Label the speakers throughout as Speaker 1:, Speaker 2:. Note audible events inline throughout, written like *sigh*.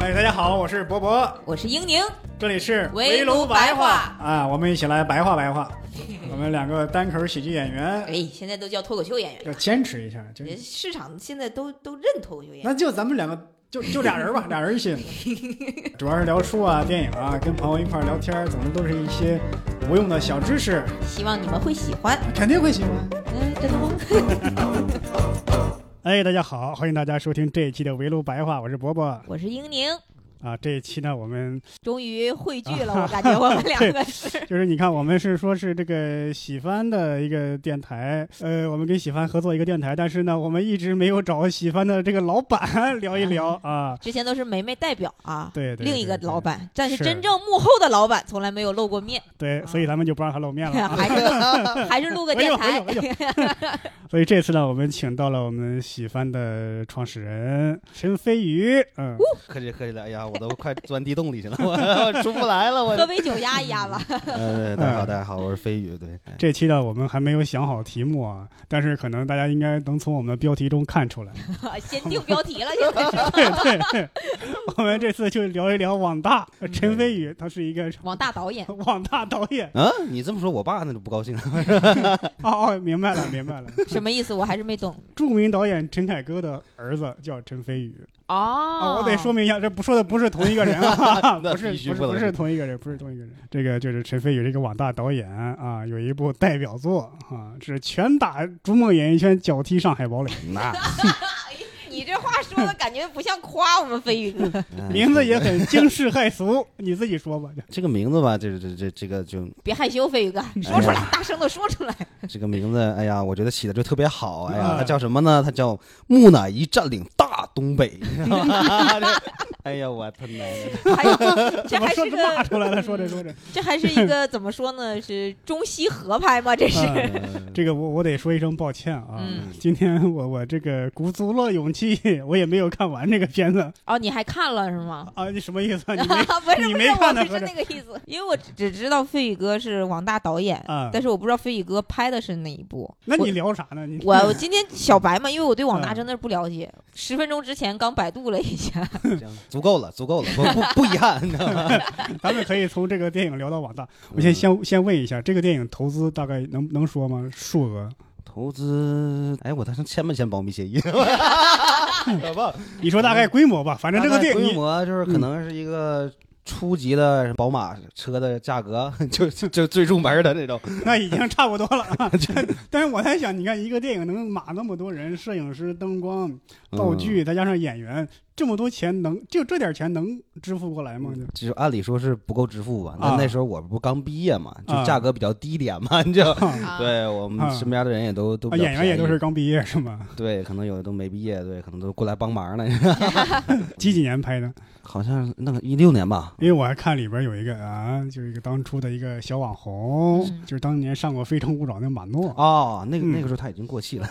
Speaker 1: 哎，大家好，我是博博，
Speaker 2: 我是英宁，
Speaker 1: 这里是
Speaker 2: 围
Speaker 1: 炉
Speaker 2: 炉
Speaker 1: 白
Speaker 2: 白话
Speaker 1: 啊，我们一起来白话白 *laughs* 话。我们两个单口喜剧演员
Speaker 2: 哎，现在都叫脱口秀演员
Speaker 1: 要坚持一下，就
Speaker 2: 了，市场现在都都认脱口秀演员。
Speaker 1: 那就咱们两个就 *laughs* 就俩人吧，俩人一起，主要是聊书啊、电影啊，跟朋友一块儿聊天儿，总之都是一些无用的小知识，
Speaker 2: 希望你们会喜欢。
Speaker 1: 肯定会喜欢。
Speaker 2: 嗯，真的吗？
Speaker 1: 哎，大家好，欢迎大家收听这一期的围炉白话，我是博博
Speaker 2: *laughs* 我是英宁，
Speaker 1: 啊。这一期呢，我们
Speaker 2: 终于汇聚了，我感觉我们两
Speaker 1: *laughs*
Speaker 2: 个是
Speaker 1: 就是你看，我们是说是这个喜番的一个电台，呃，我们跟喜番合作一个电台，但是呢，我们一直没有找喜番的这个老板 *laughs* 聊一聊啊。
Speaker 2: 之前都是梅梅代表啊，
Speaker 1: 对对
Speaker 2: 另一个
Speaker 1: 对
Speaker 2: 老板，但是
Speaker 1: 是
Speaker 2: 真正幕后的老板从来没有露过面，
Speaker 1: 对，所以咱们就不让他露面
Speaker 2: *laughs*
Speaker 1: 了啊。
Speaker 2: 还
Speaker 1: *laughs*
Speaker 2: 是还是录个
Speaker 1: 哎呦
Speaker 2: 电台。
Speaker 1: 哎呦所以这次呢，我们请到了我们喜番的创始人陈飞宇，嗯，
Speaker 3: 客气客气了，哎呀，我都快钻地洞里去了，我出不来了，我。
Speaker 2: 喝杯酒压一压吧， *laughs*
Speaker 3: 呃，大家好，大家好，我是飞宇，对，哎
Speaker 1: 这期呢，我们还没有想好题目啊，但是可能大家应该能从我们的标题中看出来， *laughs*
Speaker 2: 先定标题了，现在是
Speaker 1: 我们这次就聊一聊网大
Speaker 2: 嗯
Speaker 1: 陈飞宇，他是一个
Speaker 2: 王大导演。
Speaker 1: 网大导演。
Speaker 3: 啊，你这么说，我爸那就不高兴了。
Speaker 1: *laughs* 哦哦，明白了，明白了。
Speaker 2: 什么意思？我还是没懂
Speaker 1: 著名导演陈凯歌的儿子叫陈飞宇、啊，
Speaker 2: 哦。
Speaker 1: 我得说明一下，这不说的不是同一个人啊，
Speaker 2: *laughs*
Speaker 3: 那
Speaker 1: 不是
Speaker 3: 必须
Speaker 1: 不是
Speaker 3: 不能
Speaker 1: 不是同一个人，不是同一个人。这个就是陈飞宇这个网大导演啊，有一部代表作啊，是拳打逐梦演艺圈，脚踢上海堡垒，
Speaker 3: *laughs* *laughs* 那
Speaker 2: 你这话说的感觉不像夸我们飞宇哥，
Speaker 1: 名字也
Speaker 2: *laughs*
Speaker 1: 很惊世骇俗，你自己说吧。
Speaker 3: 嗯这个名字吧，这这这这个就
Speaker 2: 别害羞，飞宇哥，
Speaker 1: 哎
Speaker 2: 说出来，大声的说出来。
Speaker 3: 这个名字，哎呀，我觉得起的就特别好。哎呀
Speaker 1: 啊，
Speaker 3: 它叫什么呢？它叫木乃伊占领大东北。 *laughs* 哎呀，我他奶奶！
Speaker 2: 还有，哎这
Speaker 1: 怎么
Speaker 2: 还
Speaker 1: 说
Speaker 2: 是
Speaker 1: 这
Speaker 2: 个
Speaker 1: 骂出来了？说着说着，
Speaker 2: 这还是一个怎么说呢？是中西合拍吗？这 *laughs* 是、
Speaker 1: 嗯这个我我得说一声抱歉啊。
Speaker 2: 嗯
Speaker 1: 今天我我这个鼓足了勇气，我也没有看完这个片子
Speaker 2: 哦，你还看了是吗？
Speaker 1: 啊！你什么意思啊？ *laughs* 你
Speaker 2: *laughs* 不
Speaker 1: 没
Speaker 2: 是
Speaker 1: 你
Speaker 2: 不
Speaker 1: 没
Speaker 2: 是，
Speaker 1: 看呢
Speaker 2: 我不
Speaker 1: 合
Speaker 2: 是
Speaker 1: 着
Speaker 2: 那个意思，
Speaker 1: *laughs*
Speaker 2: 因为我只只知道飞宇哥是王大导演，
Speaker 1: 啊？
Speaker 2: 但是我不知道飞宇哥拍的是哪一部。
Speaker 1: 那你聊啥呢？你
Speaker 2: 我我今天小白嘛，因为我对王大
Speaker 1: 嗯
Speaker 2: 真的不了解，十分钟之前刚百度了一下，
Speaker 3: 行足够了，足够了，不不不遗 *laughs* 憾，嗯你知道吗？
Speaker 1: *laughs* 咱们可以从这个电影聊到网大。我
Speaker 3: 嗯
Speaker 1: 先先先问一下，这个电影投资大概能能说吗？数额？
Speaker 3: 投资，哎，我当时签没签保密协议？ *laughs* 好吧，
Speaker 1: 你说大概规模吧，反正这个电
Speaker 3: 大概规
Speaker 1: 影嗯
Speaker 3: 模就是可能是一个初级的宝马车的价格， *laughs* 就就就最入门的那种。
Speaker 1: 那已经差不多了。
Speaker 3: *laughs*
Speaker 1: 啊 *laughs* 但是我在想，你看一个电影能码那么多人，摄影师、灯光、 *laughs* 道
Speaker 3: 嗯
Speaker 1: 具，再加上演员，这么多钱能就这点钱能支付过来吗？就
Speaker 3: 就按理说是不够支付吧，
Speaker 1: 啊
Speaker 3: 但那时候我不刚毕业嘛，就
Speaker 1: 啊
Speaker 3: 价格比较低点嘛，你就
Speaker 1: 嗯
Speaker 2: 啊、
Speaker 3: 对我们身边的人也都都
Speaker 1: 啊，
Speaker 3: 比较
Speaker 1: 演员也都是
Speaker 3: 便宜
Speaker 1: 刚毕业是吗？
Speaker 3: 对，可能有的都没毕业，对，可能都过来帮忙呢。
Speaker 1: 几几年拍的？
Speaker 3: *laughs* 好像是那个一六年吧，
Speaker 1: 因为我还看里边有一个啊，就是一个当初的一个小网红，
Speaker 2: 嗯
Speaker 1: 就是当年上过《非诚勿扰》那马诺。
Speaker 3: 哦，那个
Speaker 1: 嗯
Speaker 3: 那个时候他已经过气了，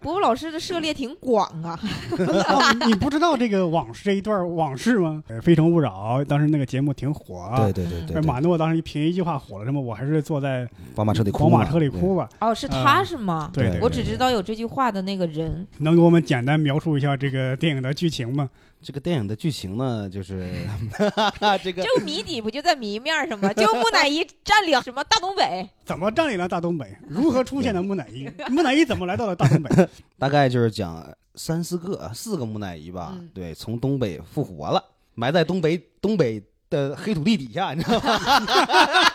Speaker 2: 伯伯老师的涉猎挺广啊，
Speaker 1: 哦，你不知道这个往事这一段往事吗？呃，《非诚勿扰》当时那个节目挺火，
Speaker 3: 对对对对
Speaker 1: 呃
Speaker 3: 对，
Speaker 1: 马诺当时一凭一句话火了，什么我还是坐在
Speaker 3: 宝马车里哭
Speaker 1: 宝
Speaker 3: 嘛，
Speaker 1: 马车里哭吧。
Speaker 2: 哦，是他是吗？
Speaker 1: 嗯对
Speaker 3: 对
Speaker 2: 我只知道有这句话的那个人，
Speaker 1: 能给我们简单描述一下这个电影的剧情吗？
Speaker 3: 这个电影的剧情呢，就是
Speaker 1: *laughs*
Speaker 3: *laughs* 这个
Speaker 2: 就谜底不就在谜面上吗？就木乃伊占领什么大东
Speaker 3: *laughs*
Speaker 2: 北，
Speaker 1: 怎么占领了大东北？如何出现的木乃伊？木乃伊怎么来到了大东北？
Speaker 3: 大概就是讲三四个、四个木乃伊吧，
Speaker 2: 嗯
Speaker 3: 对，从东北复活了，埋在东北东北的黑土地底下，你知道吗？ *laughs*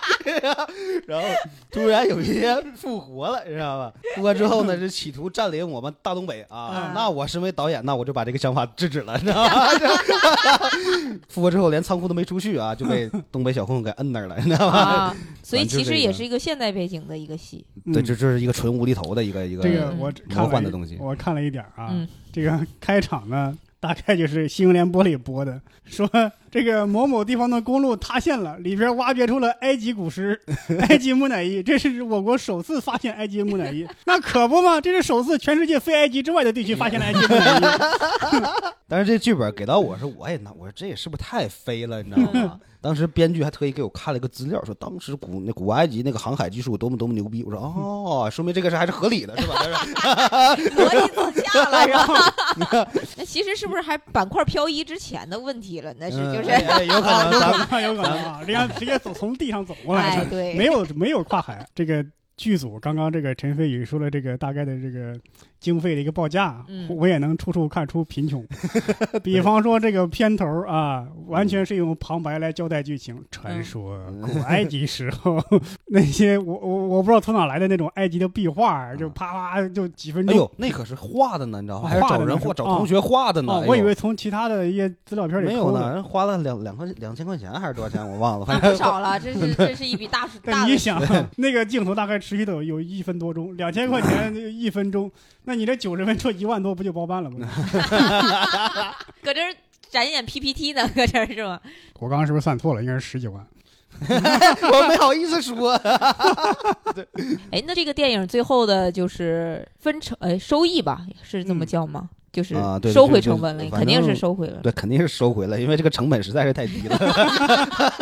Speaker 3: 然后突然有一天复活了，你知道吧？复活之后呢，是企图占领我们大东北啊
Speaker 2: 啊。
Speaker 3: 那我身为导演，那我就把这个想法制止了， *laughs* 你知道吗？复活之后连仓库都没出去啊，就被东北小混混给摁那儿了，你知道吗？ *laughs*
Speaker 2: 啊，所以
Speaker 3: 反正
Speaker 2: 其
Speaker 3: 就
Speaker 2: 实
Speaker 3: 这
Speaker 2: 也
Speaker 3: 个
Speaker 2: 是一个现代背景的一个 *laughs*
Speaker 3: *laughs*
Speaker 2: 戏。
Speaker 1: 嗯
Speaker 3: 对，这这是一个纯无厘头的一个一个
Speaker 1: 这个我只看
Speaker 3: 魔幻
Speaker 1: 了
Speaker 3: 的
Speaker 1: 一
Speaker 3: 东西
Speaker 1: 我看了一点儿啊，
Speaker 2: 嗯
Speaker 1: 这个 *laughs* 开场呢，大概就是新闻联播里播的，说 *laughs* 这个某某地方的公路塌陷了，里边挖掘出了埃及古尸、 *laughs* 埃及木乃伊，这是我国首次发现埃及木
Speaker 3: *laughs*
Speaker 1: 乃伊，那可不嘛，这是首次全世界非埃及之外的地区发现了埃及木乃伊。
Speaker 3: 但是这剧本给到我是，我也那我说这也是不是太飞了，你知道
Speaker 2: 嗯
Speaker 3: 吗？ *laughs* 当时编剧还特意给我看了一个资料，说当时古那古埃及那个航海技术多么多么牛逼。我说
Speaker 2: 嗯
Speaker 3: 哦，说明这个事还是合理
Speaker 2: *laughs*
Speaker 3: 的，是吧？但是
Speaker 2: 逻辑自洽了是吧？
Speaker 3: *laughs*
Speaker 2: 那其实是不是还板块漂移之前的问题了？那是就
Speaker 3: 嗯
Speaker 2: 是
Speaker 3: 哎哎有可能
Speaker 1: *laughs*
Speaker 3: 咱们
Speaker 1: 啊，有可能啊，人家直接走从地上走过来
Speaker 2: 哎
Speaker 1: 的，
Speaker 2: 对，
Speaker 1: 没有没有跨海。这个剧组刚刚这个陈飞宇说了这个大概的这个经费的一个报价，
Speaker 2: 嗯
Speaker 1: 我也能处处看出贫
Speaker 3: *laughs*
Speaker 1: 穷。比方说这个片头啊，完全是用旁白来交代剧情。
Speaker 3: 嗯
Speaker 1: 传说古埃及时候 *laughs* 那些我我我不知道从哪来的那种埃及的壁画，就啪啪就几分
Speaker 3: 嗯哎
Speaker 1: 钟。哦
Speaker 3: 呦，那可是画的呢，你知道
Speaker 1: 啊
Speaker 3: 吗？还是
Speaker 1: 画
Speaker 3: 找
Speaker 1: 的
Speaker 3: 人
Speaker 1: 那是
Speaker 3: 画，找
Speaker 1: 啊
Speaker 3: 同学画的呢。
Speaker 1: 啊
Speaker 3: 哎，呦
Speaker 1: 我以为从其他的一些资料片里
Speaker 3: 没有
Speaker 1: 抠
Speaker 3: 呢，
Speaker 1: 的。
Speaker 3: 人花了两两块两千块钱还是多少钱，我忘了，
Speaker 2: *laughs* 那
Speaker 3: 反
Speaker 2: 不
Speaker 3: 正
Speaker 2: 少了，这
Speaker 3: *laughs*
Speaker 2: 是这是一笔大数大
Speaker 1: 但
Speaker 2: 的
Speaker 1: 你想， *laughs* 那个镜头大概持续的有有一分多钟，两千块钱一分钟，那你这九十分钟一万多不就包办了吗？
Speaker 2: 搁这儿展演 PPT 呢，搁这儿是吗？
Speaker 1: *laughs* 我刚刚是不是算错了？应该是十几万。
Speaker 3: 我没好意思说。
Speaker 2: 哎，那这个电影最后的就是分成哎收益吧，是这
Speaker 1: 嗯
Speaker 2: 么叫吗？就是
Speaker 3: 啊对
Speaker 2: 收
Speaker 3: 就
Speaker 2: 回
Speaker 3: 就
Speaker 2: 成本了，
Speaker 3: 反
Speaker 2: 肯定是
Speaker 3: 正
Speaker 2: 收回了。
Speaker 3: 对，肯定是收回了，因为这个成本实在是
Speaker 2: *laughs*
Speaker 3: 太低了， *laughs*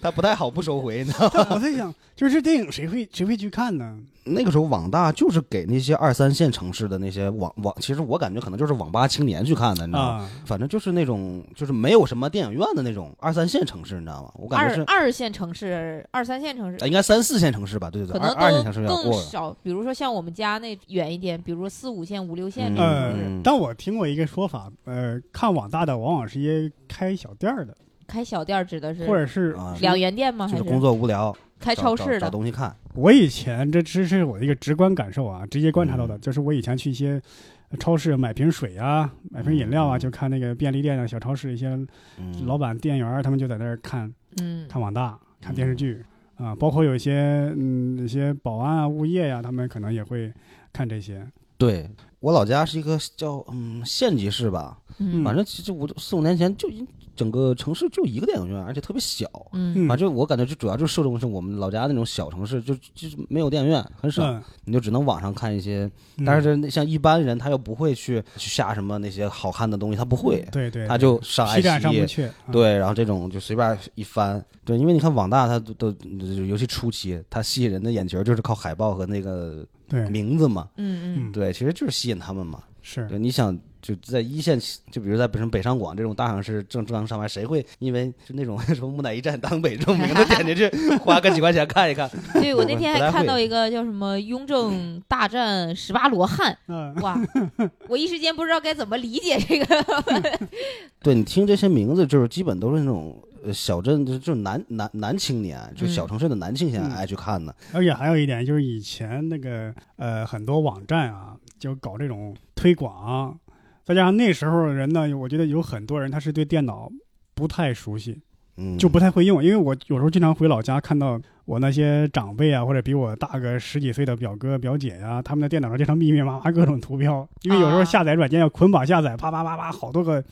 Speaker 3: 他不太好不收回。你知道吗
Speaker 1: 但我在想，就是这电影谁会谁会去看呢？
Speaker 3: 那个时候网大就是给那些二三线城市的那些网网，其实我感觉可能就是网吧青年去看的，你知道吗？
Speaker 1: 啊，
Speaker 3: 反正就是那种就是没有什么电影院的那种二三线城市，你知道吗？我感觉
Speaker 2: 二
Speaker 3: 是。
Speaker 2: 二线城市、二三线城市
Speaker 3: 啊应该三四线城市吧，对对
Speaker 2: 可
Speaker 3: 对，
Speaker 2: 能
Speaker 3: 二
Speaker 2: 都
Speaker 3: 二线城市要
Speaker 2: 更
Speaker 3: 过了。
Speaker 2: 少，比如说像我们家那远一点，比如说四五线、五六线这种城
Speaker 3: 嗯
Speaker 2: 市，
Speaker 1: 呃，但我听过一个说法，呃，看网大的往往是一些开小店儿的，
Speaker 2: 开小店儿指的是
Speaker 1: 或者是
Speaker 3: 啊，
Speaker 2: 两元店吗？
Speaker 3: 就
Speaker 2: 还
Speaker 3: 是工作无聊，
Speaker 2: 开
Speaker 3: 找
Speaker 2: 超
Speaker 3: 找
Speaker 2: 市
Speaker 3: 找
Speaker 2: 的？
Speaker 3: 东西看。
Speaker 1: 我以前这只是我的一个直观感受啊，直接观察到的，就是我以前去一些超市买瓶水啊，买瓶饮料啊，
Speaker 3: 嗯
Speaker 1: 就看那个便利店的小超市一些
Speaker 3: 嗯，
Speaker 1: 老板、店员儿他们就在那儿看
Speaker 2: 嗯，
Speaker 1: 看网大、看电视剧啊、包括有一些嗯一些保安啊、物业呀、他们可能也会看这些。
Speaker 3: 对我老家是一个叫嗯县级市吧，
Speaker 2: 嗯
Speaker 3: 反正其实五四五年前就一整个城市就一个电影院，而且特别小。
Speaker 2: 嗯
Speaker 1: 嗯
Speaker 3: 反正我感觉就主要就受众是我们老家那种小城市，就就是没有电影院，很少，
Speaker 1: 嗯，
Speaker 3: 你就只能网上看一些。
Speaker 1: 嗯
Speaker 3: 但是那像一般人他又不会去去下什么那些好看的东西，他不会，
Speaker 1: 对嗯对，
Speaker 3: 他就上爱
Speaker 1: 批展上
Speaker 3: 奇
Speaker 1: 不
Speaker 3: 艺。
Speaker 1: 去。啊，
Speaker 3: 对，然后这种就随便一翻，对，因为你看网大，它都都，就是尤其初期，它吸引人的眼球就是靠海报和那个
Speaker 1: 对，
Speaker 3: 名字嘛，
Speaker 2: 嗯嗯，
Speaker 1: 嗯，
Speaker 3: 对，其实就是吸引他们嘛。
Speaker 1: 是
Speaker 3: 对，你想就在一线，就比如在北上北上广这种大城市正正常上班，谁会因为就那种 *laughs* 什么木乃伊站当北这
Speaker 1: *laughs*
Speaker 3: 种名字点进去，花个几块钱看一看？
Speaker 1: 嗯
Speaker 2: 对我
Speaker 3: 我
Speaker 2: 那
Speaker 3: 不
Speaker 2: 天
Speaker 3: 不太
Speaker 2: 还看
Speaker 3: 会
Speaker 2: 到一个叫什么《雍正大战十八罗汉
Speaker 1: 嗯》， *laughs*
Speaker 2: 哇，我一时间不知道该怎么理解这个
Speaker 1: 嗯
Speaker 3: 对你听这些名字，就是基本都是那种。呃小镇就是这种男男男青年，就小城市的男青年
Speaker 1: 嗯
Speaker 3: 爱去看的。
Speaker 1: 而且还有一点就是以前那个呃很多网站啊，就搞这种推广，再加上那时候人呢，我觉得有很多人他是对电脑不太熟悉，
Speaker 3: 嗯，
Speaker 1: 就不太会用，因为我有时候经常回老家看到我那些长辈啊，或者比我大个十几岁的表哥表姐呀、他们的电脑上经常密密麻麻各种图标，因为有时候
Speaker 2: 啊
Speaker 1: 下载软件要捆绑下载，啪啪啪啪，好多个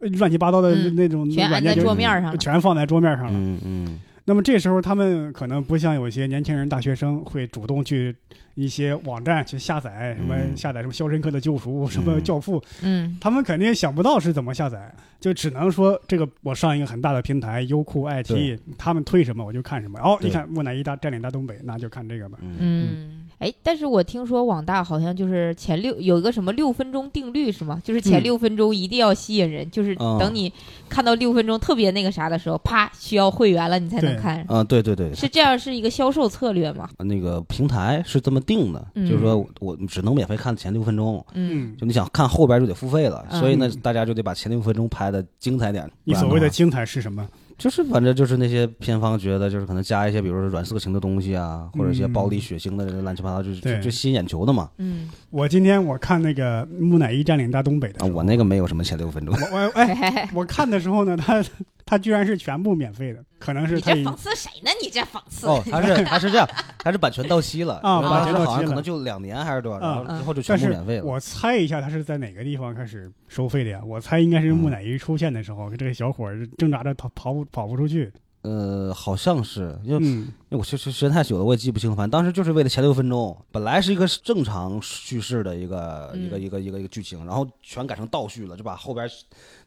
Speaker 1: 呃乱七八糟的
Speaker 2: 嗯
Speaker 1: 那种
Speaker 2: *laughs* 全
Speaker 1: 软
Speaker 2: 按
Speaker 1: 件
Speaker 2: 在
Speaker 1: 就
Speaker 2: 桌面儿上了。
Speaker 1: 全放在桌面上了。
Speaker 3: 嗯嗯，
Speaker 1: 那么这时候他们可能不像有些年轻人、大学生会主动去一些网站去下载什么、
Speaker 3: 嗯
Speaker 1: 下载什么《肖申克的救赎》什么《
Speaker 3: 嗯
Speaker 1: 教父》
Speaker 2: 嗯
Speaker 1: 他们肯定想不到是怎么下载，就只能说这个我上一个很大的平台，优酷、爱奇艺，他们推什么我就看什么。哦，
Speaker 3: 对
Speaker 1: 你看木乃伊大占领大东北，那就看这个吧。
Speaker 2: 嗯，哎，但是我听说网大好像就是前六有一个什么六分钟定律是吗？就是前
Speaker 1: 嗯
Speaker 2: 六分钟一定要吸引人，就是
Speaker 3: 啊
Speaker 2: 等你看到六分钟特别那个啥的时候，啪，需要会员了你才能
Speaker 1: 对
Speaker 2: 看。
Speaker 3: 啊，对对对，
Speaker 2: 是这样，是一个销售策略吗？
Speaker 3: 那个平台是这么定的，
Speaker 2: 嗯
Speaker 3: 就是说我我只能免费看前六分钟，
Speaker 2: 嗯，
Speaker 3: 就你想看后边就得付费了，
Speaker 2: 嗯
Speaker 3: 所以呢，大家就得把前六分钟拍的精彩点。
Speaker 1: 你所谓
Speaker 3: 不然
Speaker 1: 的
Speaker 3: 话
Speaker 1: 精彩是什么？
Speaker 3: 就是反正就是那些片方觉得就是可能加一些比如说软色情的东西啊，或者一些暴力血腥的乱七八糟，就是
Speaker 1: 嗯对
Speaker 3: 就就吸引眼球的嘛。
Speaker 2: 嗯，
Speaker 1: 我今天我看那个木乃伊占领大东北的时
Speaker 3: 啊，
Speaker 1: 候，
Speaker 3: 我那个没有什么前六分钟，
Speaker 1: 我我哎， *laughs* 我看的时候呢，他他居然是全部免费的，可能是
Speaker 2: 你
Speaker 1: 他
Speaker 2: 这 *laughs*
Speaker 1: 已
Speaker 2: 讽刺谁呢？你这讽刺，
Speaker 3: *laughs* 哦，他是他是这样，他是版权到期了，
Speaker 1: 啊
Speaker 3: 然后
Speaker 2: 版
Speaker 1: 权
Speaker 3: 当时
Speaker 1: 到
Speaker 3: 好
Speaker 1: 期
Speaker 3: 像可
Speaker 1: 了
Speaker 3: 能就两年还是多少，然后
Speaker 2: 嗯
Speaker 3: 之后就全
Speaker 1: 但
Speaker 3: 部
Speaker 1: 是
Speaker 3: 免费了。
Speaker 1: 我猜一下，他是在哪个地方开始收费的呀？我猜应该是木乃伊出现的时候，这个小伙儿挣扎着逃跑跑不跑不出去，
Speaker 3: 呃，好像是，因为
Speaker 1: 嗯
Speaker 3: 因为我确实时间太久了，我也记不清了。反正当时就是为了前六分钟，本来是一个正常叙事的一个、一个
Speaker 2: 嗯
Speaker 3: 一个一个一个剧情，然后全改成倒叙了，就把后边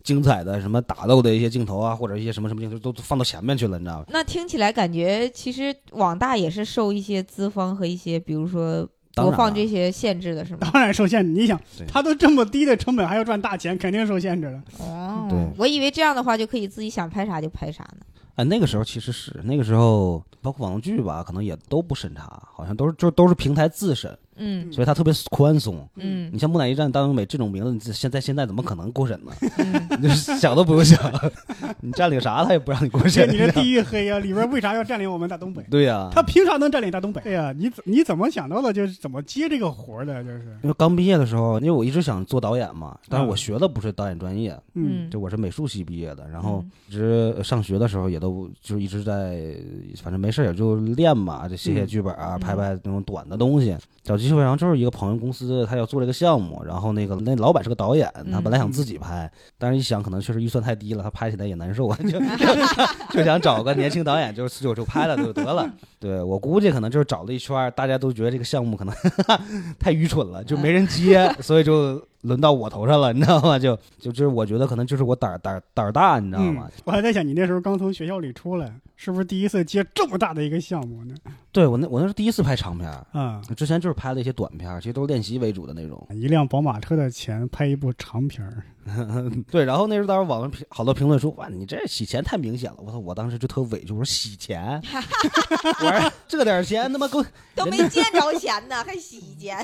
Speaker 3: 精彩的什么打斗的一些镜头啊，或者一些什么什么镜头都都放到前面去了，你知道吗？
Speaker 2: 那听起来感觉其实网大也是受一些资方和一些比如说
Speaker 3: 当
Speaker 2: 播
Speaker 3: 然
Speaker 2: 放
Speaker 3: 了
Speaker 2: 这些限制的是吗？
Speaker 1: *laughs* 当然受限制。你想
Speaker 3: 对，
Speaker 1: 他都这么低的成本还要赚大钱，肯定受限制
Speaker 3: *laughs*
Speaker 1: 了。
Speaker 2: 哦
Speaker 3: 对
Speaker 2: 我以为这样的话就可以自己想拍啥就拍啥呢。
Speaker 3: 哎，那个时候其实是那个时候，包括网络剧吧，可能也都不审查，好像都是就都是平台自审，
Speaker 2: 嗯
Speaker 3: 所以它特别宽松。
Speaker 2: 嗯
Speaker 3: 你像《木乃伊战大英美》这种名字，你现在现在怎么可能过审呢？
Speaker 2: 嗯，
Speaker 3: *laughs* 你就是想都不用想， *laughs* 你占领啥他也不让你过
Speaker 1: 这
Speaker 3: 审。
Speaker 1: 你这
Speaker 3: 知道吗
Speaker 1: 地域黑呀、里边为啥要占领我们大东
Speaker 3: *laughs*
Speaker 1: 北？
Speaker 3: 对呀、
Speaker 1: 他凭啥能占领大东北？对嗯呀、你怎你怎么想到的？就是怎么接这个活儿的？就是，
Speaker 3: 因为刚毕业的时候，因为我一直想做导演嘛，但是
Speaker 1: 嗯
Speaker 3: 我学的不是导演专业，
Speaker 1: 嗯
Speaker 2: 嗯
Speaker 3: 就我是美术系毕业的，然后
Speaker 2: 嗯
Speaker 3: 一直呃上学的时候也都就一直在，反正没事儿也就练嘛，就写写
Speaker 1: 嗯
Speaker 3: 剧本啊，
Speaker 2: 嗯
Speaker 3: 拍拍那种短的东西。找机会，然后就是一个朋友公司，他要做这个项目，然后那个那老板是个导演，他本来想自
Speaker 2: 嗯
Speaker 3: 己拍，但是一想可能确实预算太低了，他拍起来也难受，啊
Speaker 2: *laughs*
Speaker 3: 就就想找个年轻导演就就就拍了就得了。对我估计可能就是找了一圈儿，大家都觉得这个项目可能 *laughs* 太愚蠢了，就没人接，所以就轮到我头上了，你知道吗？就就就是我觉得可能就是我胆儿胆儿胆儿大，你知道吗？
Speaker 1: 嗯我还在想，你那时候刚从学校里出来，是不是第一次接这么大的一个项目呢？
Speaker 3: 对我那我那是第一次拍长片儿，
Speaker 1: 啊、
Speaker 3: 之前就是拍了一些短片儿，其实都是练习为主的那种。
Speaker 1: 嗯一辆宝马车的钱拍一部长片儿，
Speaker 3: 对，然后那时候当时网上评好多评论说，哇，你这洗钱太明显了！我操，我当时就特委屈，我说洗钱，我说这点钱他妈够，
Speaker 2: 都没见着钱呢，还洗钱，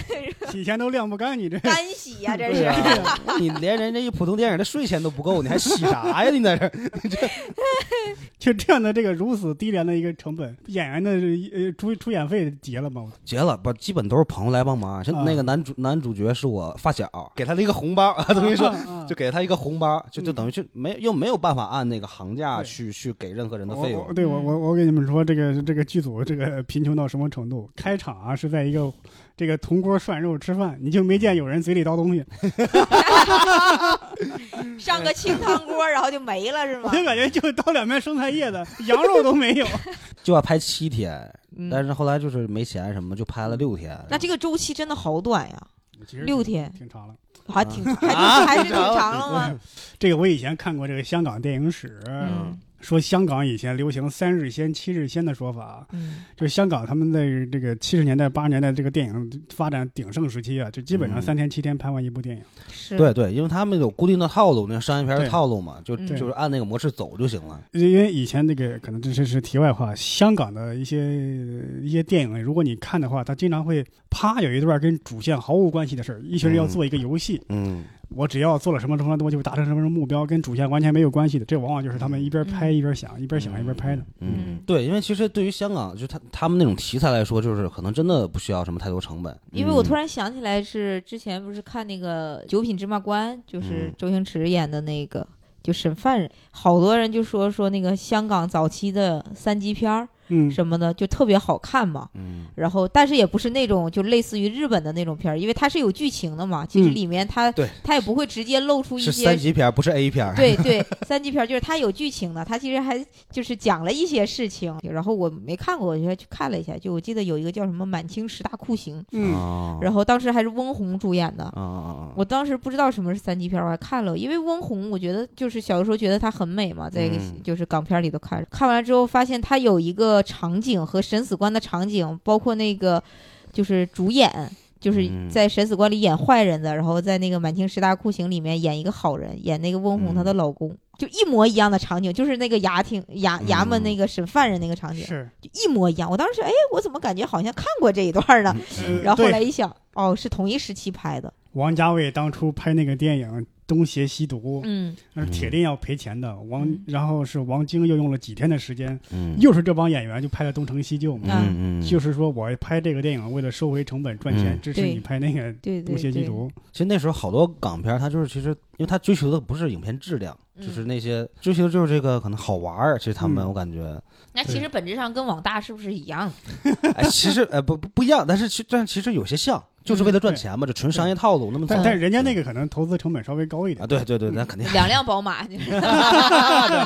Speaker 1: 洗钱都晾不干，你这。
Speaker 2: 干洗呀、这
Speaker 3: 对
Speaker 1: *laughs*
Speaker 2: 是。
Speaker 1: 啊
Speaker 3: 呀、你连人家一普通电影的税钱都不够，你还洗啥呀？你在这儿，
Speaker 1: 就这样的这个如此低廉的一个成本，演员的呃出出演费结了吗？
Speaker 3: 结了不，基本都是朋友来帮忙。像
Speaker 2: 嗯
Speaker 3: 那个男主、男主角是我发小，给他了一个红包， *laughs* 等于
Speaker 2: 嗯
Speaker 3: 说。
Speaker 1: 啊
Speaker 3: 就给他一个红包，就就
Speaker 1: 嗯
Speaker 3: 等于就没又没有办法按那个行价
Speaker 1: 对
Speaker 3: 去去给任何人的
Speaker 1: 我
Speaker 3: 费
Speaker 1: 我
Speaker 3: 用，
Speaker 1: 对我
Speaker 2: 嗯
Speaker 1: 我我给你们说，这个这个剧组这个贫穷到什么程度？开场啊是在一个这个铜锅涮肉吃饭，你就没见有人嘴里叨东西，
Speaker 2: 上个清汤锅，然后就没了是
Speaker 1: 我
Speaker 3: *laughs*
Speaker 2: 吗？
Speaker 1: 就感觉就叨两片生菜叶子，羊肉都没有。
Speaker 3: 就要拍七天，但
Speaker 2: 嗯，
Speaker 3: 是后来就是没钱什么，就拍了六天。
Speaker 2: 那这个周期真的好短呀， *laughs* 六天，
Speaker 1: 挺长了。
Speaker 2: 还挺还
Speaker 3: 啊
Speaker 2: 还是挺长了吗？
Speaker 1: 这个我以前看过这个香港电影史，
Speaker 2: 嗯
Speaker 1: 说香港以前流行三日鲜、七日鲜的说法，
Speaker 2: 嗯
Speaker 1: 就是香港他们在这个七十年代、八十年代这个电影发展鼎盛时期啊，就基本上
Speaker 3: 嗯
Speaker 1: 三天七天拍完一部电影。
Speaker 2: 是
Speaker 3: 对对，因为他们有固定的套路，那商业片的
Speaker 1: 对
Speaker 3: 套路嘛，就
Speaker 2: 嗯
Speaker 3: 就是按那个模式走就行了。
Speaker 1: 因为以前那个可能这是是题外话，香港的一些一些电影，如果你看的话，它经常会啪有一段跟主线毫无关系的事儿，一群人要做一个游戏，
Speaker 3: 嗯，
Speaker 1: 我只要做了什么什么东西，就会达成什么什么目标，跟主线完全没有关系的，这往往就是他们一边拍一边想，一边想一边拍的。
Speaker 3: 嗯
Speaker 2: 嗯，
Speaker 3: 对，因为其实对于香港，就他他们那种题材来说，就是可能真的不需要什么太多成本。
Speaker 2: 因为我
Speaker 3: 嗯
Speaker 2: 突然想起来，是之前不是看那个《九品芝麻官》，就是
Speaker 3: 嗯
Speaker 2: 周星驰演的那个，就审犯人，好多人就说说那个香港早期的三级片儿
Speaker 1: 嗯，
Speaker 2: 什么的，就特别好看嘛。
Speaker 3: 嗯
Speaker 2: 然后，但是也不是那种就类似于日本的那种片儿，因为它是有剧情的嘛。其实
Speaker 1: 嗯
Speaker 2: 里面它、
Speaker 3: 对
Speaker 2: 它也不会直接露出一
Speaker 3: 是三
Speaker 2: 些。
Speaker 3: 级片儿，不是 A 片儿。
Speaker 2: *laughs* 对对，三级片儿就是它有剧情的，它其实还就是讲了一些事情。然后我没看过，我就去看了一下，就我记得有一个叫什么《满清十大酷刑》，
Speaker 1: 嗯，
Speaker 3: 哦，
Speaker 2: 然后当时还是翁虹主演的。
Speaker 3: 啊啊啊！
Speaker 2: 我当时不知道什么是三级片儿，我还看了，因为翁虹，我觉得就是小的时候觉得她很美嘛，在一个
Speaker 3: 嗯
Speaker 2: 就是港片儿里头看着，看完了之后发现她有一个场景和审死官的场景，包括那个就是主演，就是
Speaker 3: 嗯
Speaker 2: 在审死官里演坏人的，然后在那个《满清十大酷刑》里面演一个好人，演那个翁虹
Speaker 3: 嗯
Speaker 2: 她的老公，就一模一样的场景，就是那个衙庭衙衙门
Speaker 3: 嗯
Speaker 2: 那个审犯人那个场景，
Speaker 1: 是。
Speaker 2: 就一模一样。我当时哎，我怎么感觉好像看过这一段儿呢？
Speaker 3: 嗯
Speaker 1: 呃
Speaker 2: 然后后
Speaker 1: 对
Speaker 2: 来一想，哦，是同一时期拍的，
Speaker 1: 王家卫当初拍那个电影《东邪西毒》，
Speaker 2: 嗯，
Speaker 1: 那是铁定要赔钱的。王
Speaker 2: 嗯，
Speaker 1: 然后是王晶又用了几天的时间，
Speaker 3: 嗯
Speaker 1: 又是这帮演员就拍了《东成西就》嘛。
Speaker 3: 嗯嗯，
Speaker 1: 就是说我拍这个电影，为了收回成本赚钱，
Speaker 3: 嗯
Speaker 1: 支持
Speaker 2: 对
Speaker 1: 你拍那个《
Speaker 2: 对
Speaker 1: 东
Speaker 2: 对
Speaker 1: 邪西
Speaker 2: 对，
Speaker 1: 毒》。
Speaker 3: 其实那时候好多港片儿，它就是其实因为它追求的不是影片质量，
Speaker 2: 嗯
Speaker 3: 就是那些追求就是这个可能好玩儿。其实他们
Speaker 1: 嗯
Speaker 3: 我感觉，
Speaker 2: 那其实
Speaker 3: *laughs*
Speaker 2: 本质上跟网大是不是一样的？
Speaker 3: 哎，其实呃不不不一样，但是其但其实有些像，就是为了赚钱嘛，这纯商业套路。那么
Speaker 1: 但
Speaker 2: 嗯
Speaker 1: 但人家那个可能投资成本稍微高一点
Speaker 3: 啊，，对对对，那肯定
Speaker 2: 两辆宝马，就是
Speaker 3: *laughs*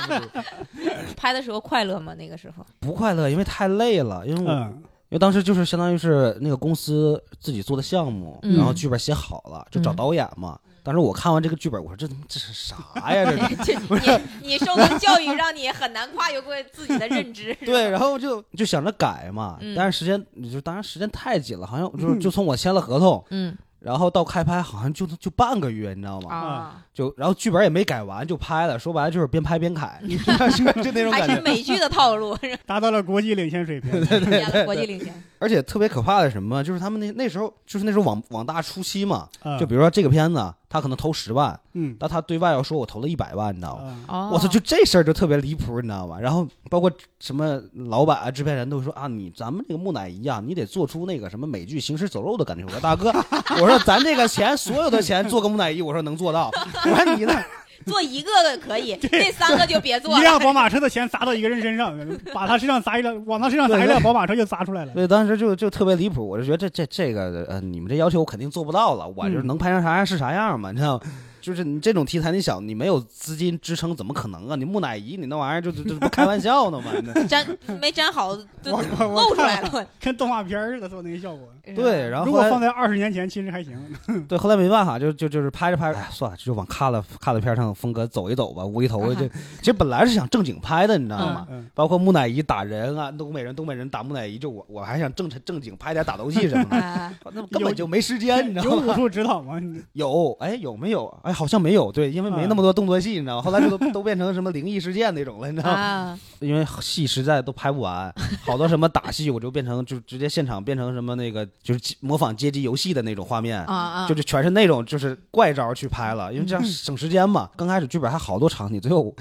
Speaker 2: 拍的时候快乐吗？那个时候， *laughs*
Speaker 3: 不快乐，因为太累了，因为我
Speaker 1: 嗯
Speaker 3: 因为当时就是相当于是那个公司自己做的项目，
Speaker 2: 嗯
Speaker 3: 然后剧本写好了，就找
Speaker 2: 嗯
Speaker 3: 导演嘛。当时我看完这个剧本，我说这他妈这是啥呀？这是
Speaker 2: 就你你受的教育让你很难跨越过自己的认知。
Speaker 3: 对，然后就就想着改嘛
Speaker 2: 嗯，
Speaker 3: 但是时间你就当然时间太紧了，好像就是
Speaker 1: 嗯
Speaker 3: 就从我签了合同，
Speaker 2: 嗯
Speaker 3: 然后到开拍好像就就半个月，你知道吗？
Speaker 2: 啊，
Speaker 3: 就然后剧本也没改完就拍了，说白了就是边拍边改， *laughs* 就那种
Speaker 2: 嗯还
Speaker 3: 感
Speaker 2: 是
Speaker 3: 觉。
Speaker 2: 美剧的套路，是吧
Speaker 1: 达到了国际领先水
Speaker 3: *laughs*
Speaker 1: 平。
Speaker 2: 实现了国际领先。
Speaker 3: 而且特别可怕的是什么，就是他们那那时候就是那时候网网大初期嘛，
Speaker 1: 啊
Speaker 3: 就比如说这个片子他可能投十万，
Speaker 1: 嗯，
Speaker 3: 但他对外要说我投了一百万，你知道吗？
Speaker 1: 啊
Speaker 2: 哦
Speaker 3: 我操，就这事儿就特别离谱，你知道吗？然后包括什么老板啊、制片人都说啊，你咱们这个木乃伊啊，你得做出那个什么美剧《行尸走肉》的感觉。我说
Speaker 1: *laughs*
Speaker 3: 大哥，我说咱这个钱，所有的钱做个木乃伊，我说能做到。我说你呢？ *laughs*
Speaker 2: 做一个的可以，这三个就别做
Speaker 1: 一
Speaker 2: 了。
Speaker 1: 辆宝马车的钱砸到一个人身上，把他身上砸一辆，往他身上砸一辆宝马车就砸出来了。
Speaker 3: 所以当时就就特别离谱，我就觉得这这这个呃，你们这要求我肯定做不到了，我就是
Speaker 1: 嗯
Speaker 3: 能拍成啥样是啥样嘛，你知道吗？就是你这种题材，你想你没有资金支撑，怎么可能啊？你木乃伊，你那玩意儿就就就不开玩笑呢嘛？
Speaker 1: *laughs*
Speaker 2: 粘没粘好，都
Speaker 1: 我我我
Speaker 2: 露出来了。
Speaker 1: 跟动画片儿似的做那个效果。
Speaker 3: 对，然后
Speaker 1: 如
Speaker 3: 后
Speaker 1: 果
Speaker 3: 来
Speaker 1: 放在二十年前，其实还行。
Speaker 3: 对，后来没办法，就就就是拍着拍着，哎，算了，就往卡了卡了片儿上风格走一走吧，无厘头
Speaker 2: 啊哈
Speaker 3: 就，其实本来是想正经拍的，你知道吗？
Speaker 1: 嗯，
Speaker 3: 包括木乃伊打人啊，东北人东北人打木乃伊，就我我还想正正经拍点打斗戏什
Speaker 2: *laughs*
Speaker 3: 么的，
Speaker 2: 啊，
Speaker 3: 那根本就没时间，你知
Speaker 1: 有
Speaker 3: 道
Speaker 1: 武
Speaker 3: 吗？
Speaker 1: 术指导吗？你
Speaker 3: *laughs* 有哎有没有？哎好像没有，对，因为没那么多动作戏，你知道吗？后来就都都变成什么灵异事件那种了，你知道吗？
Speaker 2: 啊
Speaker 3: 因为戏实在都拍不完，好多什么打戏我就变成就直接现场变成什么那个就是模仿街机游戏的那种画面
Speaker 2: 啊
Speaker 1: 嗯
Speaker 2: 啊！
Speaker 3: 就是全是那种就是怪招去拍了，因为这样省时间嘛。刚开始剧本还好多场景，最后我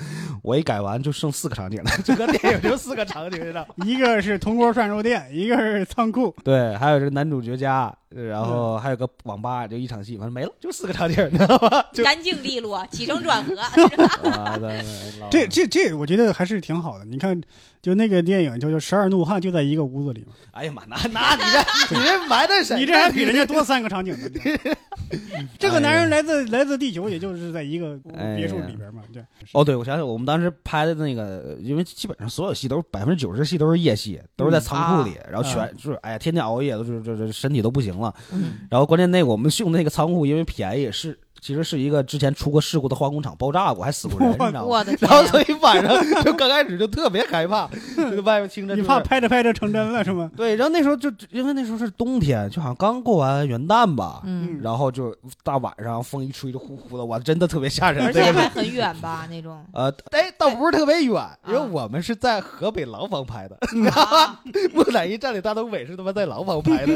Speaker 3: 我一改完就剩四个场景了， *laughs* 整个电影就四个场景，知道？
Speaker 1: 一个是铜锅涮肉店，一个是仓库。
Speaker 3: *laughs* 对，还有这男主角家，呃然
Speaker 1: 嗯
Speaker 3: 后还有个网吧，就一场戏，完了没了，就四个场景，你
Speaker 1: *laughs*
Speaker 3: 知道吗？就
Speaker 2: 干净利落，起承转合。
Speaker 3: 啊，对对老
Speaker 1: 这这这，我觉得还是挺好的。你看，就那个电影叫《十二怒汉》，就在一个屋子里嘛。
Speaker 3: 哎呀妈，那那你这 *laughs* 你这埋汰谁？
Speaker 1: 你这还比人家多三个场景呢。
Speaker 3: *laughs*
Speaker 1: 这个
Speaker 3: 哎
Speaker 1: 男人来自来自地球，也就是在一个别墅里边嘛。对，
Speaker 3: 哦，对，我想想，我们当时拍的那个，因为基本上所有戏都是百分之九十戏都是夜戏，都是在仓库里，
Speaker 2: 啊
Speaker 3: 然后全、就是哎呀，天天熬夜，都是这这身体都不行了。
Speaker 2: 嗯
Speaker 3: 然后关键那个我们用的那个仓库，因为便宜，是其实是一个之前出过事故的化工厂爆炸过，还死过人，你知道吗？
Speaker 2: 我的天
Speaker 3: *laughs*
Speaker 2: 啊
Speaker 3: 然后所
Speaker 2: 呀！
Speaker 3: 以晚上就刚开始就特别害怕，就外面听着、
Speaker 1: 你
Speaker 3: 就是、
Speaker 1: 怕拍着拍着成真了是吗？
Speaker 3: 对，然后那时候就因为那时候是冬天，就好像刚过完元旦吧，
Speaker 2: 嗯，
Speaker 3: 然后就大晚上风一吹就呼呼的，哇，真的特别吓人。
Speaker 2: 而
Speaker 3: 这
Speaker 2: 且
Speaker 3: 个
Speaker 2: 还
Speaker 3: 是。
Speaker 2: 很远吧那种 *laughs*
Speaker 3: 呃，哎，倒不是特别远，因为我们是在河北廊坊拍的， *laughs*
Speaker 2: 啊
Speaker 3: 木乃伊占领大东北是他妈在廊坊
Speaker 2: *laughs*
Speaker 3: 拍的，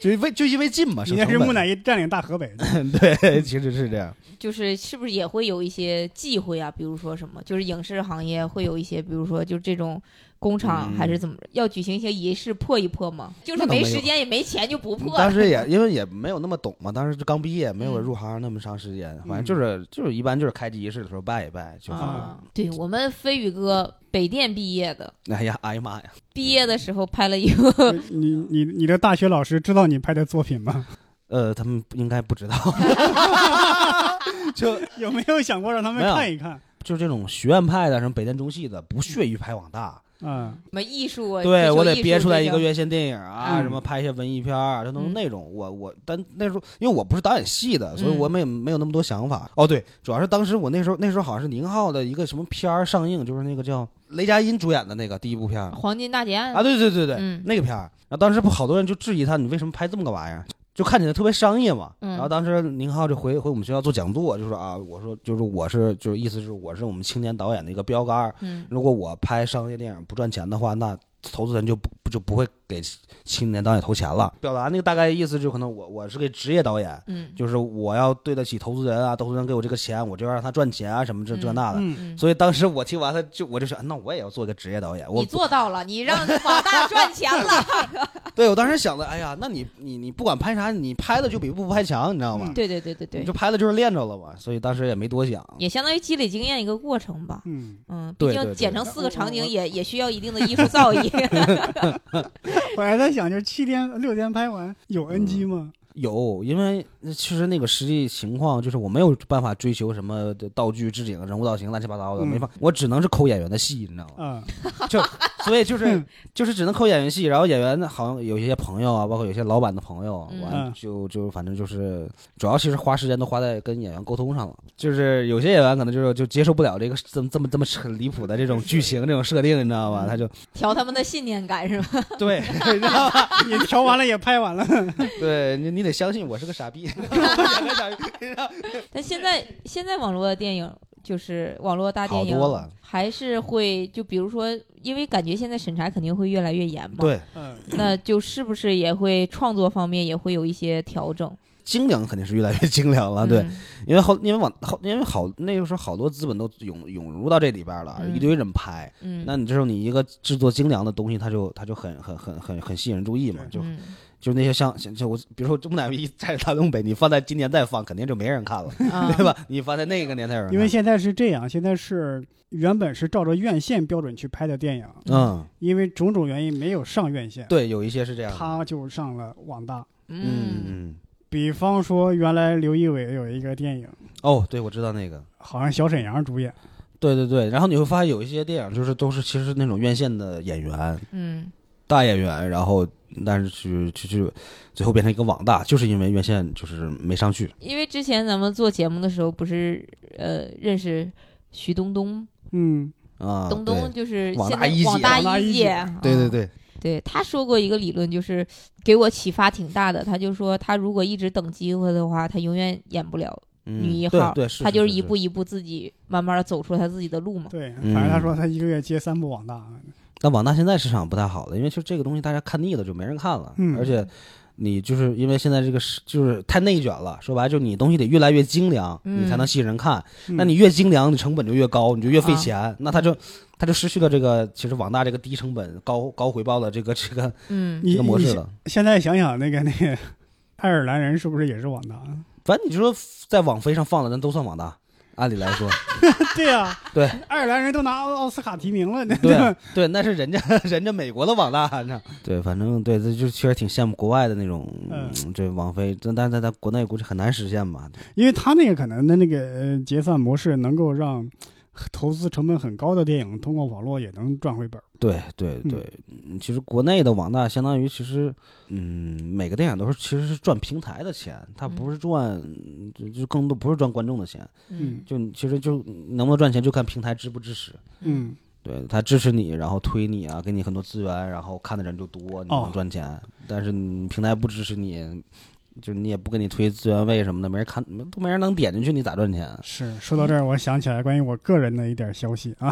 Speaker 3: 就因为就因为近嘛，
Speaker 1: 你那是木乃
Speaker 3: 伊，
Speaker 1: 伊占领大河北，
Speaker 3: 对， *laughs* 其实是这样。
Speaker 2: 就是是不是也会有一些忌讳啊？比如说什么，就是影视行业会有一些，比如说就这种工厂
Speaker 3: 嗯
Speaker 2: 还是怎么着，要举行一些仪式破一破吗？就是
Speaker 3: 那倒没有
Speaker 2: 时间也没钱就不破。嗯
Speaker 3: 当
Speaker 2: *laughs*
Speaker 3: 时也因为也没有那么懂嘛，当时就刚毕业，没有入行那么长时间，反正就是就是一般就是开机仪式的时候拜一拜，就是
Speaker 2: 啊，对我们飞宇哥北电毕业的，
Speaker 3: 哎呀，哎呀妈呀，
Speaker 2: 毕业的时候拍了一个 *laughs*
Speaker 1: 你你你的大学老师知道你拍的作品吗？
Speaker 3: 呃，他们应该不知道， *laughs* 就
Speaker 1: 有没有想过让他们
Speaker 3: 没有
Speaker 1: 看一看？
Speaker 3: 就这种学院派的，什么北电中戏的，不屑于拍网大，
Speaker 1: 啊，
Speaker 2: 什么艺术啊，追
Speaker 3: 对
Speaker 2: 求
Speaker 3: 我得
Speaker 2: 艺术
Speaker 3: 憋出来
Speaker 2: 追
Speaker 3: 一
Speaker 2: 求
Speaker 3: 个院线电影啊，
Speaker 1: 嗯
Speaker 3: 什么拍一些文艺片儿啊，这都是
Speaker 2: 嗯
Speaker 3: 那种我我，但那时候因为我不是导演系的，所以
Speaker 2: 嗯
Speaker 3: 我没没有那么多想法。哦，对，主要是当时我那时候那时候好像是宁浩的一个什么片儿上映，就是那个叫雷佳音主演的那个第一部片儿
Speaker 2: 黄金大劫案
Speaker 3: 啊，对对对对，
Speaker 2: 嗯
Speaker 3: 那个片儿。然后当时不好多人就质疑他，你为什么拍这么个玩意儿？就看起来特别商业嘛，
Speaker 2: 嗯
Speaker 3: 然后当时宁浩就回回我们学校做讲座，就说啊，我说就是我是就是意思是我是我们青年导演的一个标杆儿，
Speaker 2: 嗯
Speaker 3: 如果我拍商业电影不赚钱的话，那投资人就不就不会给青年导演投钱了。表达那个大概意思就可能我我是个职业导演，
Speaker 2: 嗯
Speaker 3: 就是我要对得起投资人啊，投资人给我这个钱，我就要让他赚钱啊，什么这这那的。
Speaker 1: 嗯，
Speaker 2: 嗯，
Speaker 3: 所以当时我听完他就我就想，那我也要做个职业导演。我
Speaker 2: 你做到了，你
Speaker 3: *laughs*
Speaker 2: 让网大赚钱了。
Speaker 3: 对我当时想的，哎呀，那你你你不管拍啥，你拍的就比不拍强，你知道吗？
Speaker 1: 嗯
Speaker 2: 对对对对
Speaker 3: 你
Speaker 2: 对
Speaker 3: 就，拍的就是练着了嘛，所以当时也没多想。
Speaker 2: 也相当于积累经验一个过程吧。
Speaker 1: 嗯，
Speaker 2: 嗯，毕
Speaker 3: 对
Speaker 2: 竟
Speaker 3: 对
Speaker 2: 剪
Speaker 3: 对
Speaker 2: 成四个场景也
Speaker 1: 我
Speaker 2: 也需要一定的艺术造诣。 *laughs*
Speaker 1: 我还在想，就是七天六天拍完有
Speaker 3: 嗯
Speaker 1: NG 吗？
Speaker 3: 有，因为其实那个实际情况就是我没有办法追求什么的道具置景、人物造型乱七八糟的，
Speaker 1: 嗯
Speaker 3: 没法，我只能是抠演员的戏，你知道吗？
Speaker 1: 啊， *laughs*
Speaker 3: 就所以就是
Speaker 1: 嗯
Speaker 3: 就是只能扣演员戏，然后演员好像有一些朋友啊，包括有些老板的朋友啊，
Speaker 2: 嗯
Speaker 3: 完就就反正就是主要其实花时间都花在跟演员沟通上了，就是有些演员可能就是就接受不了这个这么这么这么很离谱的这种剧情这种设定，你知道吧？他就
Speaker 2: 调他们的信念感是吧？
Speaker 3: 对，你知道吧？
Speaker 1: 你调完了也拍完了，
Speaker 3: 对你你得相信我是个傻逼， *laughs* 我演个傻逼，你知道
Speaker 2: 但现在现在网络的电影就是网络大电影，
Speaker 3: 好多了
Speaker 2: 还是会就比如说，因为感觉现在审查肯定会越来越严嘛，
Speaker 3: 对。
Speaker 1: 嗯，
Speaker 2: 那就是不是也会创作方面也会有一些调整
Speaker 3: 精良肯定是越来越精良啊了，对，
Speaker 2: 嗯
Speaker 3: 因为后因为往后因为好那个时候好多资本都涌涌入到这里边了，
Speaker 2: 嗯
Speaker 3: 一堆人拍，
Speaker 2: 嗯，
Speaker 3: 那你这时候你一个制作精良的东西，它就它就很很很很很吸引人注意嘛，就
Speaker 2: 嗯
Speaker 3: *laughs* 就那些像像就我，比如说木乃伊在大东北，你放在今年再放，肯定就没
Speaker 2: *laughs*
Speaker 3: 人看了，
Speaker 2: 啊
Speaker 3: 对吧？你放在那个年代有人
Speaker 1: *laughs*
Speaker 3: 看，
Speaker 1: 因为现在是这样，现在是原本是照着院线标准去拍的电影，
Speaker 3: 嗯，
Speaker 1: 因为种种原因没有上院线，
Speaker 3: 对，有一些是这样的，
Speaker 1: 他就上了网大。
Speaker 3: 嗯
Speaker 2: 嗯
Speaker 3: 嗯，
Speaker 1: 比方说，原来刘仪伟有一个电影，
Speaker 3: 哦，对，我知道那个。
Speaker 1: 好像小沈阳主演，
Speaker 3: 对对对，然后你会发现有一些电影就是都是其实那种院线的演员，
Speaker 2: 嗯
Speaker 3: 大演员，然后但是去去去，最后变成一个网大，就是因为院线就是没上去。
Speaker 2: 因为之前咱们做节目的时候不是呃认识徐冬冬，
Speaker 1: 嗯，
Speaker 3: 啊，
Speaker 2: 东东就是
Speaker 3: 网
Speaker 2: 现
Speaker 3: 大
Speaker 2: 在
Speaker 3: 一姐
Speaker 2: 网大
Speaker 1: 网大一
Speaker 2: 姐
Speaker 1: 姐
Speaker 2: 啊，
Speaker 3: 对对对对，
Speaker 2: 对，他说过一个理论，就是给我启发挺大的。他就说，他如果一直等机会的话，他永远演不了
Speaker 3: 嗯
Speaker 2: 女一
Speaker 3: 对
Speaker 2: 号。
Speaker 3: 对是，
Speaker 2: 他就是
Speaker 3: 是
Speaker 2: 一步一步自己慢慢的走出他自己的路嘛。
Speaker 1: 对，
Speaker 3: 嗯
Speaker 1: 反正他说他一个月接三部网大，
Speaker 3: 但网大现在市场不太好了，因为就这个东西大家看腻了，就没人看了。
Speaker 1: 嗯
Speaker 3: 而且你就是因为现在这个是就是太内卷了，说白了就你东西得越来越精良，
Speaker 2: 嗯
Speaker 3: 你才能吸引人看。
Speaker 1: 嗯
Speaker 3: 那你越精良，你成本就越高，你就越费
Speaker 2: 啊
Speaker 3: 钱，那它就它就失去了这个其实网大这个低成本高高回报的这个这个
Speaker 2: 嗯，
Speaker 3: 这
Speaker 1: 你
Speaker 3: 个模
Speaker 1: 你
Speaker 3: 式了。
Speaker 1: 现在想想那个那个 *laughs* 爱尔兰人是不是也是网大？
Speaker 3: 反正你说在网飞上放的，咱都算网大。按理来说，
Speaker 1: 对呀、
Speaker 3: 对，
Speaker 1: 爱尔兰人都拿奥奥斯卡提名了，那
Speaker 3: 对
Speaker 1: 吧？
Speaker 3: 对，那是人家 *laughs* 人家美国的网大，你 *laughs* 知道对，反正对，这就确实挺羡慕国外的那种，
Speaker 1: 嗯
Speaker 3: 这网飞，但但但咱国内估计很难实现吧？
Speaker 1: *laughs* 因为他那个可能的那个呃结算模式能够让投资成本很高的电影通过网络也能赚回本儿。
Speaker 3: 对对
Speaker 1: 嗯
Speaker 3: 对，嗯其实国内的网大相当于其实，嗯，每个电影都是其实是赚平台的钱，它不是赚，就就更多不是赚观众的钱，
Speaker 2: 嗯
Speaker 3: 就其实就能不能赚钱就看平台支不支持。
Speaker 1: 嗯，
Speaker 3: 对他支持你，然后推你啊，给你很多资源，然后看的人就多，你
Speaker 1: 哦
Speaker 3: 能赚钱。但是你平台不支持你，就是你也不给你推资源位什么的，没人看，没都没人能点进去，你咋赚钱？啊
Speaker 1: 是。说到这儿，我想起来关于我个人的一点消息啊，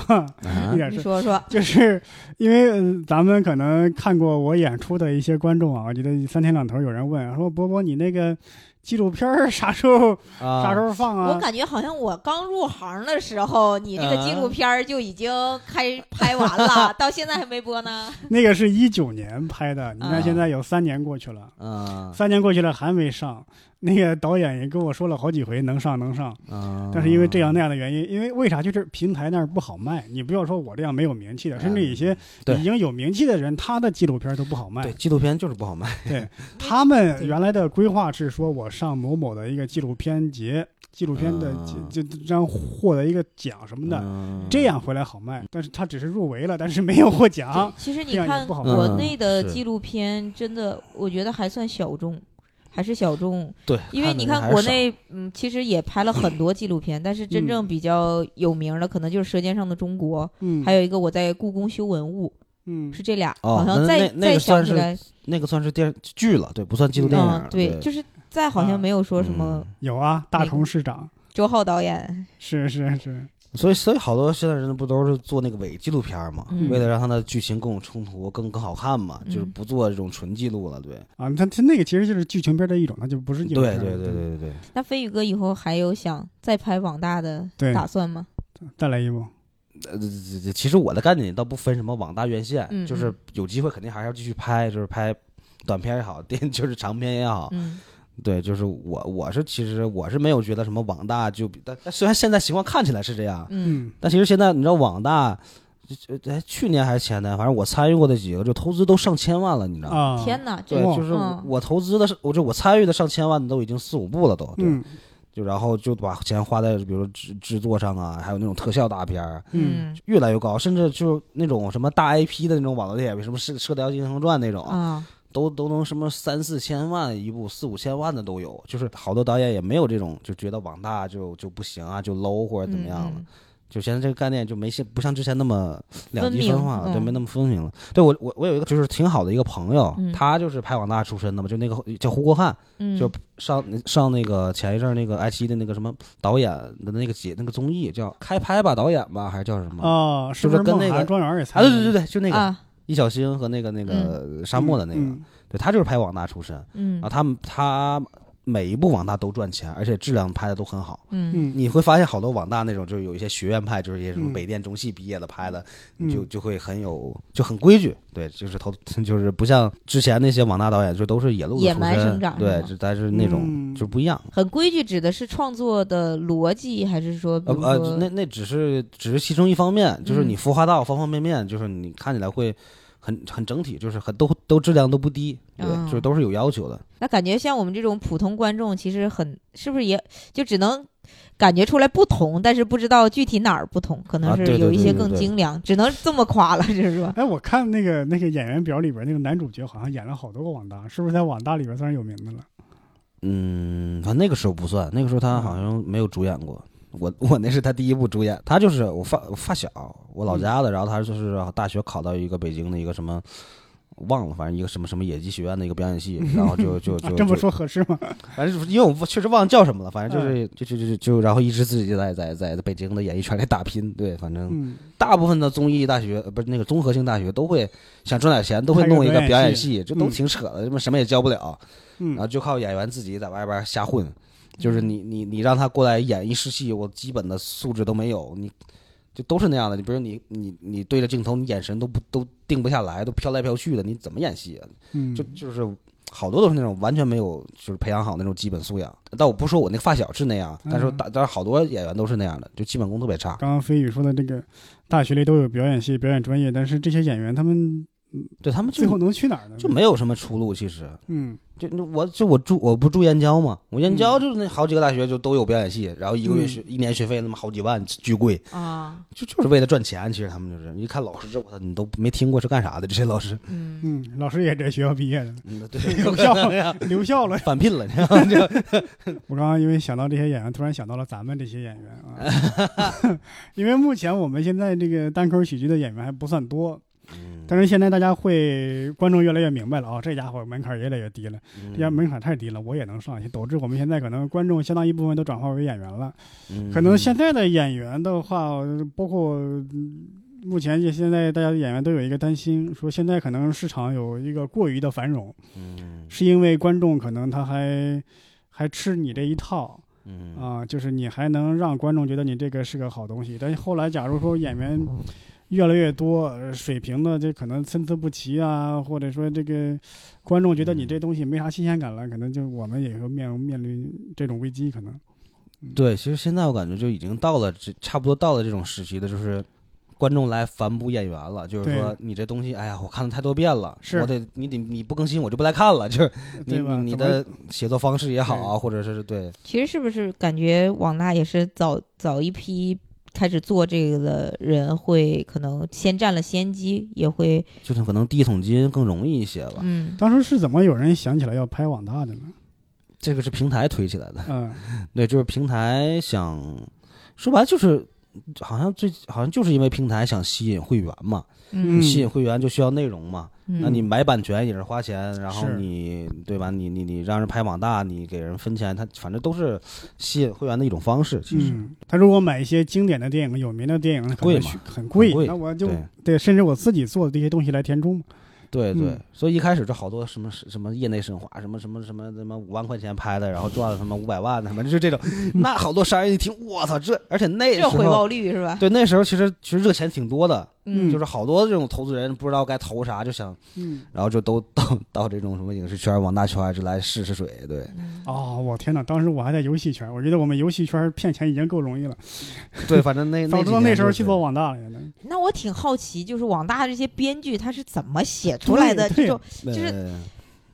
Speaker 1: *laughs*
Speaker 3: 啊
Speaker 1: 一点
Speaker 2: 你
Speaker 1: 事。
Speaker 2: 说说，
Speaker 1: 就是因为、呃咱们可能看过我演出的一些观众啊，我觉得三天两头有人问说：“波波，你那个纪录片儿啥时候
Speaker 3: 啊，
Speaker 1: 啥时候放
Speaker 2: 我
Speaker 1: 啊？”
Speaker 2: 感觉好像我刚入行的时候，你这个纪
Speaker 1: 嗯
Speaker 2: 录片儿就已经开拍完
Speaker 1: *laughs*
Speaker 2: 了，到现在还没播呢。
Speaker 1: 那个是一九年拍的，你
Speaker 2: 啊
Speaker 1: 看现在有三年过去了，
Speaker 3: 啊
Speaker 1: 三年过去了还没上。那个导演也跟我说了好几回，能上能上。
Speaker 3: 啊！
Speaker 1: 但是因为这样那样的原因，因为为啥就是平台那儿不好卖？你不要说我这样没有名气的，甚至有些
Speaker 3: 对
Speaker 1: 已经有名气的人，他的纪录片都不好卖
Speaker 3: 对。纪录片就是不好
Speaker 1: *laughs*
Speaker 3: 卖，
Speaker 1: 他们原来的规划是说，我上某某的一个纪录片节，纪录片的
Speaker 3: 啊
Speaker 1: 就就这样获得一个奖什么的，
Speaker 3: 嗯
Speaker 1: 这样回来好卖。但是他只是入围了，但是没有获奖。
Speaker 2: 其实你
Speaker 1: 这样也
Speaker 2: 看
Speaker 1: 不好
Speaker 2: 国
Speaker 3: 看
Speaker 2: 内的
Speaker 3: 嗯是
Speaker 2: 纪录片，真的我觉得还算小众，还是小众。
Speaker 3: 对，
Speaker 2: 因为你
Speaker 3: 的人
Speaker 2: 看
Speaker 3: 还是
Speaker 2: 国
Speaker 3: 少嗯
Speaker 2: 内，嗯，其实也拍了很多纪录片，但是真正比较有名的，可能就是《舌尖上的中国》，
Speaker 1: 嗯，
Speaker 2: 还有一个我在故宫修文物，
Speaker 1: 嗯
Speaker 2: 是这俩。
Speaker 3: 哦
Speaker 2: 好像
Speaker 3: 那
Speaker 2: 再
Speaker 3: 那那
Speaker 2: 再
Speaker 3: 个
Speaker 2: 想
Speaker 3: 算
Speaker 2: 起
Speaker 3: 是
Speaker 2: 来，
Speaker 3: 那个算是电视剧了，对，不算纪录电影
Speaker 2: 嗯
Speaker 3: 了，，啊
Speaker 2: 对，就是再好像没有说什么
Speaker 3: 嗯
Speaker 1: 有啊，大同市长
Speaker 2: 周浩导演，
Speaker 1: 是是是，
Speaker 3: 所以，所以好多现在人不都是做那个伪纪录片儿嘛？
Speaker 2: 嗯
Speaker 3: 为了让它的剧情更有冲突、更更好看嘛，就是
Speaker 2: 嗯
Speaker 3: 不做这种纯记录了。对，
Speaker 1: 啊，他他那个其实就是剧情片的一种，他就不是纪
Speaker 3: 对
Speaker 1: 录片
Speaker 3: 对
Speaker 1: 了。
Speaker 3: 对对对对。
Speaker 2: 那飞宇哥以后还有想再拍网大的
Speaker 1: 对
Speaker 2: 打算吗？
Speaker 1: 再来一部。
Speaker 3: 呃，这这这其实我的概念倒不分什么网大院线，
Speaker 2: 嗯
Speaker 3: 就是有机会肯定还是要继续拍，就是拍短片也好，电 *laughs* 就是长片也好。
Speaker 2: 嗯，
Speaker 3: *laughs* 对，就是我我是其实我是没有觉得什么网大就比，但但虽然现在情况看起来是这样，
Speaker 2: 嗯
Speaker 1: 嗯
Speaker 3: 但其实现在你知道网大这这哎去年还是前年，反正我参与过的几个，就投资都上千万了，你知道吗？
Speaker 1: 啊，
Speaker 2: 天哪，这
Speaker 3: 嗯对，
Speaker 1: 哇
Speaker 3: 就是
Speaker 2: 嗯
Speaker 3: 我投资的是，我这我参与的上千万的都已经四五部了都，对，
Speaker 1: 嗯
Speaker 3: 就然后就把钱花在比如说制制作上啊，还有那种特效大片儿，
Speaker 1: 嗯，
Speaker 3: 越来越高，甚至就那种什么大 IP 的那种网络电影，什么《射射雕英雄传》那种，
Speaker 2: 啊，
Speaker 3: 都都能什么三四千万一部，四五千万的都有。就是好多导演也没有这种，就觉得网大就就不行啊，就 low 或者怎么样了。
Speaker 2: 嗯
Speaker 3: 就现在这个概念就没像不像之前那么两极
Speaker 2: 分明
Speaker 3: 分化了，对，
Speaker 2: 嗯
Speaker 3: 没那么分明了。对我我我有一个就是挺好的一个朋友，
Speaker 2: 嗯
Speaker 3: 他就是拍网大出身的嘛，就那个叫胡国汉，
Speaker 2: 嗯，
Speaker 3: 就上上那个前一阵儿那个爱奇艺的那个什么导演的那个节那个综艺叫《开拍吧导演》吧，还是叫什
Speaker 2: 哦
Speaker 3: 么？
Speaker 1: 啊，是不
Speaker 3: 就是跟
Speaker 1: 梦
Speaker 3: 那
Speaker 1: 涵
Speaker 3: 个
Speaker 1: 庄园也
Speaker 3: 啊，
Speaker 1: 参与了？
Speaker 3: 对对对对，就那个
Speaker 2: 啊，
Speaker 3: 易小星和那个那个沙漠的那个，
Speaker 1: 嗯
Speaker 3: 对他就是拍网大出身，
Speaker 2: 嗯
Speaker 3: 然后他们他每一部网大都赚钱，而且质量拍的都很好。
Speaker 2: 嗯
Speaker 1: 嗯，
Speaker 3: 你会发现好多网大那种就是有一些学院派，就是一些什
Speaker 1: 嗯
Speaker 3: 么北电中戏毕业的拍的，
Speaker 1: 嗯
Speaker 3: 你就就会很有就很规矩，对，就是投 *laughs* 就是不像之前那些网大导演就都是野路子
Speaker 2: 野
Speaker 3: 出
Speaker 2: 蛮
Speaker 3: 身
Speaker 2: 生长是
Speaker 3: 对
Speaker 2: 吗，
Speaker 3: 就但是那种
Speaker 1: 嗯
Speaker 3: 就不一样。
Speaker 2: 很规矩，指的是创作的逻辑，还是说，比
Speaker 3: 呃
Speaker 2: 如
Speaker 3: 呃，
Speaker 2: 说
Speaker 3: 那那只是只是其中一方面，就是
Speaker 1: 嗯
Speaker 3: 你孵化到方方面面，就是你看起来会很很整体，就是很都都质量都不低，对，
Speaker 2: 嗯
Speaker 3: 就是都是有要求的。
Speaker 2: 那感觉像我们这种普通观众，其实很是不是也就只能感觉出来不同，但是不知道具体哪儿不同，可能
Speaker 3: 啊
Speaker 2: 是
Speaker 3: 对对
Speaker 2: 有一
Speaker 3: 对
Speaker 2: 些
Speaker 3: 对
Speaker 2: 更
Speaker 3: 对
Speaker 2: 精良，只能这么夸了，就是说，
Speaker 1: 哎，我看那个那个演员表里边那个男主角好像演了好多个网大，是不是在网大里边算是有名的了？
Speaker 3: 嗯，他那个时候不算，那个时候他好像没有主演过。我我那是他第一部主演，他就是我发我发小，我
Speaker 1: 嗯
Speaker 3: 老家的，然后他就是大学考到一个北京的一个什么，忘了，反正一个什么什么野鸡学院的一个表
Speaker 1: *laughs*
Speaker 3: 演系，然后就就
Speaker 1: 啊
Speaker 3: 就，
Speaker 1: 这么
Speaker 3: 就
Speaker 1: 说合适吗？
Speaker 3: 反正就是因为我确实忘了叫什么了，反
Speaker 1: 嗯
Speaker 3: 正就是、就就就就然后一直自己在在在北京的演艺圈里打拼，对，反正
Speaker 1: 嗯，
Speaker 3: 大部分的综艺大学呃不是那个综合性大学都会想赚点钱，都会弄一个表演系，这都挺扯的，他妈什么也教不了，
Speaker 1: 嗯
Speaker 3: 然后就靠演员自己在外边瞎混，就是你你你让他过来演一试戏，我基本的素质都没有，你就都是那样的，你比如你你你对着镜头，你眼神都不都定不下来，都飘来飘去的，你怎么演戏啊？
Speaker 1: 嗯，
Speaker 3: 就就是好多都是那种完全没有就是培养好那种基本素养。但我不是说我那个发小是那样，但是
Speaker 1: 嗯
Speaker 3: 但但是好多演员都是那样的，就基本功特别差。
Speaker 1: 刚刚飞宇说的这个，大学里都有表演系、表演专业，但是这些演员他们
Speaker 3: 对他们
Speaker 1: 最后
Speaker 3: 就
Speaker 1: 能去哪儿呢？
Speaker 3: 就没有什么出路，其实。
Speaker 1: 嗯
Speaker 3: 就我就我住我不住燕郊嘛，我燕郊就是那好几个大学就都有表演系，然后一个月
Speaker 1: 嗯
Speaker 3: 学、一年学费那么好几万，巨贵，
Speaker 2: 啊，
Speaker 3: 就就是为了赚钱。其实他们就是一看老师，这我操，你都没听过是干啥的？这些老师，
Speaker 2: 嗯，
Speaker 1: 嗯，老师也这学校毕业
Speaker 3: *laughs*
Speaker 1: 的，
Speaker 3: 嗯，对，
Speaker 1: 有效留校了。
Speaker 3: 返聘了，你知道吗？就
Speaker 1: 我刚刚因为想到这些演员，突然想到了咱们这些演员啊， *laughs* 因为目前我们现在这个单口喜剧的演员还不算多，但是现在大家会观众越来越明白了啊、这家伙门槛越来越低了，这
Speaker 3: 嗯
Speaker 1: 家门槛太低了，我也能上去。导致我们现在可能观众相当一部分都转化为演员了，
Speaker 3: 嗯
Speaker 1: 可能现在的演员的话，包括。嗯目前也现在大家的演员都有一个担心，说现在可能市场有一个过于的繁荣，
Speaker 3: 嗯
Speaker 1: 是因为观众可能他还还吃你这一套，
Speaker 3: 嗯
Speaker 1: 啊、就是你还能让观众觉得你这个是个好东西。但是后来，假如说演员越来越多，呃水平的这可能参差不齐啊，或者说这个观众觉得你这东西没啥新鲜感了，可能就我们也会面面临这种危机，可能。
Speaker 3: 对，其实现在我感觉就已经到了这差不多到了这种时期的，就是观众来反哺演员了，就是
Speaker 1: 对
Speaker 3: 说你这东西，哎呀，我看了太多遍了，
Speaker 1: 是
Speaker 3: 我得你得你不更新我就不来看了，就是你
Speaker 1: 对吧
Speaker 3: 你你
Speaker 1: 怎么
Speaker 3: 的写作方式也好啊，或者是对，
Speaker 2: 其实是不是感觉网大也是早早一批开始做这个的人会可能先占了先机，也会
Speaker 3: 就是可能第一桶金更容易一些吧，
Speaker 2: 嗯
Speaker 1: 当时是怎么有人想起来要拍网大的呢？
Speaker 3: *laughs* 这个是平台推起来的， *laughs*
Speaker 1: 嗯
Speaker 3: 对，就是平台想说白了就是。好像最好像就是因为平台想吸引会员嘛，
Speaker 1: 嗯
Speaker 3: 吸引会员就需要内容嘛，
Speaker 2: 嗯
Speaker 3: 那你买版权也是花钱，然后
Speaker 1: 是
Speaker 3: 你对吧？你你你让人拍网大，你给人分钱，他反正都是吸引会员的一种方式。其实，
Speaker 1: 嗯，他如果买一些经典的电影、有名的电影，
Speaker 3: 贵
Speaker 1: 可能
Speaker 3: 嘛
Speaker 1: 去很贵，
Speaker 3: 很贵
Speaker 1: 那我就
Speaker 3: 对
Speaker 1: 对，甚至我自己做的这些东西来填充嘛。
Speaker 3: 对
Speaker 1: 嗯
Speaker 3: 对，所以一开始就好多什么什么业内神话，什么什么什么什么五万块钱拍的，然后赚了什么五百万的，反正就 *laughs* 这种。那好多商人一听，我操，这而且那时
Speaker 2: 这回
Speaker 3: 候
Speaker 2: 报率是吧？
Speaker 3: 对那时候其实其实热钱挺多的，
Speaker 2: 嗯
Speaker 3: 就是好多这种投资人不知道该投啥，就想，
Speaker 1: 嗯，
Speaker 3: 然后就都到 *laughs* 到这种什么影视圈、网大圈就来试试水，对，
Speaker 1: 哦，我天哪！当时我还在游戏圈，我觉得我们游戏圈骗钱已经够容易了，
Speaker 3: 对，反正那
Speaker 1: 早
Speaker 3: 那
Speaker 1: 知
Speaker 3: 几
Speaker 1: 道
Speaker 3: 年
Speaker 1: 那时候去
Speaker 3: 就是
Speaker 1: 做网大了原来。
Speaker 2: 那我挺好奇，就是网大这些编剧他是怎么写出来
Speaker 1: 对
Speaker 2: 的？这
Speaker 1: 对
Speaker 2: 种就是
Speaker 3: 对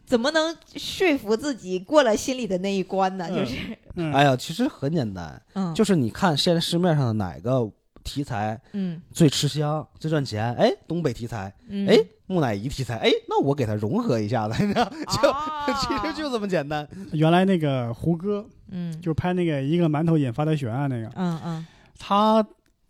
Speaker 2: 怎么能说服自己过了心里的那一关呢？
Speaker 1: 嗯
Speaker 2: 就是，
Speaker 1: 嗯，
Speaker 3: 哎呀，其实很简单，
Speaker 2: 嗯，
Speaker 3: 就是你看现在市面上的哪个题材
Speaker 2: 嗯
Speaker 3: 最吃香、最赚钱？哎，东北题材，
Speaker 2: 嗯，
Speaker 3: 哎，木乃伊题材，哎，那我给它融合一下子，你知
Speaker 1: 哦
Speaker 3: 道，就、
Speaker 2: 啊
Speaker 3: *laughs* 其实就这么简单。
Speaker 1: 原来那个胡歌
Speaker 2: 嗯，
Speaker 1: 就是拍那个一个馒头引发的悬案那个，
Speaker 2: 嗯嗯
Speaker 1: 他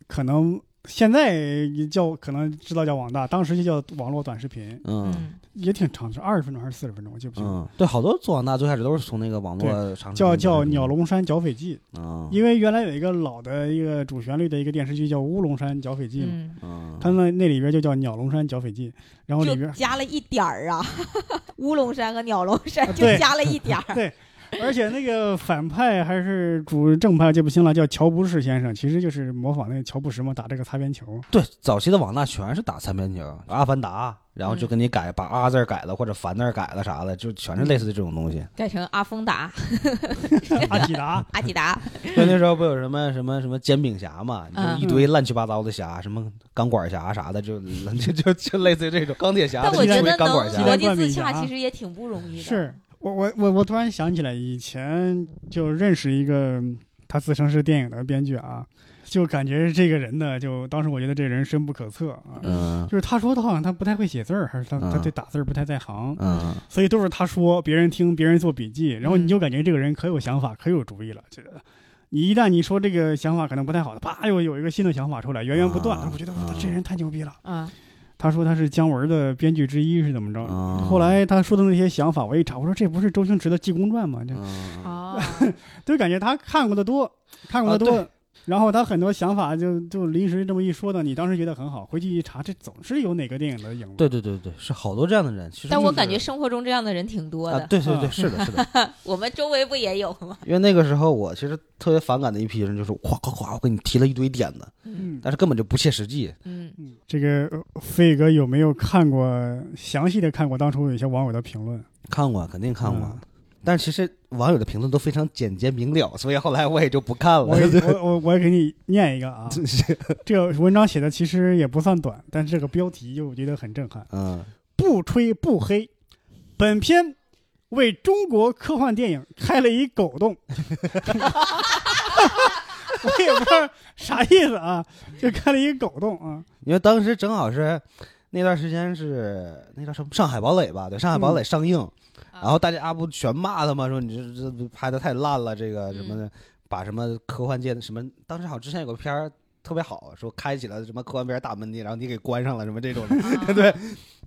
Speaker 1: 可能现在叫可能知道叫网大，当时就叫网络短视频，
Speaker 3: 嗯
Speaker 2: 嗯
Speaker 1: 也挺长，是二十分钟还是四十分钟，我记不清。了。
Speaker 3: 嗯，对，好多做网大最开始都是从那个网络长
Speaker 1: 叫叫《鸟笼山剿匪记》，
Speaker 3: 啊，
Speaker 1: 因为原来有一个老的一个主旋律的一个电视剧叫《乌龙山剿匪记》嘛，
Speaker 2: 嗯，
Speaker 3: 嗯，
Speaker 1: 他们那里边就叫《鸟笼山剿匪记》，然后里
Speaker 2: 就
Speaker 1: 边
Speaker 2: 加了一点儿啊，乌龙山和鸟笼
Speaker 3: 啊
Speaker 2: 山就
Speaker 1: 对
Speaker 2: 加了一点儿。
Speaker 1: 而且那个反派还是主正派，记不清了，叫乔布士先生，其实就是模仿那个乔布什嘛，打这个擦边
Speaker 2: *laughs*
Speaker 1: 球。
Speaker 3: 对，早期的网大全是打擦边球，阿凡达，然
Speaker 1: 嗯
Speaker 3: 后就给你改，把阿字儿改了或者凡字儿改了啥的，就全是类似的这种东西。
Speaker 2: *laughs* 改成阿峰达、
Speaker 1: 阿基
Speaker 2: *laughs*
Speaker 1: 达，
Speaker 3: *laughs*
Speaker 2: 阿吉达，
Speaker 3: 那那时候不有什么什么什么煎饼侠嘛，
Speaker 2: 嗯
Speaker 3: 就一堆乱七八糟的侠，什么钢管侠啥的，就 *laughs* 就就就类似于这种钢铁侠，
Speaker 2: 但我觉
Speaker 3: 就
Speaker 2: 得
Speaker 3: 是钢管
Speaker 2: 能
Speaker 3: 侠
Speaker 2: 逻。辑自洽其实也挺不容易的。
Speaker 1: 是我我我我突然想起来，以前就认识一个他自称是电影的编剧啊，就感觉这个人呢，就当时我觉得这人深不可测啊。
Speaker 3: 嗯
Speaker 1: 就是他说他好像他不太会写字儿，还是他他
Speaker 3: 嗯
Speaker 1: 对打字儿不太在行，
Speaker 3: 嗯，
Speaker 1: 所以都是他说，别人听，别人做笔记，然后
Speaker 2: 嗯
Speaker 1: 你就感觉这个人可有想法，可有主意了。这个你一旦你说这个想法可能不太好的，啪又有一个新的想法出来，源源不断。
Speaker 3: 啊
Speaker 1: 我觉得
Speaker 3: 啊
Speaker 1: 我操这人太牛逼了。
Speaker 2: 啊，
Speaker 1: 他说他是姜文的编剧之一是怎么着？
Speaker 3: 啊
Speaker 1: 后来他说的那些想法，我一查，我说这不是周星驰的《济公传》吗？这
Speaker 3: 嗯 *laughs*
Speaker 2: 哦，
Speaker 1: 就感觉他看过的多，看过的
Speaker 3: 啊
Speaker 1: 多。然后他很多想法就就临时这么一说呢，你当时觉得很好，回去一查，这总是有哪个电影的影子。
Speaker 3: 对对对对，是好多这样的人。其实
Speaker 2: 但
Speaker 3: 就
Speaker 2: 我
Speaker 3: 是
Speaker 2: 感觉生活中这样的人挺多
Speaker 3: 啊，
Speaker 2: 的，
Speaker 3: 对对对，
Speaker 1: 嗯
Speaker 3: 是的，是的。
Speaker 2: 我们周围不也有吗？
Speaker 3: 因为那个时候我其实特别反感的一批人，就是夸夸夸，我给你提了一堆点子，
Speaker 1: 嗯，
Speaker 3: 但是根本就不切实际。
Speaker 2: 嗯，
Speaker 1: 嗯，这个呃飞哥有没有看过详细的看过当初有些网友的评论？
Speaker 3: 看过，肯定看过。
Speaker 1: 嗯
Speaker 3: 但是其实网友的评论都非常简洁明了，所以后 *laughs* 来我也就不看了。
Speaker 1: 我
Speaker 3: *laughs*
Speaker 1: 给我我我也给你念一个啊，
Speaker 3: 真 *laughs* 是，
Speaker 1: 这个文章写的其实也不算短，但是这个标题就我觉得很震撼。
Speaker 3: 嗯，
Speaker 1: 不吹不黑，本片为中国科幻电影开了一狗
Speaker 3: *laughs*
Speaker 1: 洞。 *laughs* 我也不知道啥意思啊，就开了一狗洞啊。
Speaker 3: 因为当时正好是那段时间是那叫什么《上海堡垒》吧？对，《上海堡垒》上映，
Speaker 2: 嗯啊
Speaker 3: 然后大家不全骂他吗？说你这这拍的太烂了，这个什么
Speaker 2: 嗯
Speaker 3: 的，把什么科幻界的什么，当时好像之前有个片儿特别好，说开启了什么科幻片大门第，然后你给关上了什么这种的，
Speaker 2: 啊
Speaker 3: *laughs* 对，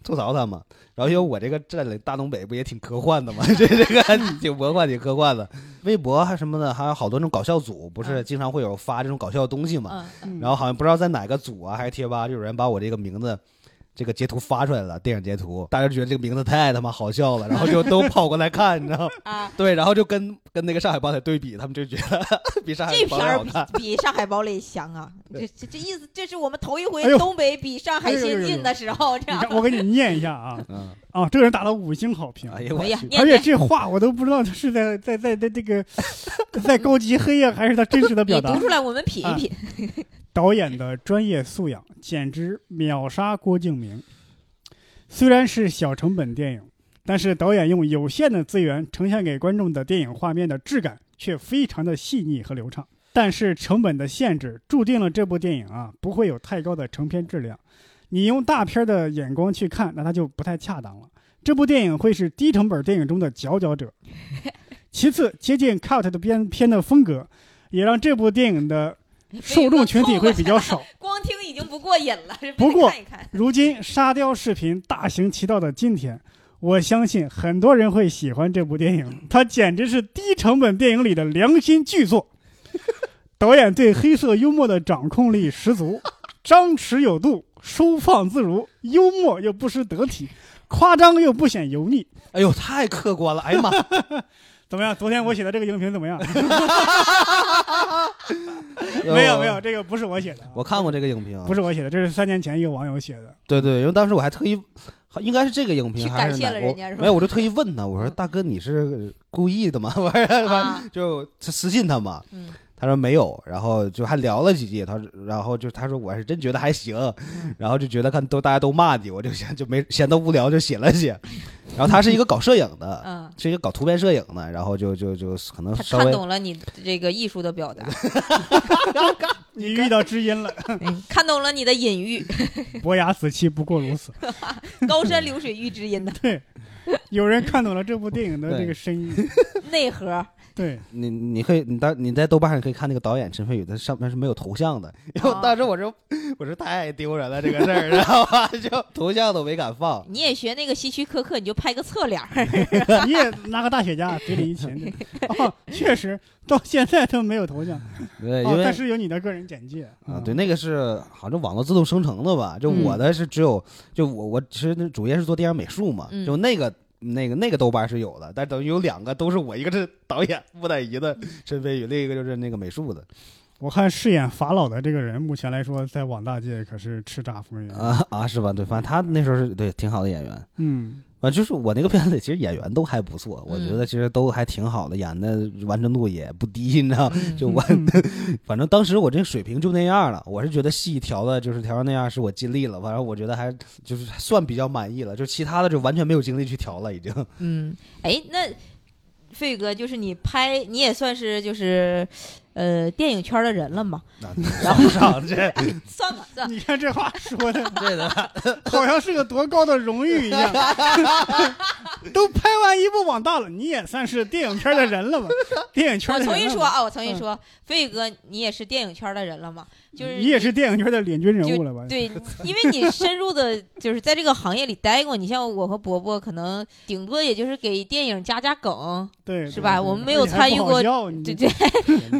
Speaker 3: 吐槽他们。然后因为我这个占领大东北不也挺科幻的嘛， *laughs* 这这个还挺魔幻，挺科幻的。微博还什么的，还有好多那种搞笑组，不是
Speaker 2: 嗯
Speaker 3: 经常会有发这种搞笑的东西嘛。
Speaker 2: 嗯嗯
Speaker 3: 然后好像不知道在哪个组啊，还是贴吧，就有人把我这个名字。这个截图发出来了，电影截图，大家就觉得这个名字太他妈好笑了，然后就都跑过来看，你知道吗？
Speaker 2: 啊，
Speaker 3: *laughs* 对，然后就跟跟那个上海堡垒对比，他们就觉得 *laughs* 比
Speaker 1: 哎
Speaker 3: 上海
Speaker 2: 这
Speaker 3: 堡
Speaker 2: 片
Speaker 3: 垒
Speaker 2: 儿
Speaker 3: 好看。
Speaker 2: 比比上海堡垒强啊！这
Speaker 3: 对
Speaker 2: 这这意思，这是我们头一回
Speaker 1: 哎呦哎
Speaker 2: 东北比上海先进的时候，这
Speaker 1: 你
Speaker 2: 样
Speaker 1: 看，。我给你念一下啊
Speaker 3: 嗯，
Speaker 1: 啊，这个人打了五星好评，
Speaker 3: *laughs* 哎呀，我
Speaker 2: 哎呀，
Speaker 3: 去，
Speaker 2: 念
Speaker 1: 而且
Speaker 2: 念，
Speaker 1: 这话我都不知道他是在在在在这个在高级黑呀，还是他真实的表
Speaker 2: 你
Speaker 1: 达啊
Speaker 2: 读。出来我们品一品。
Speaker 1: 导演的专业素养简直秒杀郭敬明。虽然是小成本电影，但是导演用有限的资源呈现给观众的电影画面的质感却非常的细腻和流畅。但是成本的限制注定了这部电影啊不会有太高的成片质量。你用大片的眼光去看，那它就不太恰当了。这部电影会是低成本电影中的佼佼者。其次，接近 cult 的编片的风格，也让这部电影的受众群体会比较少。
Speaker 2: 光听已经不过瘾了，是 *laughs*
Speaker 1: 不
Speaker 2: 非得
Speaker 1: 过
Speaker 2: 看一看。
Speaker 1: 如今沙雕视频大行其道的今天，我相信很多人会喜欢这部电影， *laughs* 它简直是低成本电影里的良心巨作。导演对黑色幽默的掌控力十足，张弛有度，收放自如，幽默又不失得体，夸张又不显油腻，
Speaker 3: *laughs* 哎呦，太客观了！哎呀妈，
Speaker 1: 怎么样？昨天我写的这个影评怎么样？没有没有，，这个不是我写的啊，
Speaker 3: 我看过这个影评，
Speaker 1: 不是我写的，这是三年前一个网友写的。
Speaker 3: 对对，因为当时我还特意，还应该是这个影评
Speaker 2: 去
Speaker 3: 还
Speaker 2: 感
Speaker 3: 是嗯
Speaker 2: 谢
Speaker 3: 哪
Speaker 2: 了
Speaker 3: 个
Speaker 2: 人家是吧
Speaker 3: 没有，我就特意问他，我说大哥你是故意的吗？ *laughs* 我说、
Speaker 2: 啊
Speaker 3: 就私信他嘛，
Speaker 2: 嗯，
Speaker 3: 他说没有，然后就还聊了几句，他说然后就他说我是真觉得还行，
Speaker 2: 嗯
Speaker 3: 然后就觉得看都大家都骂你，我就想就没闲得无聊就写
Speaker 2: *laughs*
Speaker 3: 了写，然后他是一个搞摄影的，
Speaker 2: 嗯，
Speaker 3: 是一个搞图片摄影的，然后就就就可能
Speaker 2: 他
Speaker 3: 稍
Speaker 2: 看
Speaker 3: 微
Speaker 2: 懂了你这个艺术的表达，
Speaker 1: *laughs* 你遇到知音了，
Speaker 2: 嗯看懂了你的隐喻，
Speaker 1: 伯牙子期不过如此。
Speaker 2: 高山流水遇知
Speaker 1: *laughs*
Speaker 2: 音的
Speaker 1: 有人看懂了这部电影的这个深意。
Speaker 2: 内核。
Speaker 1: 对， *laughs*
Speaker 3: 你你可以，你当你在豆瓣上可以看那个导演陈飞宇，他上面是没有头像的， *laughs* 因为
Speaker 2: 哦
Speaker 3: 当时我就我说太丢人了这个事儿，知道吧？ *laughs* 就头像都没敢放。
Speaker 2: 你也学那个希区柯克，你就拍个侧脸儿，
Speaker 1: *laughs* 你也拿个大雪茄嘴里一擒。哦，确实到现在都没有头像，
Speaker 3: 对，
Speaker 1: 哦
Speaker 3: 因，为
Speaker 1: 但是有你的个人简介
Speaker 3: 啊，对，，那个是好像网络自动生成的吧？就
Speaker 2: 嗯
Speaker 3: 我的是只有，就我我其实那主业是做电影美术嘛，
Speaker 2: 嗯
Speaker 3: 就那个。那个那个豆瓣是有的，但等于有两个都是我，一个是导演木乃伊的陈飞宇，另一个就是那个美术的
Speaker 1: 我看饰演法老的这个人，目前来说在网大界可是叱咤
Speaker 2: 嗯
Speaker 1: 风云。
Speaker 3: 啊啊是吧？对，反正他那时候是对挺好的演员，
Speaker 2: *laughs*
Speaker 1: 嗯，
Speaker 3: 啊，就是我那个片子，其实演员都还不错，我觉
Speaker 2: 嗯
Speaker 3: 得其实都还挺好的，演的完成度也不低，你知道？就我，反正当时我这水平就那样了，我是觉得戏调的，就是调成那样，是我尽力了，反正我觉得还就是算比较满意了，就其他的就完全没有精力去调了，已经。
Speaker 2: 嗯，哎，那飞宇哥，就是你拍，你也算是就是，呃，电影圈的人了嘛？
Speaker 3: 那上不上这
Speaker 2: 算吧，算吧。
Speaker 1: 你看这话说的
Speaker 3: 这的，
Speaker 1: 好像是个多高的荣誉一样。 *laughs* 都拍完一部网大了，你也算是电影圈的人了吧？电影圈
Speaker 2: 我
Speaker 1: 的人
Speaker 2: 重
Speaker 1: 了嗯
Speaker 2: 新说
Speaker 1: 吧，
Speaker 2: 啊，我重新说，飞宇哥，你也是电影圈的人了嘛？就是
Speaker 1: 你也是电影圈的领军人物了吧？
Speaker 2: 对，因为你深入的，就是在这个行业里待过。你像我和伯伯，可能顶多也就是给电影加加梗，
Speaker 1: 对，
Speaker 2: 是吧
Speaker 1: 对对
Speaker 2: 我们没有参与过
Speaker 1: 而且还不好笑你
Speaker 2: 对 对，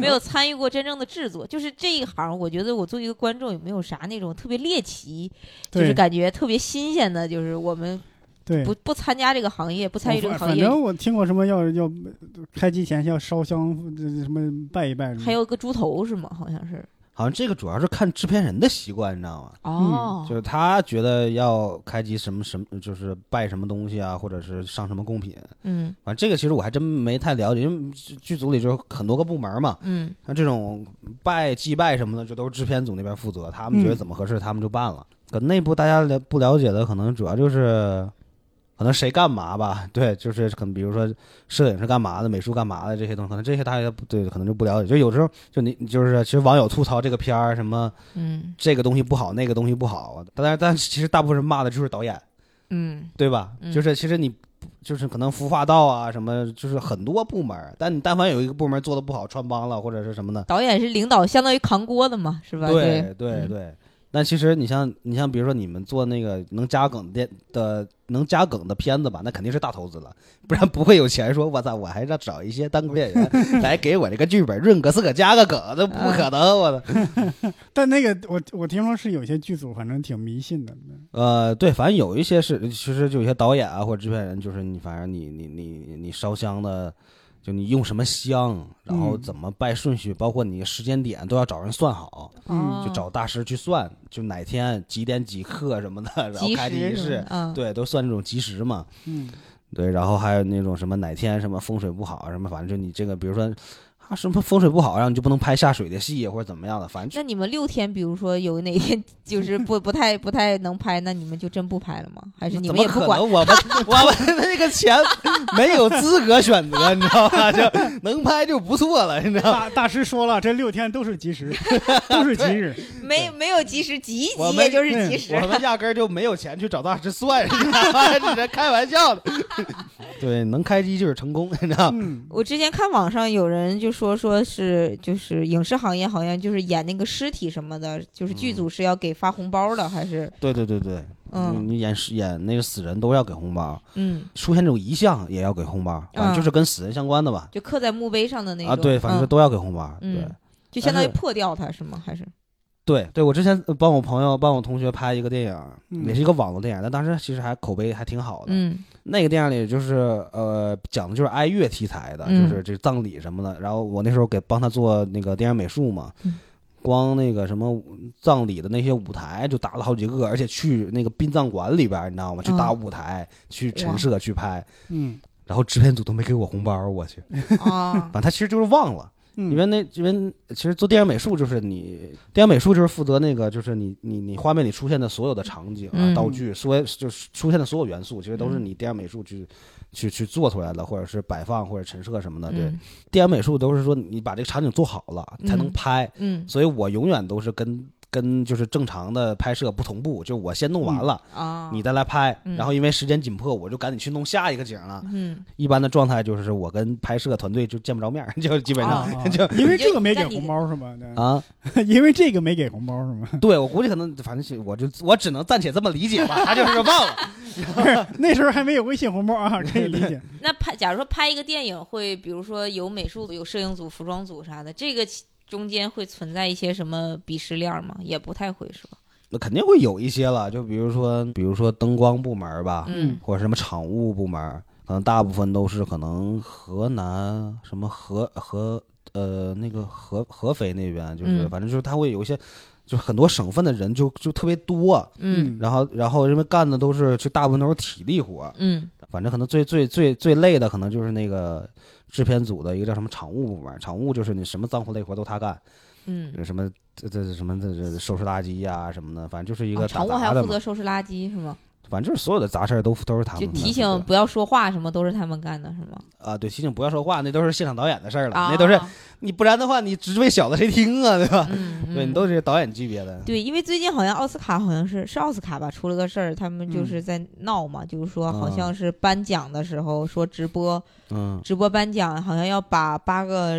Speaker 1: *laughs*
Speaker 2: 没有参与过真正的制作。就是这一行，我觉得我作为一个观众，有没有啥那种特别猎奇，就
Speaker 1: 对
Speaker 2: 是感觉特别新鲜的？就是我们
Speaker 1: 对
Speaker 2: 不不参加这个行业，不参与这
Speaker 1: 我
Speaker 2: 个
Speaker 1: 反反
Speaker 2: 行业，
Speaker 1: 正我听过什么要要开机前要烧香，这这什么拜一拜什么。
Speaker 2: 还有个猪头是吗？好像是
Speaker 3: *laughs* 好像这个主要是看制片人的习惯，你知道吗？
Speaker 1: 嗯
Speaker 2: 哦，
Speaker 3: 就是他觉得要开机什么什么，就是拜什么东西啊，或者是上什么贡品，
Speaker 2: 嗯
Speaker 3: 反正这个其实我还真没太了解，因为剧剧组里就有很多个部门嘛，
Speaker 2: 嗯
Speaker 3: 像这种拜祭拜什么的，就都是制片组那边负责，他们觉得
Speaker 1: 嗯
Speaker 3: 怎么合适，他们就办了。可内部大家了不了解的，可能主要就是，可能谁干嘛吧，对，就是可能比如说摄影是干嘛的，美术干嘛的这些东西，可能这些大家不对，可能就不了解。就有时候就你就是，其实网友吐槽这个片儿什么
Speaker 2: 嗯
Speaker 3: 这个东西不好，那个东西不好，但但其实大部分人骂的就是导演，
Speaker 2: 嗯
Speaker 3: 对吧？
Speaker 2: 嗯
Speaker 3: 就是其实你就是可能孵化道啊什么，就是很多部门儿，但你但凡有一个部门做的不好，穿帮了或者是什么的，
Speaker 2: 导演是领导，相当于扛锅的嘛，是吧？对
Speaker 3: 对对
Speaker 2: 嗯
Speaker 3: 对。但其实你像你像比如说你们做那个能加梗的电的能加梗的片子吧，那肯定是大投资了，不然不会有钱说我操，我还让找一些单口
Speaker 2: *laughs*
Speaker 3: 演员来给我这个剧本润个色加个梗，那
Speaker 2: 嗯
Speaker 3: 不可能，我的。
Speaker 1: 但那个我我听说是有些剧组反正挺迷信的，
Speaker 3: 呃，对，反正有一些是，其实就有些导演啊或者制片人，就是你反正你你你你烧香的。就你用什么香，然后
Speaker 1: 嗯
Speaker 3: 怎么拜顺序，包括你时间点都要找人算好，
Speaker 2: 哦
Speaker 1: 嗯
Speaker 3: 就找大师去算，就哪天几点几刻什么的，然后
Speaker 2: 及
Speaker 3: 开
Speaker 2: 时
Speaker 3: 仪
Speaker 2: 是
Speaker 3: 式
Speaker 2: 吧，嗯
Speaker 3: 对，都算这种及时嘛。
Speaker 1: 嗯，
Speaker 3: 对，然后还有那种什么哪天什么风水不好啊什么，反正就你这个，比如说啊什么风水不好，然后你就不能拍下水的戏或者怎么样的，反正
Speaker 2: 那
Speaker 3: 就
Speaker 2: 你们六天，比如说有哪天就是不不太不太能拍，那你们就真不拍
Speaker 3: *laughs*
Speaker 2: 了吗？还是你
Speaker 3: 怎
Speaker 2: 们
Speaker 3: 么
Speaker 2: 也不
Speaker 3: 可
Speaker 2: 管？ *laughs*
Speaker 3: 能？我们我们那个钱没有资格选择，你知道吧？就能拍就不错了，你知道吗？
Speaker 1: 大大师说了，这六天都是吉
Speaker 2: *laughs*
Speaker 1: 时，都是吉日，
Speaker 2: 没没有及时，急一
Speaker 3: 我
Speaker 2: 急
Speaker 3: 们
Speaker 2: 也就是
Speaker 1: 嗯
Speaker 2: 及时。
Speaker 3: 我们压根儿就没有钱去找大师算，你知道吗？这是开玩笑的。 *laughs* 对，能开机就是成功，你知道吗？
Speaker 1: 嗯，
Speaker 2: 我之前看网上有人就说，说是就是影视行业好像就是演那个尸体什么的，就是剧组是要给发红包的，还是
Speaker 3: 对对对对，
Speaker 2: 嗯
Speaker 3: 你演演那个死人都要给红包，
Speaker 2: 嗯，
Speaker 3: 出现这种遗像也要给红包，反正就是跟死人相关的吧。
Speaker 2: 就嗯刻在墓碑上的那种
Speaker 3: 啊，对，反正
Speaker 2: 嗯
Speaker 3: 都要给红包。
Speaker 2: 嗯
Speaker 3: 对，
Speaker 2: 就相当于
Speaker 3: 但
Speaker 2: 破掉它是吗？还是
Speaker 3: 对对，我之前呃帮我朋友、帮我同学拍一个电影，
Speaker 1: 嗯
Speaker 3: 也是一个网络电影，但当时其实还口碑还挺好的。
Speaker 2: 嗯
Speaker 3: 那个电影里就是呃讲的就是哀乐题材的，
Speaker 2: 嗯
Speaker 3: 就是这葬礼什么的。然后我那时候给帮他做那个电影美术嘛，
Speaker 2: 嗯
Speaker 3: 光那个什么葬礼的那些舞台就搭了好几个，而且去那个殡葬馆里边儿，你知道吗？去搭
Speaker 2: 嗯
Speaker 3: 舞台、去
Speaker 2: 哇
Speaker 3: 陈设、去拍。
Speaker 1: 嗯
Speaker 3: 然后制片组都没给我红包，我去，
Speaker 2: 啊
Speaker 3: 反，正他其实就是忘了。
Speaker 1: 嗯，
Speaker 3: 因为那因为其实做电影美术就是你电影美术就是负责那个就是你你你画面里出现的所有的场景啊、
Speaker 2: 嗯
Speaker 3: 道具，所就是出现的所有元素，其实都是
Speaker 2: 嗯
Speaker 3: 你电影美术去、去去做出来的，或者是摆放或者陈设什么的。对，
Speaker 2: 嗯
Speaker 3: 电影美术都是说你把这个场景做好了才能
Speaker 2: 嗯
Speaker 3: 拍，
Speaker 2: 嗯
Speaker 3: 所以我永远都是跟跟就是正常的拍摄不同步，就我先弄完了，
Speaker 2: 啊，
Speaker 3: 你再来拍，
Speaker 2: 嗯
Speaker 3: 然后因为时间紧迫，我就赶紧去弄下一个景了。
Speaker 2: 嗯，
Speaker 3: 一般的状态就是我跟拍摄团队就见不着面儿， *laughs* 就基本
Speaker 1: 啊
Speaker 3: 上、
Speaker 2: 哦
Speaker 1: 啊
Speaker 3: 就
Speaker 1: 因为这个没给
Speaker 2: 那你
Speaker 1: 红包是吗？对
Speaker 3: 啊，
Speaker 1: 因为这个没给红包是吗？ *laughs*
Speaker 3: *laughs* 对我估计可能反正是我就我只能暂且这么理解吧，他就是忘了。
Speaker 1: 不是那时候还没有微信红包啊，可以理解。
Speaker 4: 那拍，假如说拍一个电影，会比如说有美术组、有摄影组、服装组啥的，这个其中间会存在一些什么鄙视链吗？也不太会说。
Speaker 3: *laughs* 那肯定会有一些了，就比如说比如说灯光部门吧，
Speaker 1: 嗯
Speaker 4: 嗯
Speaker 3: 或者什么场务部门，可能大部分都是可能河南什么河河呃那个合合肥那边，就是、
Speaker 2: 嗯
Speaker 3: 反正就是他会有一些。就很多省份的人就就特别多，
Speaker 2: 嗯
Speaker 3: 然后然后因为干的都是就大部分都是体力活，
Speaker 2: 嗯
Speaker 3: 反正可能最最最最累的，可能就是那个制片组的一个叫什么场务部门，场务就是你什么脏活累活都他干，
Speaker 2: 嗯，
Speaker 3: 呃什么这这什么这这收拾垃圾呀、什么的，反正就是一
Speaker 2: 啊
Speaker 3: 个打
Speaker 2: 常务还
Speaker 3: 杂
Speaker 2: 要
Speaker 3: 的
Speaker 2: 负
Speaker 3: 嘛，
Speaker 2: 责收拾垃圾是吗？
Speaker 3: 反正就是所有的杂事儿都都是他们
Speaker 2: 就
Speaker 3: 干的。
Speaker 2: 提醒不要说话什么都是他们干的是吗？
Speaker 3: 啊，对，提醒不要说话，那都是现场导演的事儿了，
Speaker 2: 啊，
Speaker 3: 那都是你不然的话，你职位小的谁听啊，对吧？
Speaker 2: 嗯，嗯
Speaker 3: 对你都是导演级别的，
Speaker 2: 对，因为最近好像奥斯卡好像是是奥斯卡吧，出了个事儿，他
Speaker 3: 嗯
Speaker 2: 们就是在闹嘛，就是说好
Speaker 3: 啊
Speaker 2: 像是颁奖的时候说直播
Speaker 3: 嗯
Speaker 2: 直播颁奖，好像要把八个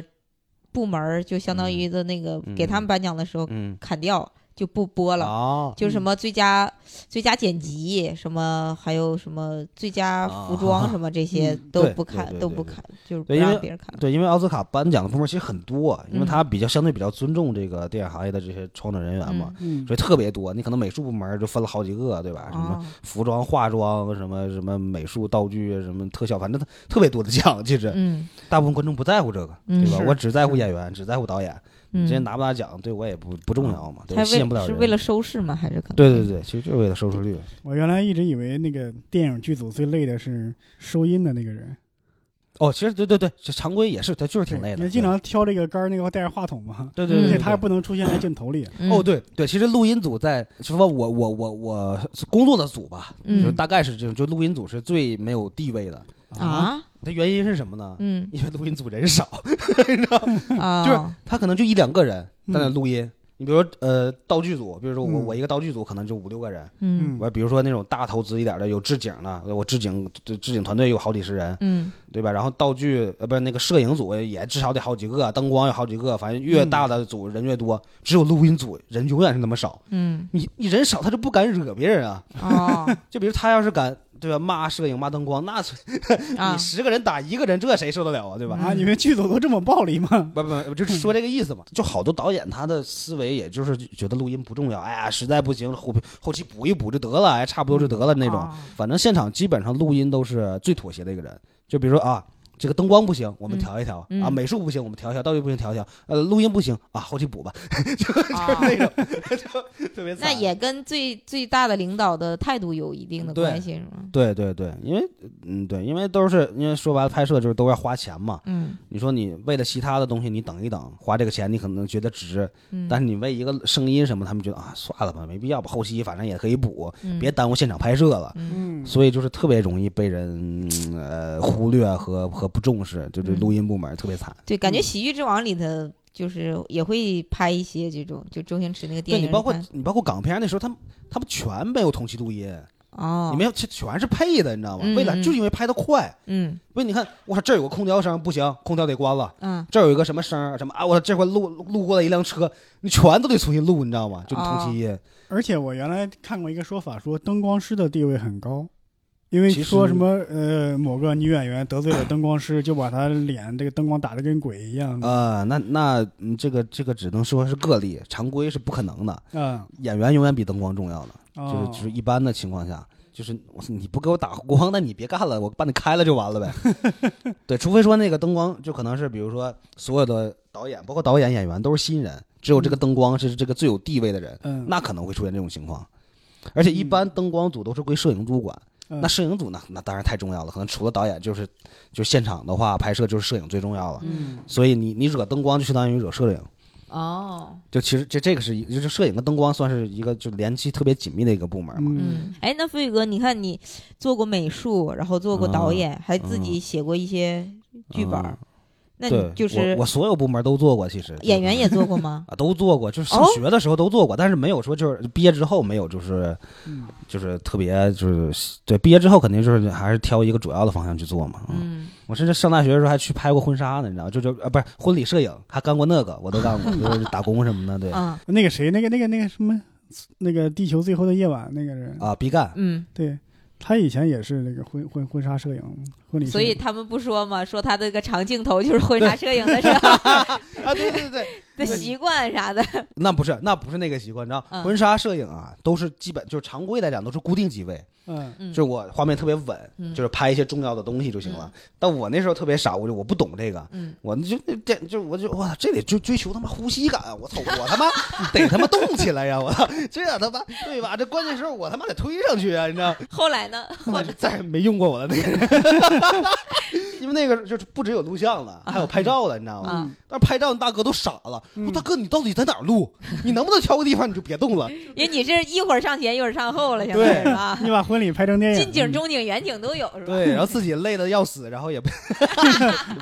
Speaker 2: 部门儿就相当于的那个
Speaker 3: 嗯
Speaker 2: 给他们颁奖的时候
Speaker 3: 嗯，
Speaker 2: 砍掉，就不播了。
Speaker 3: 哦，
Speaker 2: 就什么最佳最佳剪辑，什么还有什么最佳服装，
Speaker 3: 啊
Speaker 2: 什么这些
Speaker 1: 嗯
Speaker 2: 都
Speaker 3: 对
Speaker 2: 不
Speaker 3: 对
Speaker 2: 看，
Speaker 3: 对
Speaker 2: 都
Speaker 3: 对
Speaker 2: 不
Speaker 3: 对
Speaker 2: 看，就是不
Speaker 3: 对因为
Speaker 2: 让别人看了。
Speaker 3: 对，因为奥斯卡颁奖的部门其实很多，啊因
Speaker 2: 嗯
Speaker 3: 为他比较相对比较尊重这个电影行业的这些创作人员嘛，
Speaker 2: 嗯
Speaker 1: 嗯
Speaker 3: 所以特别多。你可能美术部门就分了好几个，对吧？什么
Speaker 2: 啊，
Speaker 3: 服装、化妆，什么什么美术道具，什么特效，反正特别多的奖。其实
Speaker 2: 嗯
Speaker 3: 大部分观众不在乎这个，
Speaker 2: 嗯
Speaker 3: 对吧？
Speaker 1: 是
Speaker 3: 我只在乎演员，只在乎导演，
Speaker 2: 嗯，
Speaker 3: 这些拿不拿奖对我也不不重要嘛，对
Speaker 2: 还
Speaker 3: 吧，吸引不
Speaker 2: 为
Speaker 3: 了
Speaker 2: 是
Speaker 3: 人。
Speaker 2: 为了嗯收视吗？还是可能？
Speaker 3: 对对对，其实就是为了收视率。
Speaker 1: 我原来一直以为那个电影剧组最累的是收音的那个人，
Speaker 3: 哦，其实对对对，这常规也是，他就是挺累
Speaker 1: 对
Speaker 3: 的。
Speaker 1: 你经常挑这个杆儿，那个带着话筒嘛，
Speaker 3: 对
Speaker 2: 嗯
Speaker 3: 对
Speaker 1: 而
Speaker 3: 对，
Speaker 1: 且
Speaker 3: 对
Speaker 1: 他还不能出现在镜头里。
Speaker 2: 嗯
Speaker 3: 哦，，对对，其实录音组在，就说我我我我工作的组吧，
Speaker 2: 嗯
Speaker 3: 就大概是这种，就录音组是最没有地位的。
Speaker 2: 啊，
Speaker 3: 它原因是什么呢？ *laughs*
Speaker 2: 嗯
Speaker 3: 因为录音组人少， *laughs*
Speaker 2: 啊，
Speaker 3: 就是他可能就一两个人在那
Speaker 1: 嗯
Speaker 3: 录音。你比如说，呃，道具组，比如说我、
Speaker 1: 嗯
Speaker 3: 我一个道具组可能就五六个人，
Speaker 2: 嗯
Speaker 1: 嗯
Speaker 3: 我呃比如说那种大投资一点的，有置景的，我置景置置景团队有好几十人，
Speaker 2: 嗯
Speaker 3: 对吧？然后道具呃不是那个摄影组也至少得好几个，灯光有好几个，反正越
Speaker 1: 嗯
Speaker 3: 大的组人越多，只有录音组人永远是那么少。
Speaker 2: 嗯
Speaker 3: 你你人少，他就不敢惹别人啊。
Speaker 2: 哦
Speaker 3: 就比如他要是敢对吧骂摄影骂灯光，那
Speaker 2: 啊
Speaker 3: *laughs*
Speaker 2: 嗯
Speaker 3: 你，十个人打一个人，这谁受得了啊，对吧？
Speaker 1: 啊，你们剧组都这么暴力吗？
Speaker 3: 不不，不就是说这个意思嘛。就好多导演他的思维也就是觉得录音不重要，哎呀，实在不行后后期补一补就得了，哎，差不多就得了那种。 *laughs*
Speaker 2: 啊
Speaker 3: 反正现场基本上录音都是最妥协的一个人。就比如说啊，这个灯光不行，我们
Speaker 2: 嗯
Speaker 3: 调一调、
Speaker 2: 嗯
Speaker 3: 啊；美术不行，我们调一调；道具不行，调一调；呃，录音不行啊，后期补
Speaker 2: *laughs*
Speaker 3: 吧，
Speaker 2: 啊
Speaker 3: 那种就特别
Speaker 2: 那
Speaker 3: 惨。
Speaker 2: 也跟最最大的领导的态度有一定的
Speaker 3: 对
Speaker 2: 关系，是吗？
Speaker 3: 对对对，因为嗯对，因为都是因为说白了拍摄就是都要花钱嘛。
Speaker 2: 嗯
Speaker 3: 你说你为了其他的东西你等一等，花这个钱你可能觉得值，
Speaker 2: 嗯，
Speaker 3: 但是你为一个声音什么，他们觉得啊，算了吧，没必要吧，后期反正也可以补，
Speaker 2: 嗯
Speaker 3: 别耽误现场拍摄了。
Speaker 1: *laughs*
Speaker 2: 嗯
Speaker 1: 嗯
Speaker 3: 所以就是特别容易被人嗯呃忽略和和不重视，就这
Speaker 2: 嗯
Speaker 3: 录音部门特别惨。
Speaker 2: 对，感觉《
Speaker 1: 嗯
Speaker 2: 喜剧之王》里头就是也会拍一些这种，就周星驰那个电
Speaker 3: 对
Speaker 2: 影
Speaker 3: 你
Speaker 2: 里看，
Speaker 3: 包括你包括港片那时候，他们他们全没有同期录音，
Speaker 2: 哦，
Speaker 3: 你没有全全是配的，你知道吗？
Speaker 2: 嗯
Speaker 3: 为了
Speaker 2: 嗯
Speaker 3: 就因为拍的快，
Speaker 2: 嗯
Speaker 3: 不是你看我操这儿有个空调声不行，空调得关了。
Speaker 2: 嗯
Speaker 3: 这儿有一个什么声儿什么啊？我这块路路过了一辆车，你全都得重新录，你知道
Speaker 2: 哦
Speaker 3: 吗？就同期音
Speaker 1: 而且我原来看过一个说法，说灯光师的地位很高，因为
Speaker 3: 其实
Speaker 1: 说什么呃某个女演员得罪了灯光师，就把她脸这个灯光打得跟鬼一样啊、
Speaker 3: 啊、那那嗯这个这个只能说是个例，常规是不可能的。
Speaker 1: 嗯
Speaker 3: 演员永远比灯光重要的，就是
Speaker 1: 哦
Speaker 3: 就是一般的情况下，就是我你不给我打光，那你别干了，我把你开了就完了呗。
Speaker 1: *laughs*
Speaker 3: 对，除非说那个灯光就可能是，比如说所有的导演，包括导演、演员都是新人，只有这个灯光是这个最有地位的人，
Speaker 1: 嗯，
Speaker 3: 那可能会出现这种情况。而且一般灯光组都是归摄影组管，
Speaker 1: 嗯
Speaker 3: 那摄影组那那当然太重要了，可能除了导演就是就是现场的话，拍摄就是摄影最重要了。
Speaker 1: 嗯
Speaker 3: 所以你你惹灯光就相当于惹摄影，
Speaker 4: 哦，
Speaker 3: 就其实这这个是一就是摄影跟灯光算是一个就联系特别紧密的一个部门嘛。
Speaker 1: 嗯
Speaker 2: 嗯，哎，那飞宇哥，你看你做过美术，然后做过导演，
Speaker 3: 嗯
Speaker 2: 还自己写过一些剧本儿，那
Speaker 3: 对
Speaker 2: 你，就是
Speaker 3: 我我所有部门都做过，其实
Speaker 2: 演员
Speaker 3: 也？
Speaker 2: 也做过吗
Speaker 3: 啊都做过，就是上
Speaker 2: 哦
Speaker 3: 学的时候都做过，但是没有说就是毕业之后没有就是
Speaker 1: 嗯
Speaker 3: 就是特别就是对毕业之后肯定就是还是挑一个主要的方向去做嘛。 *laughs* 嗯，
Speaker 4: 嗯，
Speaker 3: 我甚至上大学的时候还去拍过婚纱呢，你知道吗，就就啊不是婚礼摄影，还干过那个，我都干过，就是打工什么
Speaker 2: *laughs*
Speaker 3: 的，对
Speaker 2: 啊，
Speaker 1: 那个谁，那个那个那个什么，那个《地球最后的夜晚》那个人，
Speaker 3: 啊毕赣。
Speaker 4: 嗯，
Speaker 1: 对他以前也是那个婚婚婚纱摄影婚礼摄
Speaker 4: 所以
Speaker 1: 影，
Speaker 4: 他们不说嘛，说他这个长镜头就是婚纱摄影的时
Speaker 3: *laughs*
Speaker 4: 候
Speaker 3: *laughs* 啊，对对对，
Speaker 4: 的习惯啥的。
Speaker 3: 那不是，那不是那个习惯，你知道，
Speaker 4: 嗯
Speaker 3: 婚纱摄影啊，都是基本就是常规来讲都是固定几位，
Speaker 1: 嗯
Speaker 4: 嗯
Speaker 3: 就是我画面特别稳，
Speaker 4: 嗯
Speaker 3: 就是拍一些重要的东西就行了。但我那时候特别傻，我就我不懂这个，
Speaker 4: 嗯
Speaker 3: 我就这就我就哇，这得追追求他妈呼吸感啊，我操，我他妈
Speaker 4: *laughs*
Speaker 3: 得他妈动起来呀，我操，这他妈对吧？这关键时候我他妈得推上去啊，你知道吗？
Speaker 4: 后来呢？
Speaker 3: 我就再也没用过我的那个人， *laughs* 因为那个就是不只有录像了，还有拍照的，你知道吗？
Speaker 4: 啊，嗯
Speaker 3: 但是拍照大哥都傻了，说大哥你到底在哪儿录？你能不能挑个地方你就别动了？
Speaker 4: 因为你这一会儿上前，一会儿上后了，现在
Speaker 3: 对
Speaker 4: 是吧？
Speaker 1: 你把婚礼拍成电影，
Speaker 4: 近景、中景、远景都有是吧？
Speaker 3: 对，然后自己累的要死，然后也不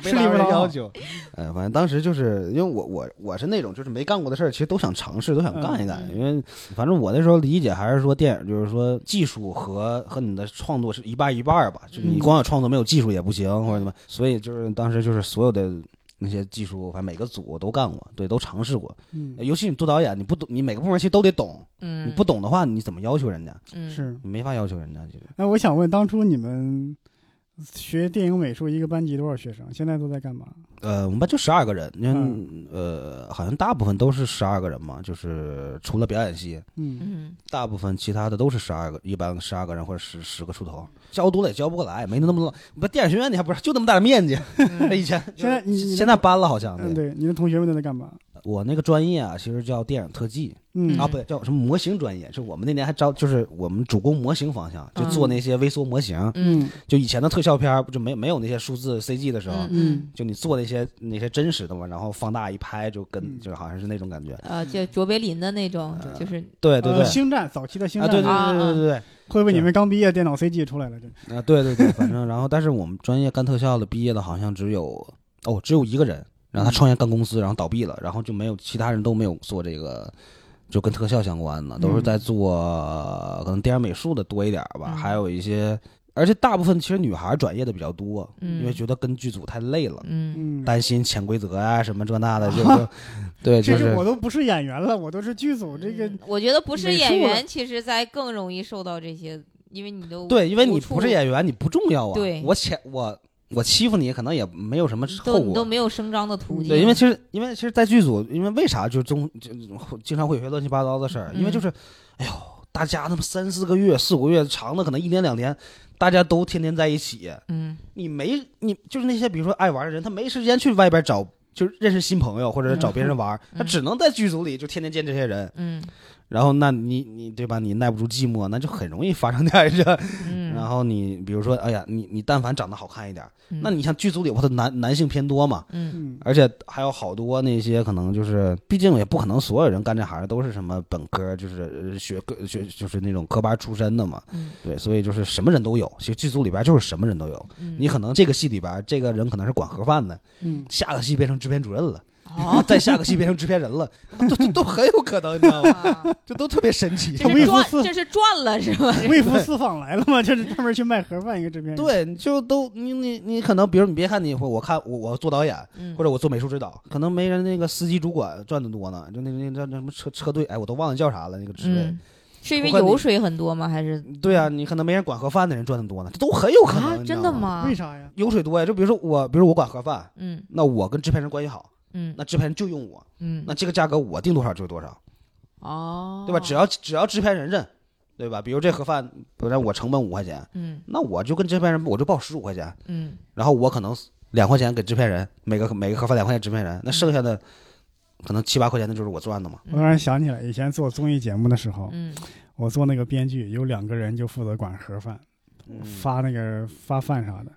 Speaker 1: 吃力不讨好
Speaker 3: 要求。呃，反正当时就是因为我我我是那种就是没干过的事儿，其实都想尝试，都想干一干。
Speaker 4: 嗯
Speaker 3: 因为反正我那时候理解还是说电影就是说技术和和你的创作是一半儿一半儿吧，就你
Speaker 1: 嗯
Speaker 3: 光有创作没有技术也不行或者什么。所以就是当时就是所有的。那些技术，反正每个组我都干过，对，都尝试过。
Speaker 1: 嗯，
Speaker 3: 尤其你做导演，你不懂，你每个部门其实都得懂。
Speaker 4: 嗯，
Speaker 3: 你不懂的话，你怎么要求人家？
Speaker 4: 嗯
Speaker 1: 是。
Speaker 3: 你没法要求人家。就是
Speaker 1: 那我想问，当初你们学电影美术一个班级多少学生？现在都在干嘛？
Speaker 3: 呃，我们班就十二个人，因为、
Speaker 1: 嗯
Speaker 3: 呃，好像大部分都是十二个人嘛，就是除了表演系，
Speaker 1: 嗯
Speaker 4: 嗯
Speaker 3: 大部分其他的都是十二个，一般十二个人或者十十个出头，教多了也教不过来，没那么多。不，电影学院你还不是就那么大的面积？以前
Speaker 1: 嗯 *laughs* 现在你你的
Speaker 3: 现在搬了好像。
Speaker 1: 嗯，
Speaker 3: 对
Speaker 1: 对，你的同学们都在干嘛？
Speaker 3: 我那个专业啊，其实叫电影特技、
Speaker 1: 嗯
Speaker 3: 啊，不对，叫什么模型专业。就我们那年还招，就是我们主攻模型方向，就做那些微缩模型。
Speaker 1: 嗯
Speaker 3: 就以前的特效片儿，就没没有那些数字 CG 的时候，
Speaker 1: 嗯
Speaker 3: 就你做那些那些真实的嘛，然后放大一拍，就跟、
Speaker 1: 嗯
Speaker 3: 就好像是那种感觉。
Speaker 4: 呃，就卓别林的那种，
Speaker 3: 嗯
Speaker 4: 就是
Speaker 3: 对对对，
Speaker 1: 呃星战早期的星
Speaker 3: 啊
Speaker 1: 战，
Speaker 3: 对对
Speaker 4: 啊
Speaker 3: 对对对对
Speaker 1: 会不会你们刚毕业电脑 CG 出来了？这
Speaker 3: 对啊对对对，反正然后但是我们专业干特效的毕业的好像只有哦只有一个人，然
Speaker 4: 嗯
Speaker 3: 后他创业干公司，然后倒闭了，然后就没有其他人都没有做这个。就跟特效相关的，都是在做、可能电影美术的多一点吧，
Speaker 4: 嗯
Speaker 3: 还有一些，而且大部分其实女孩转业的比较多，
Speaker 4: 嗯
Speaker 3: 因为觉得跟剧组太累了，
Speaker 4: 嗯
Speaker 1: 嗯，
Speaker 3: 担心潜规则啊什么这那
Speaker 4: *laughs*
Speaker 3: 的，就就对，就
Speaker 1: 这
Speaker 3: 是
Speaker 1: 是我都不是演员了，我都是剧组这个
Speaker 4: 嗯我觉得不是
Speaker 3: 啊
Speaker 1: 美术
Speaker 4: 演
Speaker 1: 了
Speaker 4: 员，其实在更容易受到这些，因为你都
Speaker 3: 对，因为你
Speaker 4: 无处
Speaker 3: 不是演员，你不重要啊。
Speaker 4: 对
Speaker 3: 我欺我我欺负你，可能也没有什么后
Speaker 4: 都你都
Speaker 3: 果。
Speaker 4: 没有声张的途径，嗯
Speaker 3: 对，因为其实因为其实，在剧组，因为为啥就中就经常会有些乱七八糟的事儿？因为
Speaker 4: 嗯
Speaker 3: 就是，哎呦，大家那么三四个月、四五个月，长的可能一年两年，大家都天天在一起，
Speaker 4: 嗯
Speaker 3: 你没你就是那些比如说爱玩的人，他没时间去外边找。就是认识新朋友，或者是找别人玩儿，他
Speaker 4: 嗯
Speaker 3: 只能在剧组里就天天见这些人，
Speaker 4: 嗯
Speaker 3: 然后那你你对吧？你耐不住寂寞，那就很容易发生点这然
Speaker 4: 嗯，
Speaker 3: 后你比如说，哎呀，你你但凡长得好看一点儿，
Speaker 4: 嗯
Speaker 3: 那你像剧组里，我的男男性偏多嘛，
Speaker 4: 嗯
Speaker 1: 嗯
Speaker 3: 而且还有好多那些可能就是，毕竟也不可能所有人干这行都是什么本科，就是呃学科学就是那种科班出身的嘛，
Speaker 4: 嗯
Speaker 3: 对，所以就是什么人都有。其实剧组里边就是什么人都有，
Speaker 4: 嗯
Speaker 3: 你可能这个戏里边这个人可能是管盒饭的，
Speaker 1: 嗯，
Speaker 3: 下个戏变成制片主任了，。
Speaker 4: 哦
Speaker 3: 再下个戏变成制片人了，都都都很有可能， *laughs* 你知道吗？ *laughs*
Speaker 4: 啊
Speaker 3: 这都特别神奇。
Speaker 1: 他
Speaker 4: 这
Speaker 1: 微
Speaker 4: 是
Speaker 1: 服
Speaker 4: 赚，
Speaker 1: 私
Speaker 4: 这是赚了是
Speaker 3: *laughs*
Speaker 4: 吧？
Speaker 1: 嗯 *laughs* 微服私访来了吗？这是专门去卖盒饭一个制片人。
Speaker 3: 对，你就都你你你可能，比如你别看你，我看我我做导演，
Speaker 4: 嗯
Speaker 3: 或者我做美术指导，可能没人那个司机主管赚的多呢，就那那那那什么车车队，哎，我都忘了叫啥了那个职位，
Speaker 4: 嗯，是因为
Speaker 3: 我看你
Speaker 4: 油水很多吗？还是
Speaker 3: 对啊，你可能没人管盒饭的人赚的多呢，这都很有可能。
Speaker 4: 啊
Speaker 3: 你？知道
Speaker 4: 真的
Speaker 3: 吗？
Speaker 4: 吗
Speaker 1: 为？啥呀？
Speaker 3: 油水多呀，就比如说我，比如说我管盒饭，
Speaker 4: 嗯
Speaker 3: 那我跟制片人关系好，
Speaker 4: 嗯
Speaker 3: 那制片人就用我，
Speaker 4: 嗯，
Speaker 3: 那这个价格我定多少就是多少，
Speaker 4: 哦，
Speaker 3: 对吧？只要只要制片人认，对吧？比如这盒饭本来我成本五块钱，
Speaker 4: 嗯
Speaker 3: 那我就跟制片人我就报十五块钱，
Speaker 4: 嗯
Speaker 3: 然后我可能两块钱给制片人，每个每个盒饭两块钱制片人，那剩下的可能七八块钱那就是我赚的
Speaker 2: 嗯
Speaker 3: 嘛。
Speaker 1: 我突然想起来，以前做综艺节目的时候，
Speaker 4: 嗯
Speaker 1: 我做那个编剧，有两个人就负责管盒饭，
Speaker 3: 嗯
Speaker 1: 发那个发饭啥的，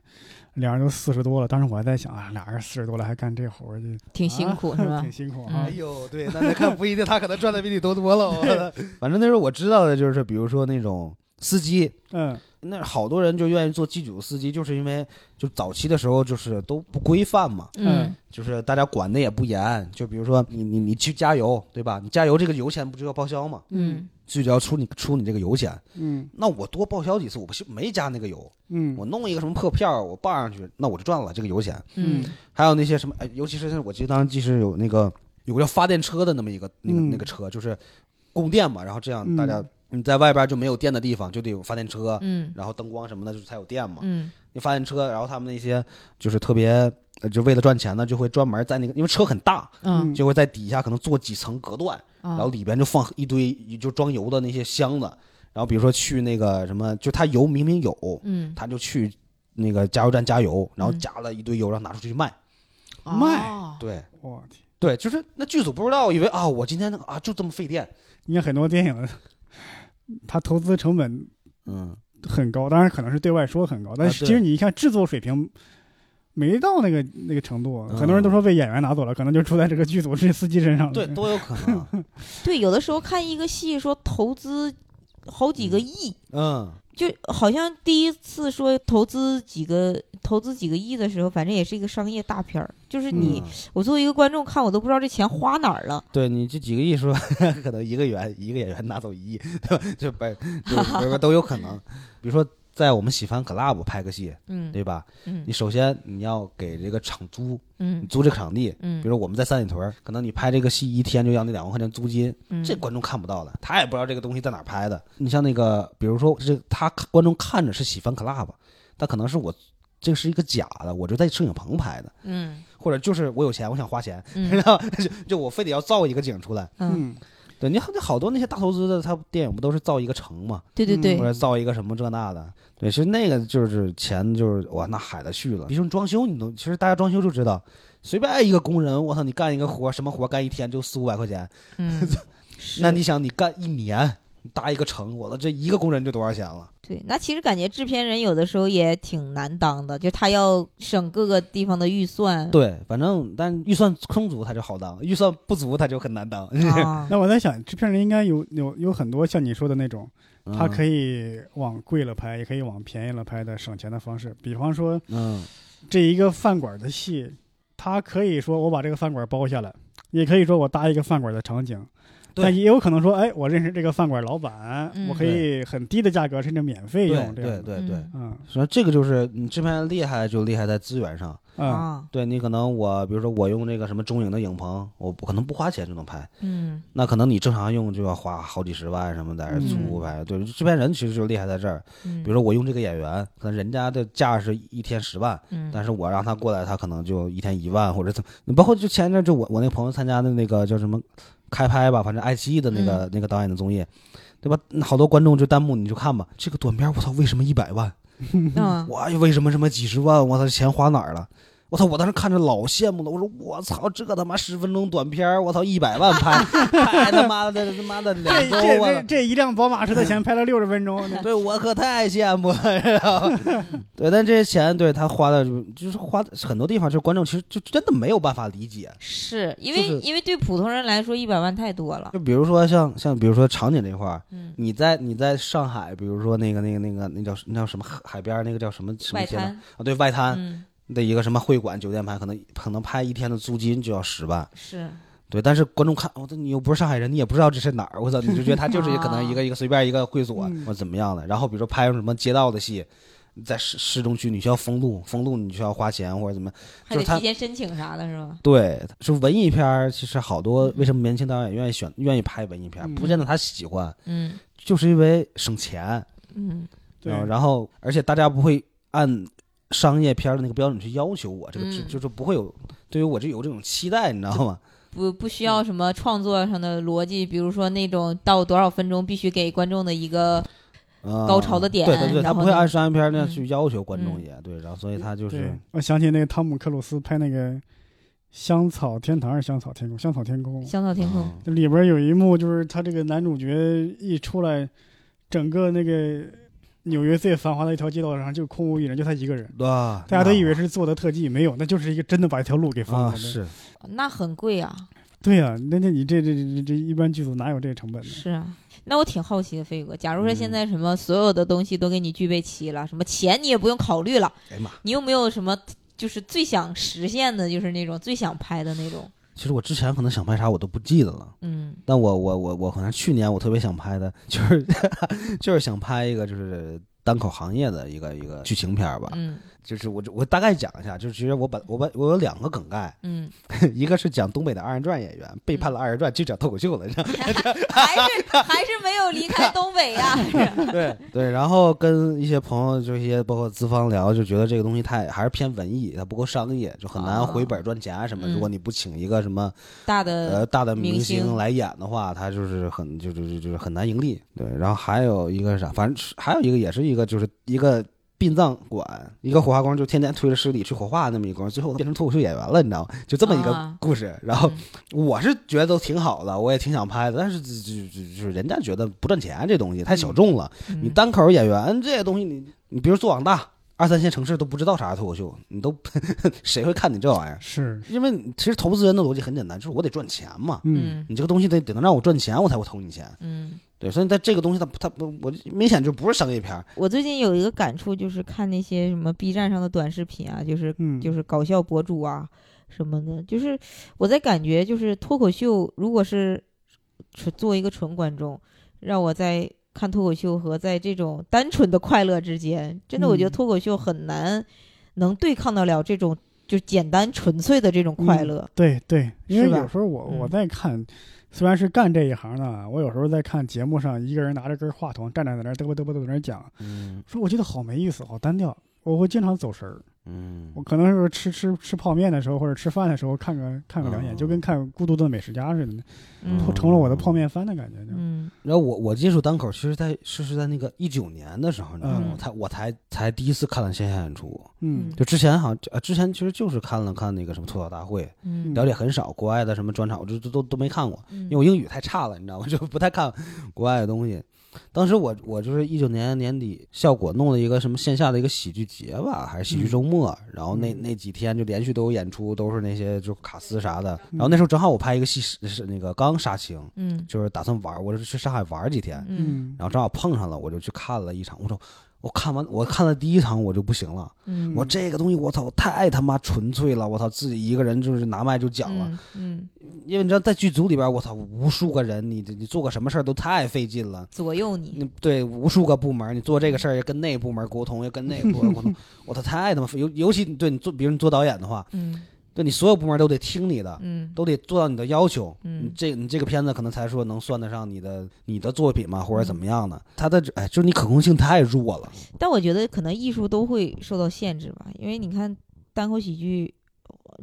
Speaker 1: 两人都四十多了。当时我还在想啊，俩人四十多了还干这活儿，就
Speaker 4: 挺辛苦
Speaker 1: 啊
Speaker 4: 是吧
Speaker 1: 挺？辛苦
Speaker 4: 嗯
Speaker 1: 啊
Speaker 3: 哎。呦，对，那 *laughs* 那看不一定，他可能赚的比你多多了。哦我 *laughs* 反正那时候我知道的就是，比如说那种司机，
Speaker 1: 嗯，
Speaker 3: 那好多人就愿意做机组司机，就是因为就早期的时候就是都不规范嘛，
Speaker 4: 嗯
Speaker 3: 就是大家管的也不严。就比如说你你你去加油，对吧？你加油这个油钱不就要报销吗？
Speaker 4: 嗯
Speaker 3: 最主要出你出你这个油钱，
Speaker 1: 嗯
Speaker 3: 那我多报销几次，我不是没加那个油，
Speaker 1: 嗯
Speaker 3: 我弄一个什么破票，我报上去，那我就赚了这个油钱。
Speaker 4: 嗯
Speaker 3: 还有那些什么，哎，尤其是我记得当时记是有那个有个叫发电车的那么一个那个、
Speaker 1: 嗯
Speaker 3: 那个车，就是供电嘛，然后这样大家
Speaker 1: 嗯
Speaker 3: 你在外边就没有电的地方就得有发电车，
Speaker 4: 嗯
Speaker 3: 然后灯光什么的就才有电嘛。
Speaker 4: 嗯
Speaker 3: 你发现车，然后他们那些就是特别，呃就为了赚钱呢，就会专门在那个，因为车很大，
Speaker 4: 嗯，
Speaker 3: 就会在底下可能做几层隔断，
Speaker 2: 啊
Speaker 3: 然后里边就放一堆就装油的那些箱子，然后比如说去那个什么，就他油明明有，
Speaker 4: 嗯
Speaker 3: 他就去那个加油站加油，然后
Speaker 4: 嗯
Speaker 3: 加了一堆油，然后拿出去卖。
Speaker 1: 卖
Speaker 4: 哦
Speaker 3: 对
Speaker 1: 我天，
Speaker 3: 对，就是那剧组不知道，以为啊，我今天那个啊就这么费电，
Speaker 1: 你看很多电影，它投资成本
Speaker 3: 嗯，
Speaker 1: 很高，当然可能是对外说很高，但
Speaker 3: 啊
Speaker 1: 是
Speaker 3: 对
Speaker 1: 其实你一看制作水平。没到那个那个程度，啊
Speaker 3: 嗯
Speaker 1: 很多人都说被演员拿走了，可能就出在这个剧组这司机身上了。嗯
Speaker 3: 对，都有可能，
Speaker 2: 对，有的时候看一个戏说投资好几个亿，
Speaker 3: 嗯，
Speaker 2: 就好像第一次说投资几个投资几个亿的时候，反正也是一个商业大片儿。就是你，
Speaker 3: 嗯
Speaker 2: 我作为一个观众看，我都不知道这钱花哪儿了。
Speaker 3: 对你这几个亿说，可能一个演一个演员拿走一亿， *laughs* 对吧？就把就不是都有可能。比如说，在我们喜欢 club 拍个戏，
Speaker 4: 嗯
Speaker 3: 对吧？
Speaker 4: 嗯
Speaker 3: 你首先你要给这个场租，你
Speaker 4: 嗯
Speaker 3: 租这个场地。比
Speaker 4: 嗯
Speaker 3: 如说我们在三里屯儿，可能你拍这个戏一天就要那两万块钱租金，
Speaker 4: 嗯，
Speaker 3: 这观众看不到的，他也不知道这个东西在哪儿拍的。你像那个，比如说这他观众看着是喜欢 club，但可能是我这是一个假的，我就在摄影棚拍的，
Speaker 4: 嗯
Speaker 3: 或者就是我有钱，我想花钱，
Speaker 4: 嗯
Speaker 3: *laughs* 然后就就我非得要造一个景出来。
Speaker 4: 嗯，
Speaker 1: 嗯，
Speaker 3: 对，你看这好多那些大投资的，他电影不都是造一个城嘛，
Speaker 2: 对对对
Speaker 3: 或，者造一个什么这那的？对，其实那个就是钱，就是哇，那海的去了。比如说你装修，你都其实大家装修就知道，随便一个工人，我操，你干一个活，什么活干一天就四五百块钱，
Speaker 4: 嗯，
Speaker 3: 那你想你干一年，你搭一个城，我操，这一个工人就多少钱了？
Speaker 2: 对，那其实感觉制片人有的时候也挺难当的，就他要省各个地方的预
Speaker 1: 嗯
Speaker 2: 算。
Speaker 3: 对，反正但预算充足他就好当，预算不足他就很难当。
Speaker 2: 啊，
Speaker 1: 那我在想，制片人应该有有有很多像你说的那种， *laughs* 他可
Speaker 3: 以，
Speaker 1: 以往贵了拍，也可以往便宜了拍的省钱的方式。比方说
Speaker 3: 嗯，
Speaker 1: 这一个饭馆的戏，他可以说我把这个饭馆包下来，也可以说我搭一个饭馆的场景，
Speaker 3: 对
Speaker 1: 但也有可能说，哎，我认识这个饭馆老板，
Speaker 4: 嗯
Speaker 1: 我可以很低的价格甚至免费
Speaker 3: 对
Speaker 1: 用这样的。
Speaker 3: 对对对
Speaker 4: 嗯，
Speaker 1: 嗯
Speaker 3: 所以这个就是你这边厉害就厉害在资源上。
Speaker 1: 啊
Speaker 2: 啊，
Speaker 3: 对你可能我比如说我用这个什么中影的影棚，我不可能不花钱就能拍，
Speaker 4: 嗯
Speaker 3: 那可能你正常用就要花好几十万什么在这租
Speaker 4: 嗯
Speaker 3: 拍。对，这边人其实就厉害在这儿。
Speaker 4: 嗯，
Speaker 3: 比如说我用这个演员，可能人家的价是一天十万，
Speaker 4: 嗯，
Speaker 3: 但是我让他过来，他可能就一天一万或者怎么。包括就前一阵儿就我我那朋友参加的那个叫什么开拍吧，反正爱奇艺的那
Speaker 4: 嗯
Speaker 3: 个、那个导演的综艺。对吧？好多观众就弹幕，你就看吧。这个短片，我操，为什么一百万？
Speaker 2: 嗯，
Speaker 3: 我哎为什么什么几十万？我操，钱花哪儿了？我操！我当时看着老羡慕了，我说我操，这他妈十分钟短片儿，我操，一百万拍，拍他妈的他妈的
Speaker 1: 这
Speaker 3: 两周啊
Speaker 1: 这
Speaker 3: 我
Speaker 1: 这
Speaker 3: 操！
Speaker 1: 这一辆宝马车的钱拍了六十分
Speaker 3: *laughs*
Speaker 1: 钟，
Speaker 3: 对我可太羡慕了，知道吗 *laughs* 对，但这些钱对他花的就，就是花的很多地方，就是观众其实就真的没有办法理解。
Speaker 4: 是因为
Speaker 3: 就是
Speaker 4: 因为对普通人来说，一百万太多了。
Speaker 3: 就比如说像像比如说场景这块儿，
Speaker 4: 嗯，
Speaker 3: 你在你在上海，比如说那个那个那个那叫那叫什么海海边儿那个叫什么什么
Speaker 4: 外
Speaker 3: 街呢
Speaker 4: 滩，
Speaker 3: 啊？对，外滩，
Speaker 4: 嗯，
Speaker 3: 的一个什么会馆酒店拍，可能可能拍一天的租金就要十万，
Speaker 4: 是，
Speaker 3: 对。但是观众看，我、操，你又不是上海人，你也不知道这是哪儿，我操，你就觉得他就是可能一个一个随便一个会所
Speaker 1: 嗯
Speaker 3: 或怎么样的。然后比如说拍什么街道的戏，在市市中区你需要封路，封路你需要花钱或者怎么，
Speaker 4: 还
Speaker 3: 就
Speaker 4: 得
Speaker 3: 是他
Speaker 4: 提前申请啥的，是吧？
Speaker 3: 对，是文艺片儿。其实好多为什么年轻导演愿意选愿意拍文艺片儿，
Speaker 1: 嗯
Speaker 3: 不见得他喜欢，
Speaker 4: 嗯
Speaker 3: 就是因为省钱。
Speaker 4: 嗯
Speaker 1: 对，
Speaker 3: 然后而且大家不会按商业片儿的那个标准去要求我，这个制、
Speaker 4: 嗯
Speaker 3: 就是不会有对于我这有这种期待，你知道吗？
Speaker 4: 不不需
Speaker 3: 嗯
Speaker 4: 要什么创作上的逻辑，比如说那种到多少分钟必须给观众的一个，
Speaker 3: 嗯
Speaker 4: 高潮的点
Speaker 3: 对对对，
Speaker 4: 然
Speaker 3: 他
Speaker 4: 后
Speaker 3: 不会
Speaker 4: 呢
Speaker 3: 按商业片儿那样
Speaker 4: 嗯
Speaker 3: 去要求观众也、对，然后所以他就是
Speaker 1: 对，我想起那个汤姆克鲁斯拍那个《香草天堂》还是《香草天空》，《香草天空》
Speaker 4: 香草天空，
Speaker 3: 嗯
Speaker 1: 这里边有一幕就是他这个男主角一出来，整个那个纽约最繁华的一条街道上就空无一人，就他一个人，
Speaker 3: 哇，
Speaker 1: 大家都
Speaker 3: 那
Speaker 1: 以为是做的特技，没有，那就是一个真的把一条路给封了
Speaker 3: 啊
Speaker 1: 的。
Speaker 3: 是
Speaker 4: 那很贵啊。
Speaker 1: 对呀、那那你这这这这一般剧组哪有这个成本呢？
Speaker 4: 是啊，那我挺好奇的，飞哥，假如说
Speaker 3: 嗯
Speaker 4: 现在什么所有的东西都给你具备齐了，什么钱你也不用考虑了，
Speaker 3: 哎呀妈，
Speaker 4: 你有没有什么就是最想实现的，就是那种最想拍的那种？
Speaker 3: 其实我之前可能想拍啥我都不记得了。
Speaker 4: 嗯
Speaker 3: 但我我我我好像去年我特别想拍的，就是 *laughs* 就是想拍一个就是单口行业的一个一个剧情片儿吧。
Speaker 4: 嗯
Speaker 3: 就是我我大概讲一下，就是其实我把我把我有两个梗概，
Speaker 4: 嗯，
Speaker 3: *laughs* 一个是讲东北的二人转演员背叛了二人转去讲脱口秀了，你知道吗
Speaker 4: 还是还是没有离
Speaker 3: *laughs*
Speaker 4: 开东北啊呀、
Speaker 3: 对 *laughs* 对，然后跟一些朋友就一些包括资方聊，就觉得这个东西太还是偏文艺，它不够商业，就很难
Speaker 4: 啊
Speaker 3: 回本赚钱啊什么。
Speaker 4: 嗯
Speaker 3: 如果你不请一个什么
Speaker 4: 大的
Speaker 3: 呃大的
Speaker 4: 明
Speaker 3: 明
Speaker 4: 星
Speaker 3: 星来演的话，他就是很就就就就是很难盈利。对，然后还有一个是啥，反正是还有一个也是一个就是一个殡葬馆，一个火化工就天天推着尸体去火化那么一工，最后变成脱口秀演员了，你知道吗？就这么一
Speaker 4: 啊
Speaker 3: 个故事。然后我是觉得都挺好的，我也挺想拍的，但是就就就就是人家觉得不赚钱这东西太小众了。
Speaker 4: 嗯
Speaker 3: 你单口演员这些东西你，你比如做网大。二三线城市都不知道啥是脱口秀，你都 *laughs* 谁会看你这玩意儿？
Speaker 1: 是，
Speaker 3: 因为其实投资人的逻辑很简单，就是我得赚钱嘛。
Speaker 1: 嗯，
Speaker 4: 嗯
Speaker 3: 你这个东西得得能让我赚钱，我才会投你钱。
Speaker 4: 嗯，
Speaker 3: 对，所以在这个东西它它不，我明显就不是商业片儿。
Speaker 2: 我最近有一个感触，就是看那些什么 B 站上的短视频啊，就是
Speaker 1: 嗯，
Speaker 2: 就是搞笑博主啊什么的，就是我在感觉就是脱口秀，如果是纯作为一个纯观众，让我在看脱口秀和在这种单纯的快乐之间，真的我觉得
Speaker 1: 嗯
Speaker 2: 脱口秀很难能对抗得了这种就简单纯粹的这种快
Speaker 1: 嗯
Speaker 2: 乐。
Speaker 1: 对对，因为
Speaker 2: 是吧
Speaker 1: 有时候我
Speaker 2: 嗯
Speaker 1: 我在看，虽然是干这一行的，我有时候在看节目上，一个人拿着根话筒站在那儿嘚啵嘚啵嘚啵在那儿讲，
Speaker 3: 嗯
Speaker 1: 说我觉得好没意思，好单调，我会经常走神儿。
Speaker 3: 嗯
Speaker 1: 我可能是吃吃吃泡面的时候，或者吃饭的时候看个看个两眼，
Speaker 3: 哦
Speaker 1: 就跟看《孤独的美食家》似的，
Speaker 2: 嗯
Speaker 1: 成了我的泡面番的感觉。就
Speaker 2: 嗯
Speaker 3: 然后我我接触单口，其实在是是在那个一九年的时候，你知道吗？
Speaker 1: 嗯
Speaker 3: 我才我才才第一次看了线下演出，
Speaker 1: 嗯
Speaker 3: 就之前好像呃之前其实就是看了看那个什么吐槽大会，
Speaker 2: 嗯
Speaker 3: 了解很少，国外的什么专场我就都都都没看过，
Speaker 2: 嗯
Speaker 3: 因为我英语太差了，你知道吗？ *laughs* 就不太看国外的东西。当时我我就是一九年年底，效果弄了一个什么线下的一个喜剧节吧，还是喜剧
Speaker 2: 嗯
Speaker 3: 周末，然后那
Speaker 1: 嗯
Speaker 3: 那几天就连续都有演出，都是那些就卡司啥的。然后那时候正好我拍一个戏是是那个刚杀青，
Speaker 2: 嗯
Speaker 3: 就是打算玩，我是去上海玩几天，
Speaker 2: 嗯
Speaker 1: 嗯
Speaker 3: 然后正好碰上了，我就去看了一场，我说。我看完，我看了第一场我就不行了，
Speaker 2: 嗯，
Speaker 3: 我这个东西我操太他妈纯粹了，我操自己一个人就是拿麦就讲了，
Speaker 2: 嗯，嗯，
Speaker 3: 因为你知道，在剧组里边，我操，无数个人，你你做个什么事儿都太费劲了。
Speaker 4: 左右你，
Speaker 3: 你对无数个部门，你做这个事儿要跟那部门沟通，要跟那部门沟
Speaker 2: *laughs*
Speaker 3: 通，我操，太他妈费尤尤其你对你做，比如你做导演的话，
Speaker 2: 嗯
Speaker 3: 对你所有部门都得听你的，
Speaker 2: 嗯
Speaker 3: 都得做到你的要求。
Speaker 2: 嗯
Speaker 3: 你这你这个片子可能才说能算得上你的你的作品嘛，或者
Speaker 2: 嗯
Speaker 3: 怎么样的，它的哎，就是你可控性太弱了。
Speaker 2: 但我觉得可能艺术都会受到限制吧，因为你看单口喜剧，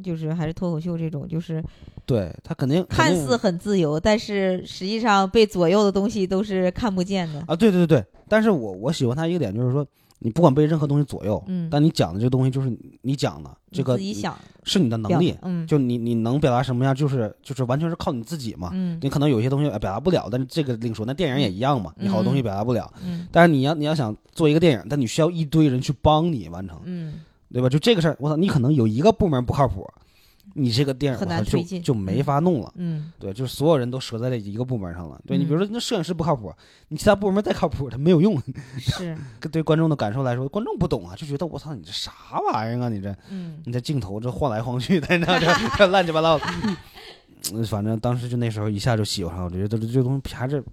Speaker 2: 就是还是脱口秀这种，就是
Speaker 3: 对他肯定
Speaker 2: 看
Speaker 3: 肯定
Speaker 2: 似很自由，但是实际上被左右的东西都是看不见的。
Speaker 3: 啊，对对对，但是我我喜欢他一个点就是说，你不管被任何东西左右，
Speaker 2: 嗯
Speaker 3: 但你讲的这东西就是你你讲的这个
Speaker 2: 你自己想
Speaker 3: 是你的能
Speaker 2: 表
Speaker 3: 力，
Speaker 2: 嗯
Speaker 3: 就你你能表达什么样，就是就是完全是靠你自己嘛。
Speaker 2: 嗯
Speaker 3: 你可能有些东西呃表达不了，但是这个另说。那电影也一样嘛，你好多东西表达不了，
Speaker 2: 嗯
Speaker 3: 但是你要你要想做一个电影，但你需要一堆人去帮你完成，
Speaker 2: 嗯
Speaker 3: 对吧？就这个事儿，我操，你可能有一个部门不靠谱，你这个电影
Speaker 2: 很
Speaker 3: 我
Speaker 2: 难
Speaker 3: 操
Speaker 2: 推
Speaker 3: 就
Speaker 2: 进
Speaker 3: 就没
Speaker 2: 嗯
Speaker 3: 法弄了。
Speaker 2: 嗯
Speaker 3: 对，就是所有人都折在这一个部门上了。对你，比如
Speaker 2: 嗯
Speaker 3: 说那摄影师不靠谱，你其他部门再靠谱，他没有用。 *laughs*
Speaker 2: 是
Speaker 3: 对观众的感受来说，观众不懂啊，就觉得我操，你这啥玩意儿啊，你这。
Speaker 2: 嗯
Speaker 3: 你这镜头这晃来晃去的，你知道这这乱七八糟的。嗯反正当时就那时候一下就喜欢上了，我觉得这这东西还是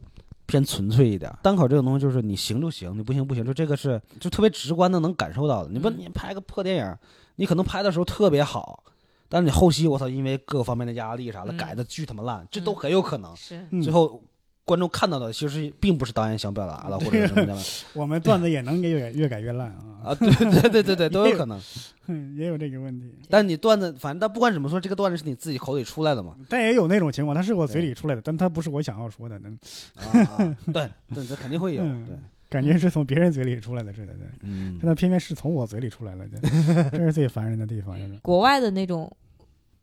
Speaker 3: 偏纯粹一点。单口这种东西就是你行就行，你不行不行，就这个是就特别直观的能感受到的。你不
Speaker 4: 嗯
Speaker 3: 你拍个破电影，你可能拍的时候特别好，但是你后期我操，因为各个方面的压力啥的，
Speaker 4: 嗯
Speaker 3: 改的巨他妈烂，这都
Speaker 4: 嗯
Speaker 3: 很有可能。
Speaker 4: 是
Speaker 1: 嗯
Speaker 3: 最后观众看到的其实并不是导演想表达的，啊或者是什
Speaker 4: *laughs*
Speaker 3: 么的
Speaker 1: 我们段子也能
Speaker 3: *laughs*
Speaker 1: 越改越改越烂啊， *laughs*
Speaker 3: 啊，对对对对对，都
Speaker 4: 嗯
Speaker 3: 有可能。
Speaker 1: 哼也有这个问题。
Speaker 3: 但你段子，反正但不管怎么说，这个段子是你自己口里出来的嘛。
Speaker 1: 但也有那种情况，它是我嘴里出来的，但它不是我想要说的，嗯
Speaker 3: 啊，
Speaker 1: *laughs*
Speaker 3: 啊对对，这肯定会有。
Speaker 1: 嗯
Speaker 3: 对，
Speaker 1: 感觉是从别人嘴里出来的似的，对。
Speaker 3: 嗯
Speaker 1: 但它偏偏是从我嘴里出来
Speaker 3: *laughs*
Speaker 1: 了，对这是最烦人的地方，就是
Speaker 4: 国外的那种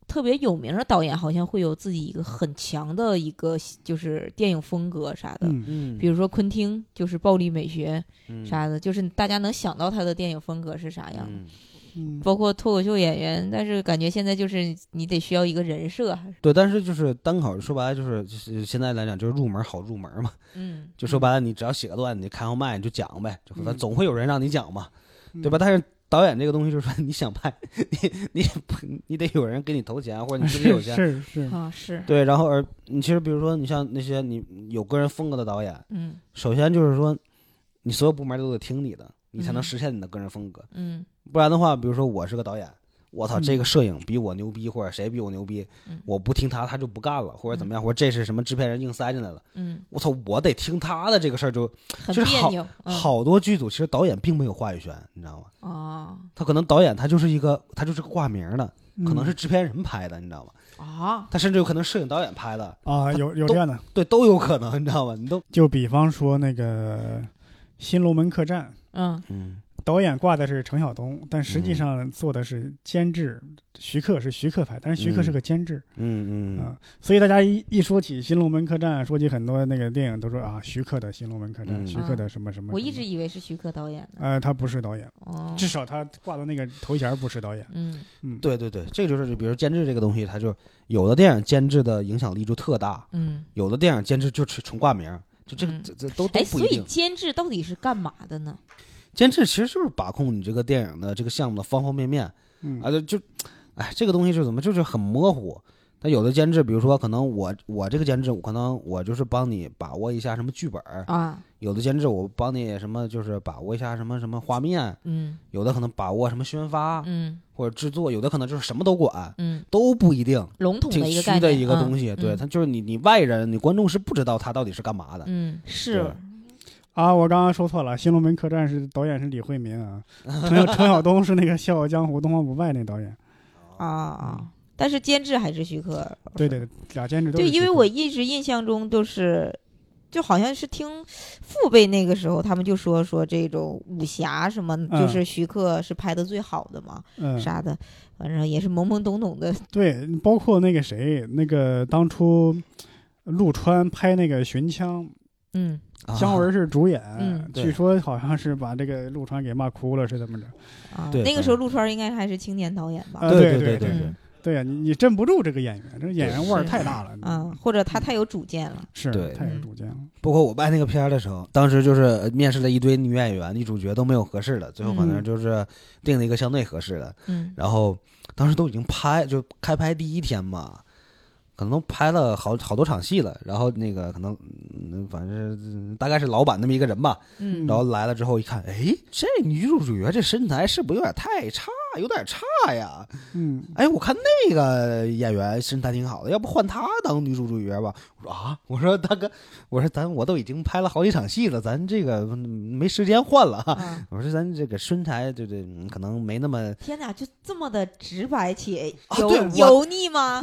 Speaker 4: 特别有名的导演，好像会有自己一个很强的一个就是电影风格啥的。
Speaker 1: 嗯，
Speaker 3: 嗯
Speaker 4: 比如说昆汀就是暴力美学
Speaker 3: 如
Speaker 4: 啥的，就是大家能想到他的电影风格是啥样，
Speaker 3: 嗯，
Speaker 1: 嗯
Speaker 4: 包括脱口秀演员。但是感觉现在就是你得需要一个人设，还是
Speaker 3: 对，但是就是单口，说白了就是就是现在来讲就是入门好入门嘛，
Speaker 4: 嗯，
Speaker 3: 就说白了你只要写个段，子，你开后麦你就讲呗，就
Speaker 1: 嗯
Speaker 3: 咱总会有人让你讲嘛，对吧？
Speaker 1: 嗯？
Speaker 3: 但是导演这个东西就是说你想拍，你你不你得有人给你投钱，哦或者你自己有钱，
Speaker 1: 嗯是是，
Speaker 4: 啊是，
Speaker 3: 对，然后而你其实比如说你像那些你有个人风格的导演，
Speaker 4: 嗯
Speaker 3: 首先就是说你所有部门都得听你的，你才能
Speaker 4: 嗯
Speaker 3: 实现你的个人风格，
Speaker 4: 嗯
Speaker 3: 不然的话，比如说我是个导演，我操，
Speaker 1: 嗯
Speaker 3: 这个摄影比我牛逼，或者谁比我牛逼
Speaker 4: 嗯，
Speaker 3: 我不听他，他就不干了，或者怎么样，或者这是什么制片人硬塞进来了，
Speaker 4: 嗯，
Speaker 3: 我操，我得听他的这个事儿就
Speaker 4: 很
Speaker 3: 就是
Speaker 4: 别
Speaker 3: 好
Speaker 4: 扭，嗯
Speaker 3: 好多剧组其实导演并没有话语权，你知道吗？
Speaker 4: 啊
Speaker 3: 他可能导演他就是一个他就是个挂名的，可能
Speaker 1: 嗯
Speaker 3: 是制片人拍的，你知道吗？
Speaker 4: 啊，
Speaker 3: 他甚至有可能摄影导演拍的，
Speaker 1: 啊，有有这样的，
Speaker 3: 对，都有可能，你知道吗？你都
Speaker 1: 就比方说那个《新龙门客栈》。
Speaker 4: 嗯
Speaker 3: 嗯
Speaker 1: 导演挂的是程晓东，但实际
Speaker 3: 嗯
Speaker 1: 上做的是监制，徐克是徐克拍，但是徐克是
Speaker 3: 嗯
Speaker 1: 个监制，
Speaker 3: 嗯
Speaker 1: 啊，所以大家一一说起《新龙门客栈》，说起很多那个电影，都说啊，徐克的《新龙门客栈》，
Speaker 3: 嗯
Speaker 1: 徐克的什么什么什么。
Speaker 4: 我一直以为是徐克导演
Speaker 3: 啊
Speaker 4: 的，
Speaker 1: 呃，他不是导演，
Speaker 4: 哦，
Speaker 1: 至少他挂的那个头衔不是导演。
Speaker 4: 嗯
Speaker 1: 嗯，，
Speaker 3: 对对对，这个就是，比如监制这个东西，它就有的电影监制的影响力就特大，
Speaker 4: 嗯。
Speaker 3: 有的电影监制就纯纯挂名儿，就这个
Speaker 4: 嗯
Speaker 3: 这这都都
Speaker 4: 哎，
Speaker 3: 不
Speaker 4: 所
Speaker 3: 一
Speaker 4: 以
Speaker 3: 定。
Speaker 4: 监制到底是干嘛的呢？
Speaker 3: 监制其实就是把控你这个电影的这个项目的方方面面
Speaker 1: 嗯
Speaker 3: 啊，就就，哎，这个东西是怎么就是很模糊。但有的监制，比如说可能我我这个监制，我可能我就是帮你把握一下什么剧本儿，
Speaker 4: 啊，
Speaker 3: 有的监制我帮你什么就是把握一下什么什么画面，
Speaker 4: 嗯
Speaker 3: 有的可能把握什么宣发
Speaker 4: 嗯
Speaker 3: 或者制作，有的可能就是什么都管，
Speaker 4: 嗯，
Speaker 3: 都不一定。
Speaker 4: 笼统
Speaker 3: 挺
Speaker 4: 的一个
Speaker 3: 虚
Speaker 4: 概念，
Speaker 3: 的一个东
Speaker 4: 西。
Speaker 3: 西，
Speaker 4: 嗯
Speaker 3: 对
Speaker 4: 嗯
Speaker 3: 他就是你你外人你观众是不知道他到底是干嘛的，
Speaker 4: 嗯，是，
Speaker 1: 啊，我刚刚说错了，《新龙门客栈》是导演是李惠民啊，程
Speaker 3: *laughs*
Speaker 1: 晓程晓东是那个《笑傲江湖》《东方不败》那导演。
Speaker 4: 啊
Speaker 3: 嗯
Speaker 4: 啊。但是监制还是徐克，
Speaker 1: 对对对，俩监制都是
Speaker 2: 对，
Speaker 1: 徐克。
Speaker 2: 因为我一直印象中都是，就好像是听父辈那个时候，他们就说说这种武侠什么，就
Speaker 1: 嗯
Speaker 2: 是徐克是拍的最好的嘛，
Speaker 1: 嗯，
Speaker 2: 啥的，反正也是懵懵懂懂的。
Speaker 1: 对，包括那个谁，那个当初陆川拍那个《寻枪》，
Speaker 4: 嗯
Speaker 3: 啊
Speaker 1: 姜文是主演，
Speaker 4: 嗯
Speaker 3: 对
Speaker 1: 据说好像是把这个陆川给骂哭了，是怎么着？
Speaker 2: 啊，
Speaker 3: 对
Speaker 2: 那个
Speaker 3: 反
Speaker 2: 时候
Speaker 3: 正
Speaker 2: 陆川应该还是青年导演吧
Speaker 1: 啊？
Speaker 3: 对
Speaker 1: 对
Speaker 3: 对
Speaker 1: 对
Speaker 3: 对
Speaker 4: 嗯
Speaker 1: 对呀、啊你你镇不住这个演员，这个演员味儿
Speaker 4: 是
Speaker 1: 太大了。
Speaker 2: 啊，，或者他太有主见了。
Speaker 1: 是
Speaker 3: 对
Speaker 1: 太有
Speaker 4: 嗯
Speaker 1: 主见了。
Speaker 3: 包括我拍那个片儿的时候，当时就是面试了一堆女演员、女主角都没有合适的，最后反正
Speaker 1: 嗯
Speaker 3: 就是定了一个相对合适的。 *laughs*
Speaker 4: 嗯
Speaker 3: 然后当时都已经拍，就开拍第一天嘛，可能都拍了好好多场戏了。然后那个可能，嗯反正呃大概是老板那么一个人吧。
Speaker 4: 嗯
Speaker 3: 然后来了之后一看，哎，这女主角这身材是不是有点太差，有点差呀？
Speaker 1: 嗯，
Speaker 3: 哎，我看那个演员身材挺好的，要不换她当女主主角吧？我说啊，我说大哥，我说咱我都已经拍了好几场戏了，咱这个嗯没时间换了啊。
Speaker 4: 啊，
Speaker 3: 我说咱这个身材，对对，嗯可能没那么
Speaker 2: 天哪，就这么的直白且
Speaker 3: 啊
Speaker 2: 油、
Speaker 3: 对我
Speaker 2: 油腻
Speaker 3: *laughs*
Speaker 2: 吗？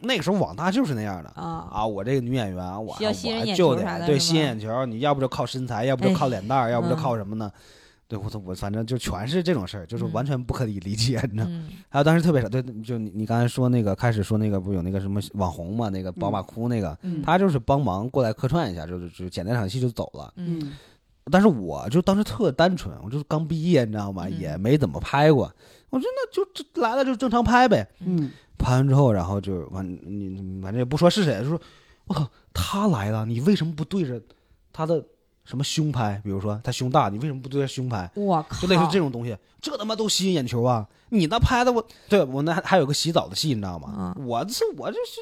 Speaker 3: 那个时候网大就是那样的
Speaker 4: 啊，
Speaker 3: *laughs* 啊。我这个女演员，我
Speaker 4: 需要吸引
Speaker 3: 我
Speaker 4: 眼
Speaker 3: 就
Speaker 4: 球啥
Speaker 3: 得
Speaker 4: 的
Speaker 3: 对
Speaker 4: 是
Speaker 3: 吸引
Speaker 4: 吧
Speaker 3: 眼球，你要不就靠身材，要不就
Speaker 4: 哎
Speaker 3: 靠脸蛋儿，要不就
Speaker 4: 嗯
Speaker 3: 靠什么呢？对，我我反正就全是这种事儿，就是
Speaker 4: 嗯
Speaker 3: 完全不可以理解，你知道吗。
Speaker 4: 嗯
Speaker 3: 还有当时特别傻，对，就你你刚才说那个开始说那个不是有那个什么网红嘛，那个宝马哭那个，
Speaker 4: 嗯
Speaker 3: 他就是帮忙过来客串一下，就是就剪那场戏就走了。
Speaker 4: 嗯
Speaker 3: 但是我就当时特单纯，我就是刚毕业，你知道吗？
Speaker 4: 嗯
Speaker 3: 也没怎么拍过。我说那就这来了就正常拍呗。
Speaker 1: 嗯，
Speaker 3: 拍完之后，然后就完，你你反正也不说是谁，就说我靠，他来了，你为什么不对着他的什么胸拍？比如说他胸大，你为什么不对着胸
Speaker 2: 嗯
Speaker 3: 拍？
Speaker 4: 我靠，
Speaker 3: 就类似这种东西，这他妈都吸引眼球啊！你那拍的我，对我那还还有个洗澡的戏，你知道吗？
Speaker 4: 嗯
Speaker 3: 我这我这是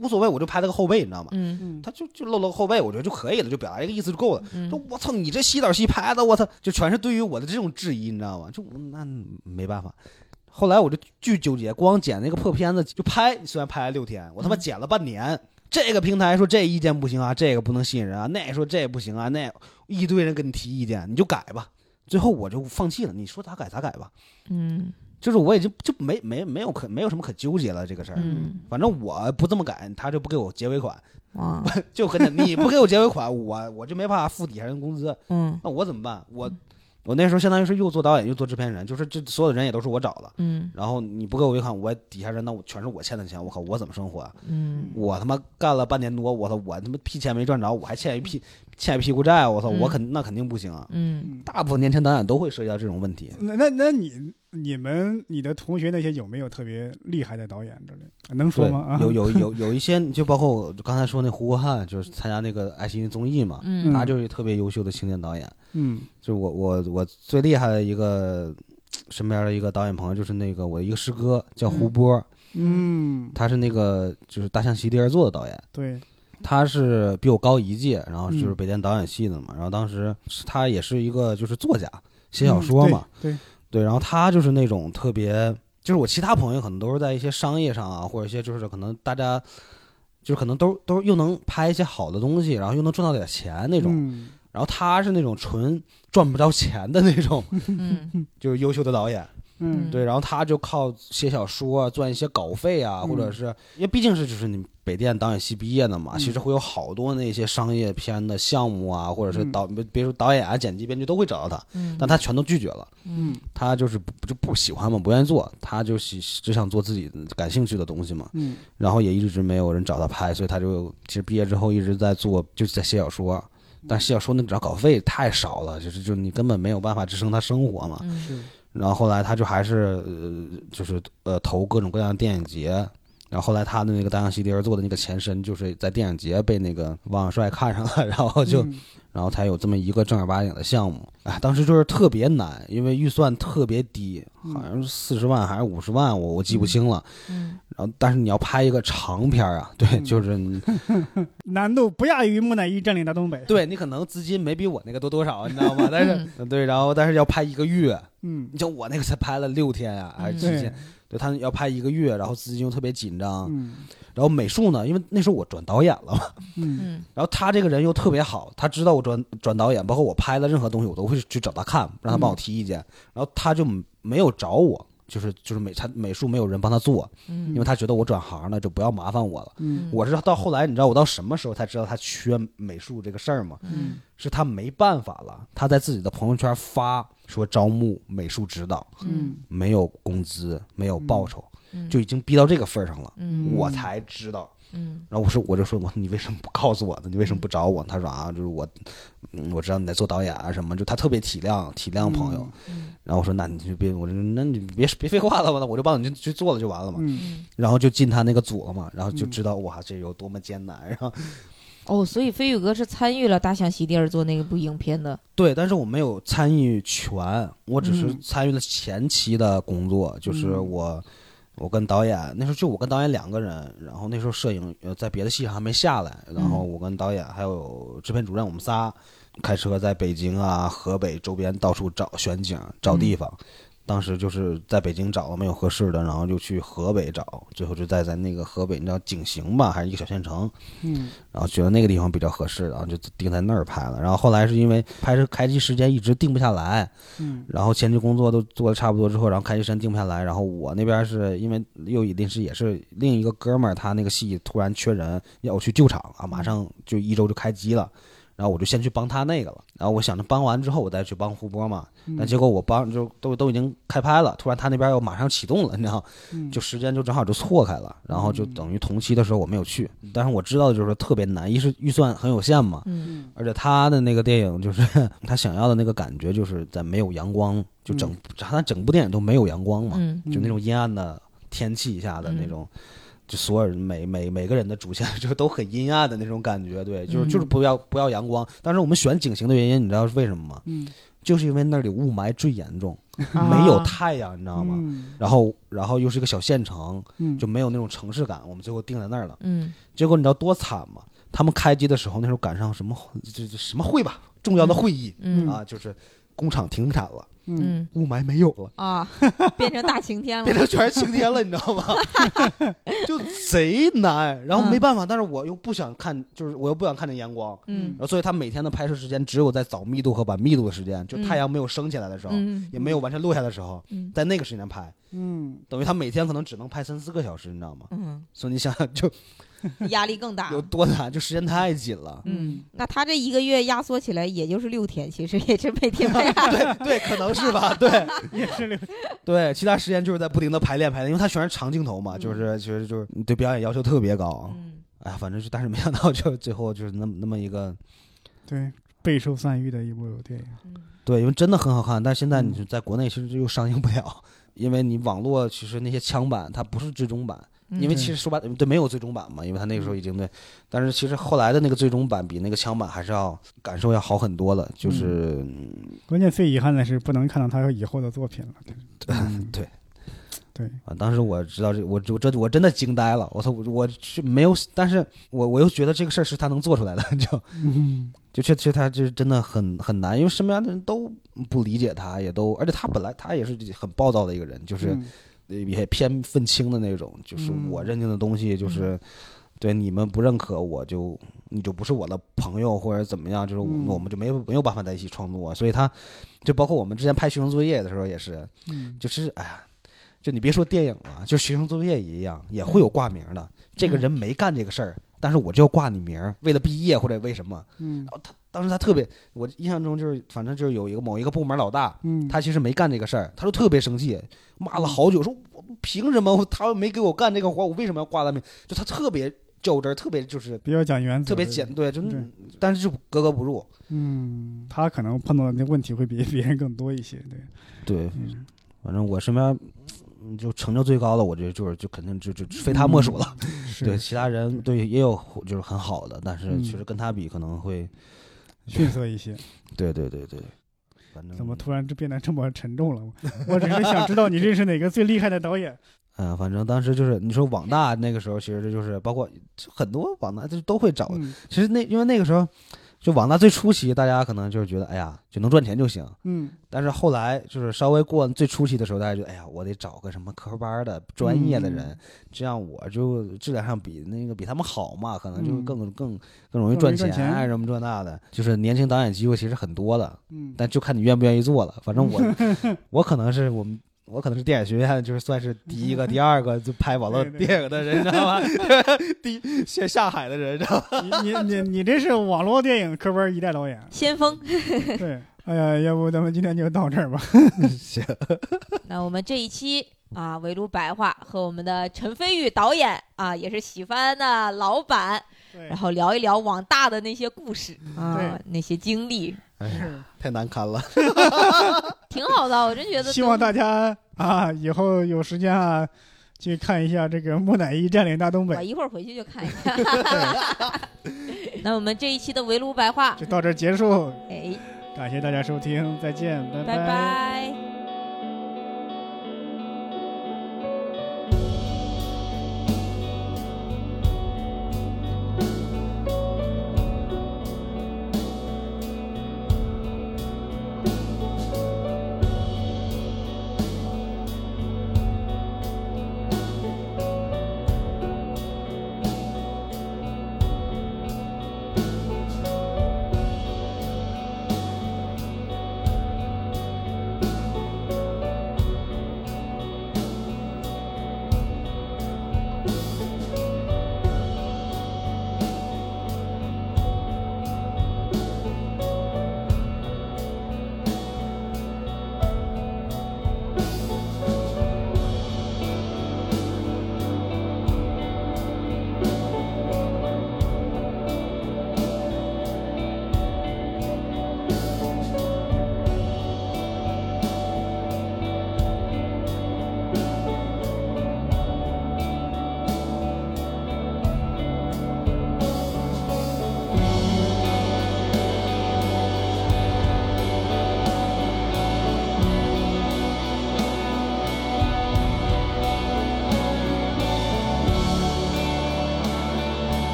Speaker 3: 无所谓，我就拍他个后背，你知道吗？
Speaker 4: 嗯
Speaker 1: 嗯，
Speaker 3: 他就就露了个后背，我觉得就可以了，就表达这个意思就够了。说
Speaker 4: 嗯，
Speaker 3: 我操，你这洗澡戏拍的，我操，就全是对于我的这种质疑，你知道吗？就那没办法。后来我就巨纠结，光剪那个破片子就拍，虽然拍了六天，我他妈
Speaker 4: 嗯
Speaker 3: 剪了半年。这个平台说这意见不行啊，这个不能吸引人啊，那说这不行啊，那一堆人跟你提意见，你就改吧。最后我就放弃了，你说咋改咋改吧。
Speaker 4: 嗯
Speaker 3: 就是我已经就没没没有可没有什么可纠结了这个事儿。
Speaker 4: 嗯，
Speaker 3: 反正我不这么改，他就不给我结尾款， *laughs*
Speaker 4: 哇，
Speaker 3: 就很简单。你不给我结尾款，我我就没办法付底下人工资。
Speaker 4: 嗯
Speaker 3: 那我怎么办？我我那时候相当于是又做导演又做制片人，就是这所有的人也都是我找的。
Speaker 4: 嗯
Speaker 3: 然后你不给我一看，我底下人那我全是我欠的钱，我靠，我怎么生活啊？
Speaker 4: 嗯
Speaker 3: 我他妈干了半年多，我操，我他妈屁钱没赚着，我还欠一屁欠一屁股债，啊我操，
Speaker 4: 嗯
Speaker 3: 我肯那肯定不行啊！
Speaker 4: 嗯，
Speaker 3: 大部分年轻导演都会涉及到这种问题，
Speaker 1: 那那那你你们你的同学那些有没有特别厉害的导演之类的？能说
Speaker 3: 对
Speaker 1: 吗？啊，
Speaker 3: 有有有有一些，就包括我刚才说那胡国汉，就是参加那个爱奇艺综艺嘛，
Speaker 4: 嗯
Speaker 3: 他就是特别优秀的青年导演。
Speaker 1: 嗯
Speaker 3: 就是我我我最厉害的一个身边的一个导演朋友，就是那个我一个师哥叫胡波，
Speaker 1: 嗯，
Speaker 3: 他是那个就是《大象席地而坐》的导演，
Speaker 1: 对，
Speaker 3: 他是比我高一届，然后就是
Speaker 1: 嗯
Speaker 3: 北电导演系的嘛，然后当时是他也是一个就是作家，写小说嘛，
Speaker 1: 嗯，对，对
Speaker 3: 对，然后他就是那种特别，就是我其他朋友可能都是在一些商业上啊，或者一些就是可能大家就是可能都都又能拍一些好的东西，然后又能赚到点钱那种，
Speaker 1: 嗯
Speaker 3: 然后他是那种纯赚不着钱的那种，
Speaker 4: 嗯
Speaker 3: 就是优秀的导演，
Speaker 1: 嗯
Speaker 3: 对，然后他就靠写小说啊赚一些稿费啊，
Speaker 1: 嗯
Speaker 3: 或者是因为毕竟是就是你北电导演系毕业的嘛，
Speaker 1: 嗯
Speaker 3: 其实会有好多那些商业片的项目啊，或者是
Speaker 1: 嗯
Speaker 3: 导，别别说导演啊、剪辑、编剧都会找到他，
Speaker 4: 嗯，
Speaker 3: 但他全都拒绝了。
Speaker 4: 嗯
Speaker 1: 嗯
Speaker 3: 他就是不就不喜欢嘛，不愿意做，他就喜只想做自己感兴趣的东西嘛。
Speaker 1: 嗯
Speaker 3: 然后也一直没有人找他拍，所以他就其实毕业之后一直在做，就是在写小说。啊但写小说那找稿费太少了，就是就你根本没有办法支撑他生活嘛。
Speaker 4: 嗯
Speaker 1: 是，
Speaker 3: 然后后来他就还是呃，就是呃投各种各样的电影节。然后后来他的那个《大象席地而坐》的那个前身，就是在电影节被那个王小帅看上了， *laughs* 然后就、
Speaker 1: 嗯
Speaker 3: 然后才有这么一个正儿八经的项目。哎，当时就是特别难，因为预算特别低，
Speaker 1: 嗯
Speaker 3: 好像是四十万还是五十万，我我记不清了。
Speaker 4: 嗯
Speaker 3: 然后但是你要拍一个长片儿啊，对，
Speaker 1: 嗯
Speaker 3: 就是你
Speaker 1: 难度不亚于木乃伊占领大东北，
Speaker 3: *laughs* 对你可能资金没比我那个多多少，你知道吗？但是对，然后但是要拍一个月，
Speaker 1: 嗯
Speaker 3: 你，像我那个才拍了六天啊，还
Speaker 4: 嗯
Speaker 3: 是七天
Speaker 1: 对。，
Speaker 3: 对他要拍一个月，然后资金又特别紧张，
Speaker 1: 嗯
Speaker 3: 然后美术呢，因为那时候我转导演了嘛， *laughs*
Speaker 1: 嗯
Speaker 4: 嗯
Speaker 3: 然后他这个人又特别好，他知道我转转导演，包括我拍的任何东西，我都会去找他看，让他帮我提意见，然后他就没有找我。就是就是美他美术没有人帮他做，
Speaker 4: 嗯
Speaker 3: 因为他觉得我转行了就不要麻烦我了。
Speaker 1: 嗯
Speaker 3: 我是到后来，你知道我到什么时候才知道他缺美术这个事儿吗？
Speaker 1: 嗯
Speaker 4: 嗯
Speaker 3: 是他没办法了，他在自己的朋友圈发说招募美术指导，
Speaker 4: 嗯
Speaker 1: 嗯
Speaker 3: 没有工资，没有报酬，
Speaker 4: 嗯，
Speaker 3: 就已经逼到这个份儿上了。
Speaker 4: 嗯
Speaker 3: 我才知道。
Speaker 4: 嗯
Speaker 3: 然后我说，我就说，我说你为什么不告诉我呢？你为什么不找我？他说啊，就是我，嗯，我知道你在做导演啊什么，就他特别体谅体谅朋友。
Speaker 4: 嗯
Speaker 3: 然后我说，那你就别，我说那你别别废话了吧，那我就帮你去去做了就完了嘛。
Speaker 1: 嗯
Speaker 4: 嗯
Speaker 3: 然后就进他那个组了嘛，然后就知道哇，这有多么艰难。 *laughs* 然后
Speaker 4: 哦，所以飞宇哥是参与了《大象席地而坐》那部影片的，
Speaker 3: 对，但是我没有参与全，我只是
Speaker 1: 嗯
Speaker 3: 参与了前期的工作，就是
Speaker 1: 嗯
Speaker 3: 我。我跟导演那时候就我跟导演两个人，然后那时候摄影呃在别的戏上还没下来，然后
Speaker 1: 嗯
Speaker 3: 我跟导演还有制片主任我们仨开车在北京啊、河北周边到处找选景、找
Speaker 1: 嗯
Speaker 3: 地方。当时就是在北京找了没有合适的，然后就去河北找，最后就在咱那个河北，你知道景行吧，还是一个小县城，
Speaker 1: 嗯
Speaker 3: 然后觉得那个地方比较合适，然后就定在那儿拍了。然后后来是因为拍摄开机时间一直定不下来，
Speaker 1: 嗯
Speaker 3: 然后前期工作都做的差不多之后，然后开机时间定不下来，然后我那边是因为又临时也是另一个哥们儿，他那个戏突然缺人，要我去救场
Speaker 1: 嗯
Speaker 3: 啊，马上就一周就开机了。然后我就先去帮他那个了，然后我想着帮完之后我再去帮胡波嘛，
Speaker 1: 嗯，
Speaker 3: 但结果我帮就都都已经开拍了，突然他那边又马上启动了，你知道吗，
Speaker 1: 嗯
Speaker 3: 就时间就正好就错开了，然后就
Speaker 1: 嗯
Speaker 3: 等于同期的时候我没有去，但是我知道的就是特别难，一是预算很有限嘛，
Speaker 4: 嗯
Speaker 1: 嗯
Speaker 3: 而且他的那个电影就是他想要的那个感觉就是在没有阳光，就整他整部电影都没有阳光嘛，
Speaker 4: 嗯
Speaker 3: 就那种阴暗的天气下的那种。就所有人每每每个人的主线就都很阴暗的那种感觉，对，就是就是
Speaker 1: 嗯
Speaker 3: 不要不要阳光。但是我们选景型的原因，你知道是为什么吗？
Speaker 1: 嗯，
Speaker 3: 就是因为那里雾霾最严重，
Speaker 4: 嗯
Speaker 2: 啊
Speaker 3: 没有太阳，你知道吗？
Speaker 1: 嗯
Speaker 3: 然后然后又是一个小县城，
Speaker 1: 嗯，
Speaker 3: 就没有那种城市感，我们最后定在那儿了。
Speaker 4: 嗯
Speaker 3: 结果你知道多惨吗？他们开机的时候，那时候赶上什么这这什么会吧，重要的会议、
Speaker 4: 嗯
Speaker 3: 啊，就是工厂停产了，
Speaker 1: 嗯
Speaker 4: 嗯
Speaker 3: 雾霾没有了。
Speaker 4: 啊，变成大晴天
Speaker 3: 变
Speaker 4: 了，
Speaker 3: 成全是晴天了，你知道
Speaker 4: *laughs*
Speaker 3: 吗？就贼难，然后没办法，但是我又不想看，就是我又不想看见阳光，
Speaker 4: 嗯
Speaker 3: 然后所以他每天的拍摄时间只有在早密度和晚密度的时间，就
Speaker 4: 嗯
Speaker 3: 太阳没有升起来的时候，
Speaker 4: 嗯
Speaker 3: 也没有完全落下的时候，
Speaker 4: 嗯
Speaker 3: 在那个时间拍，
Speaker 1: 嗯
Speaker 3: 等于他每天可能只能拍三四个小时，你知道吗？
Speaker 4: 嗯，
Speaker 3: 所以你想想就
Speaker 4: 压力更大
Speaker 3: 有。多难，就时间太紧了。
Speaker 1: 嗯
Speaker 4: 嗯，那他这一个月压缩起来也就是六天，其实也是每 *laughs* 天拍
Speaker 3: 对对，可能是吧，对
Speaker 1: *laughs* 也是六，
Speaker 3: 对，其他时间就是在不停的排练排练，因为他全是长镜头嘛，
Speaker 4: 嗯
Speaker 3: 就是其实就是对表演要求特别高，
Speaker 4: 嗯
Speaker 3: 哎呀，反正是，但是没想到就最后就是那么那么一个，
Speaker 1: 对，备受赞誉的一部电影，
Speaker 4: 嗯，
Speaker 3: 对，因为真的很好看，但是现在你
Speaker 1: 嗯
Speaker 3: 是在国内其实又上映不了，因为你网络其实那些枪版它不是最终版，
Speaker 1: 嗯
Speaker 3: 因为其实说白对没有最终版嘛，因为它那个时候已经对，但是其实后来的那个最终版比那个枪版还是要感受要好很多了，就是、
Speaker 1: 嗯
Speaker 3: 嗯
Speaker 1: 关键最遗憾的是不能看到他以后的作品了。嗯
Speaker 3: 对
Speaker 1: 对，
Speaker 3: 啊，当时我知道这我我这我真的惊呆了，我操，我我是没有，但是我我又觉得这个事儿是他能做出来的， *laughs* 就
Speaker 1: 嗯
Speaker 3: 就确确他这真的很很难，因为身边的人都不理解他，也都，而且他本来他也是很暴躁的一个人，就是
Speaker 1: 嗯
Speaker 3: 也偏愤青的那种，就是
Speaker 1: 嗯
Speaker 3: 我认定的东西就是。对你们不认可，我就你就不是我的朋友，或者怎么样，就是我
Speaker 1: 嗯
Speaker 3: 们我们就没有没有办法在一起创作，所以他就包括我们之前拍学生作业的时候也是，
Speaker 1: 嗯
Speaker 3: 就是哎呀，就你别说电影了，就学生作业一样，也会有挂名的。这个人没干这个事儿，但是我就要挂你名儿，为了毕业或者为什么。
Speaker 1: 嗯
Speaker 3: 当时他特别，我印象中就是，反正就是有一个某一个部门老大，
Speaker 1: 嗯，
Speaker 3: 他其实没干这个事儿，他就特别生气，骂了好久，说我凭什么我他没给我干这个活，我为什么要挂他名？就他特别较真儿，特别就是
Speaker 1: 比较讲原则，
Speaker 3: 特别简，嗯对，就
Speaker 1: 对
Speaker 3: 但是就格格不入，
Speaker 1: 嗯，他可能碰到的问题会比别人更多一些，对，
Speaker 3: 对
Speaker 1: 嗯
Speaker 3: 反正我身边。嗯就成就最高的，我觉得就是就肯定就就就非他莫属了。
Speaker 1: 是
Speaker 3: 对，其他人对也有就是很好的，但是
Speaker 1: 嗯
Speaker 3: 确实跟他比可能会，
Speaker 1: 逊色一些。
Speaker 3: 对对对对，反正
Speaker 1: 怎么突然就变得这么沉重了？我我只是想知道你认识哪个最厉害的导演。
Speaker 3: 嗯、反正当时就是你说网大那个时候，其实就是包括很多网大就都会找，
Speaker 1: 嗯
Speaker 3: 其实那因为那个时候就网大最初期，大家可能就是觉得哎呀就能赚钱就行，
Speaker 1: 嗯
Speaker 3: 但是后来就是稍微过最初期的时候，大家觉得哎呀我得找个什么科班的专业的人，
Speaker 1: 嗯
Speaker 3: 这样我就质量上比那个比他们好嘛，可能就
Speaker 1: 嗯
Speaker 3: 更、更更容易
Speaker 1: 更容易
Speaker 3: 赚
Speaker 1: 赚
Speaker 3: 钱啊
Speaker 1: 钱
Speaker 3: 什么这那的，就是年轻导演机会其实很多的。
Speaker 1: 嗯，
Speaker 3: 但就看你愿不愿意做了。反正
Speaker 1: *laughs*
Speaker 3: 我我可能是我们。我可能是电影学院，就是算是第一个、第二个就拍网络
Speaker 1: 对对
Speaker 3: 电影的人，知道吧？ *laughs* 第一先下海的人，知道吧？
Speaker 1: 你你你你这是网络电影科班一代导演
Speaker 4: 先锋。
Speaker 1: 对。哎呀，要不咱们今天就到这 *laughs* 儿吧。
Speaker 3: *laughs* 行，
Speaker 4: 那我们这一期啊，围炉白话和我们的陈飞宇导演啊，也是喜欢的老板，
Speaker 1: 对
Speaker 4: 然后聊一聊网大的那些故事啊，那些经历，
Speaker 3: 哎呀，太难堪了。
Speaker 4: 挺好的，我真觉得。
Speaker 1: 希望大家啊，以后有时间啊，去看一下这个木乃伊占领大东
Speaker 4: 我
Speaker 1: 北。
Speaker 4: 一会儿回去就看一下。
Speaker 1: *laughs*
Speaker 4: *laughs* 那我们这一期的围炉白话，
Speaker 1: 就到这儿结束，
Speaker 4: 哎，
Speaker 1: 感谢大家收听，再见，拜
Speaker 4: 拜拜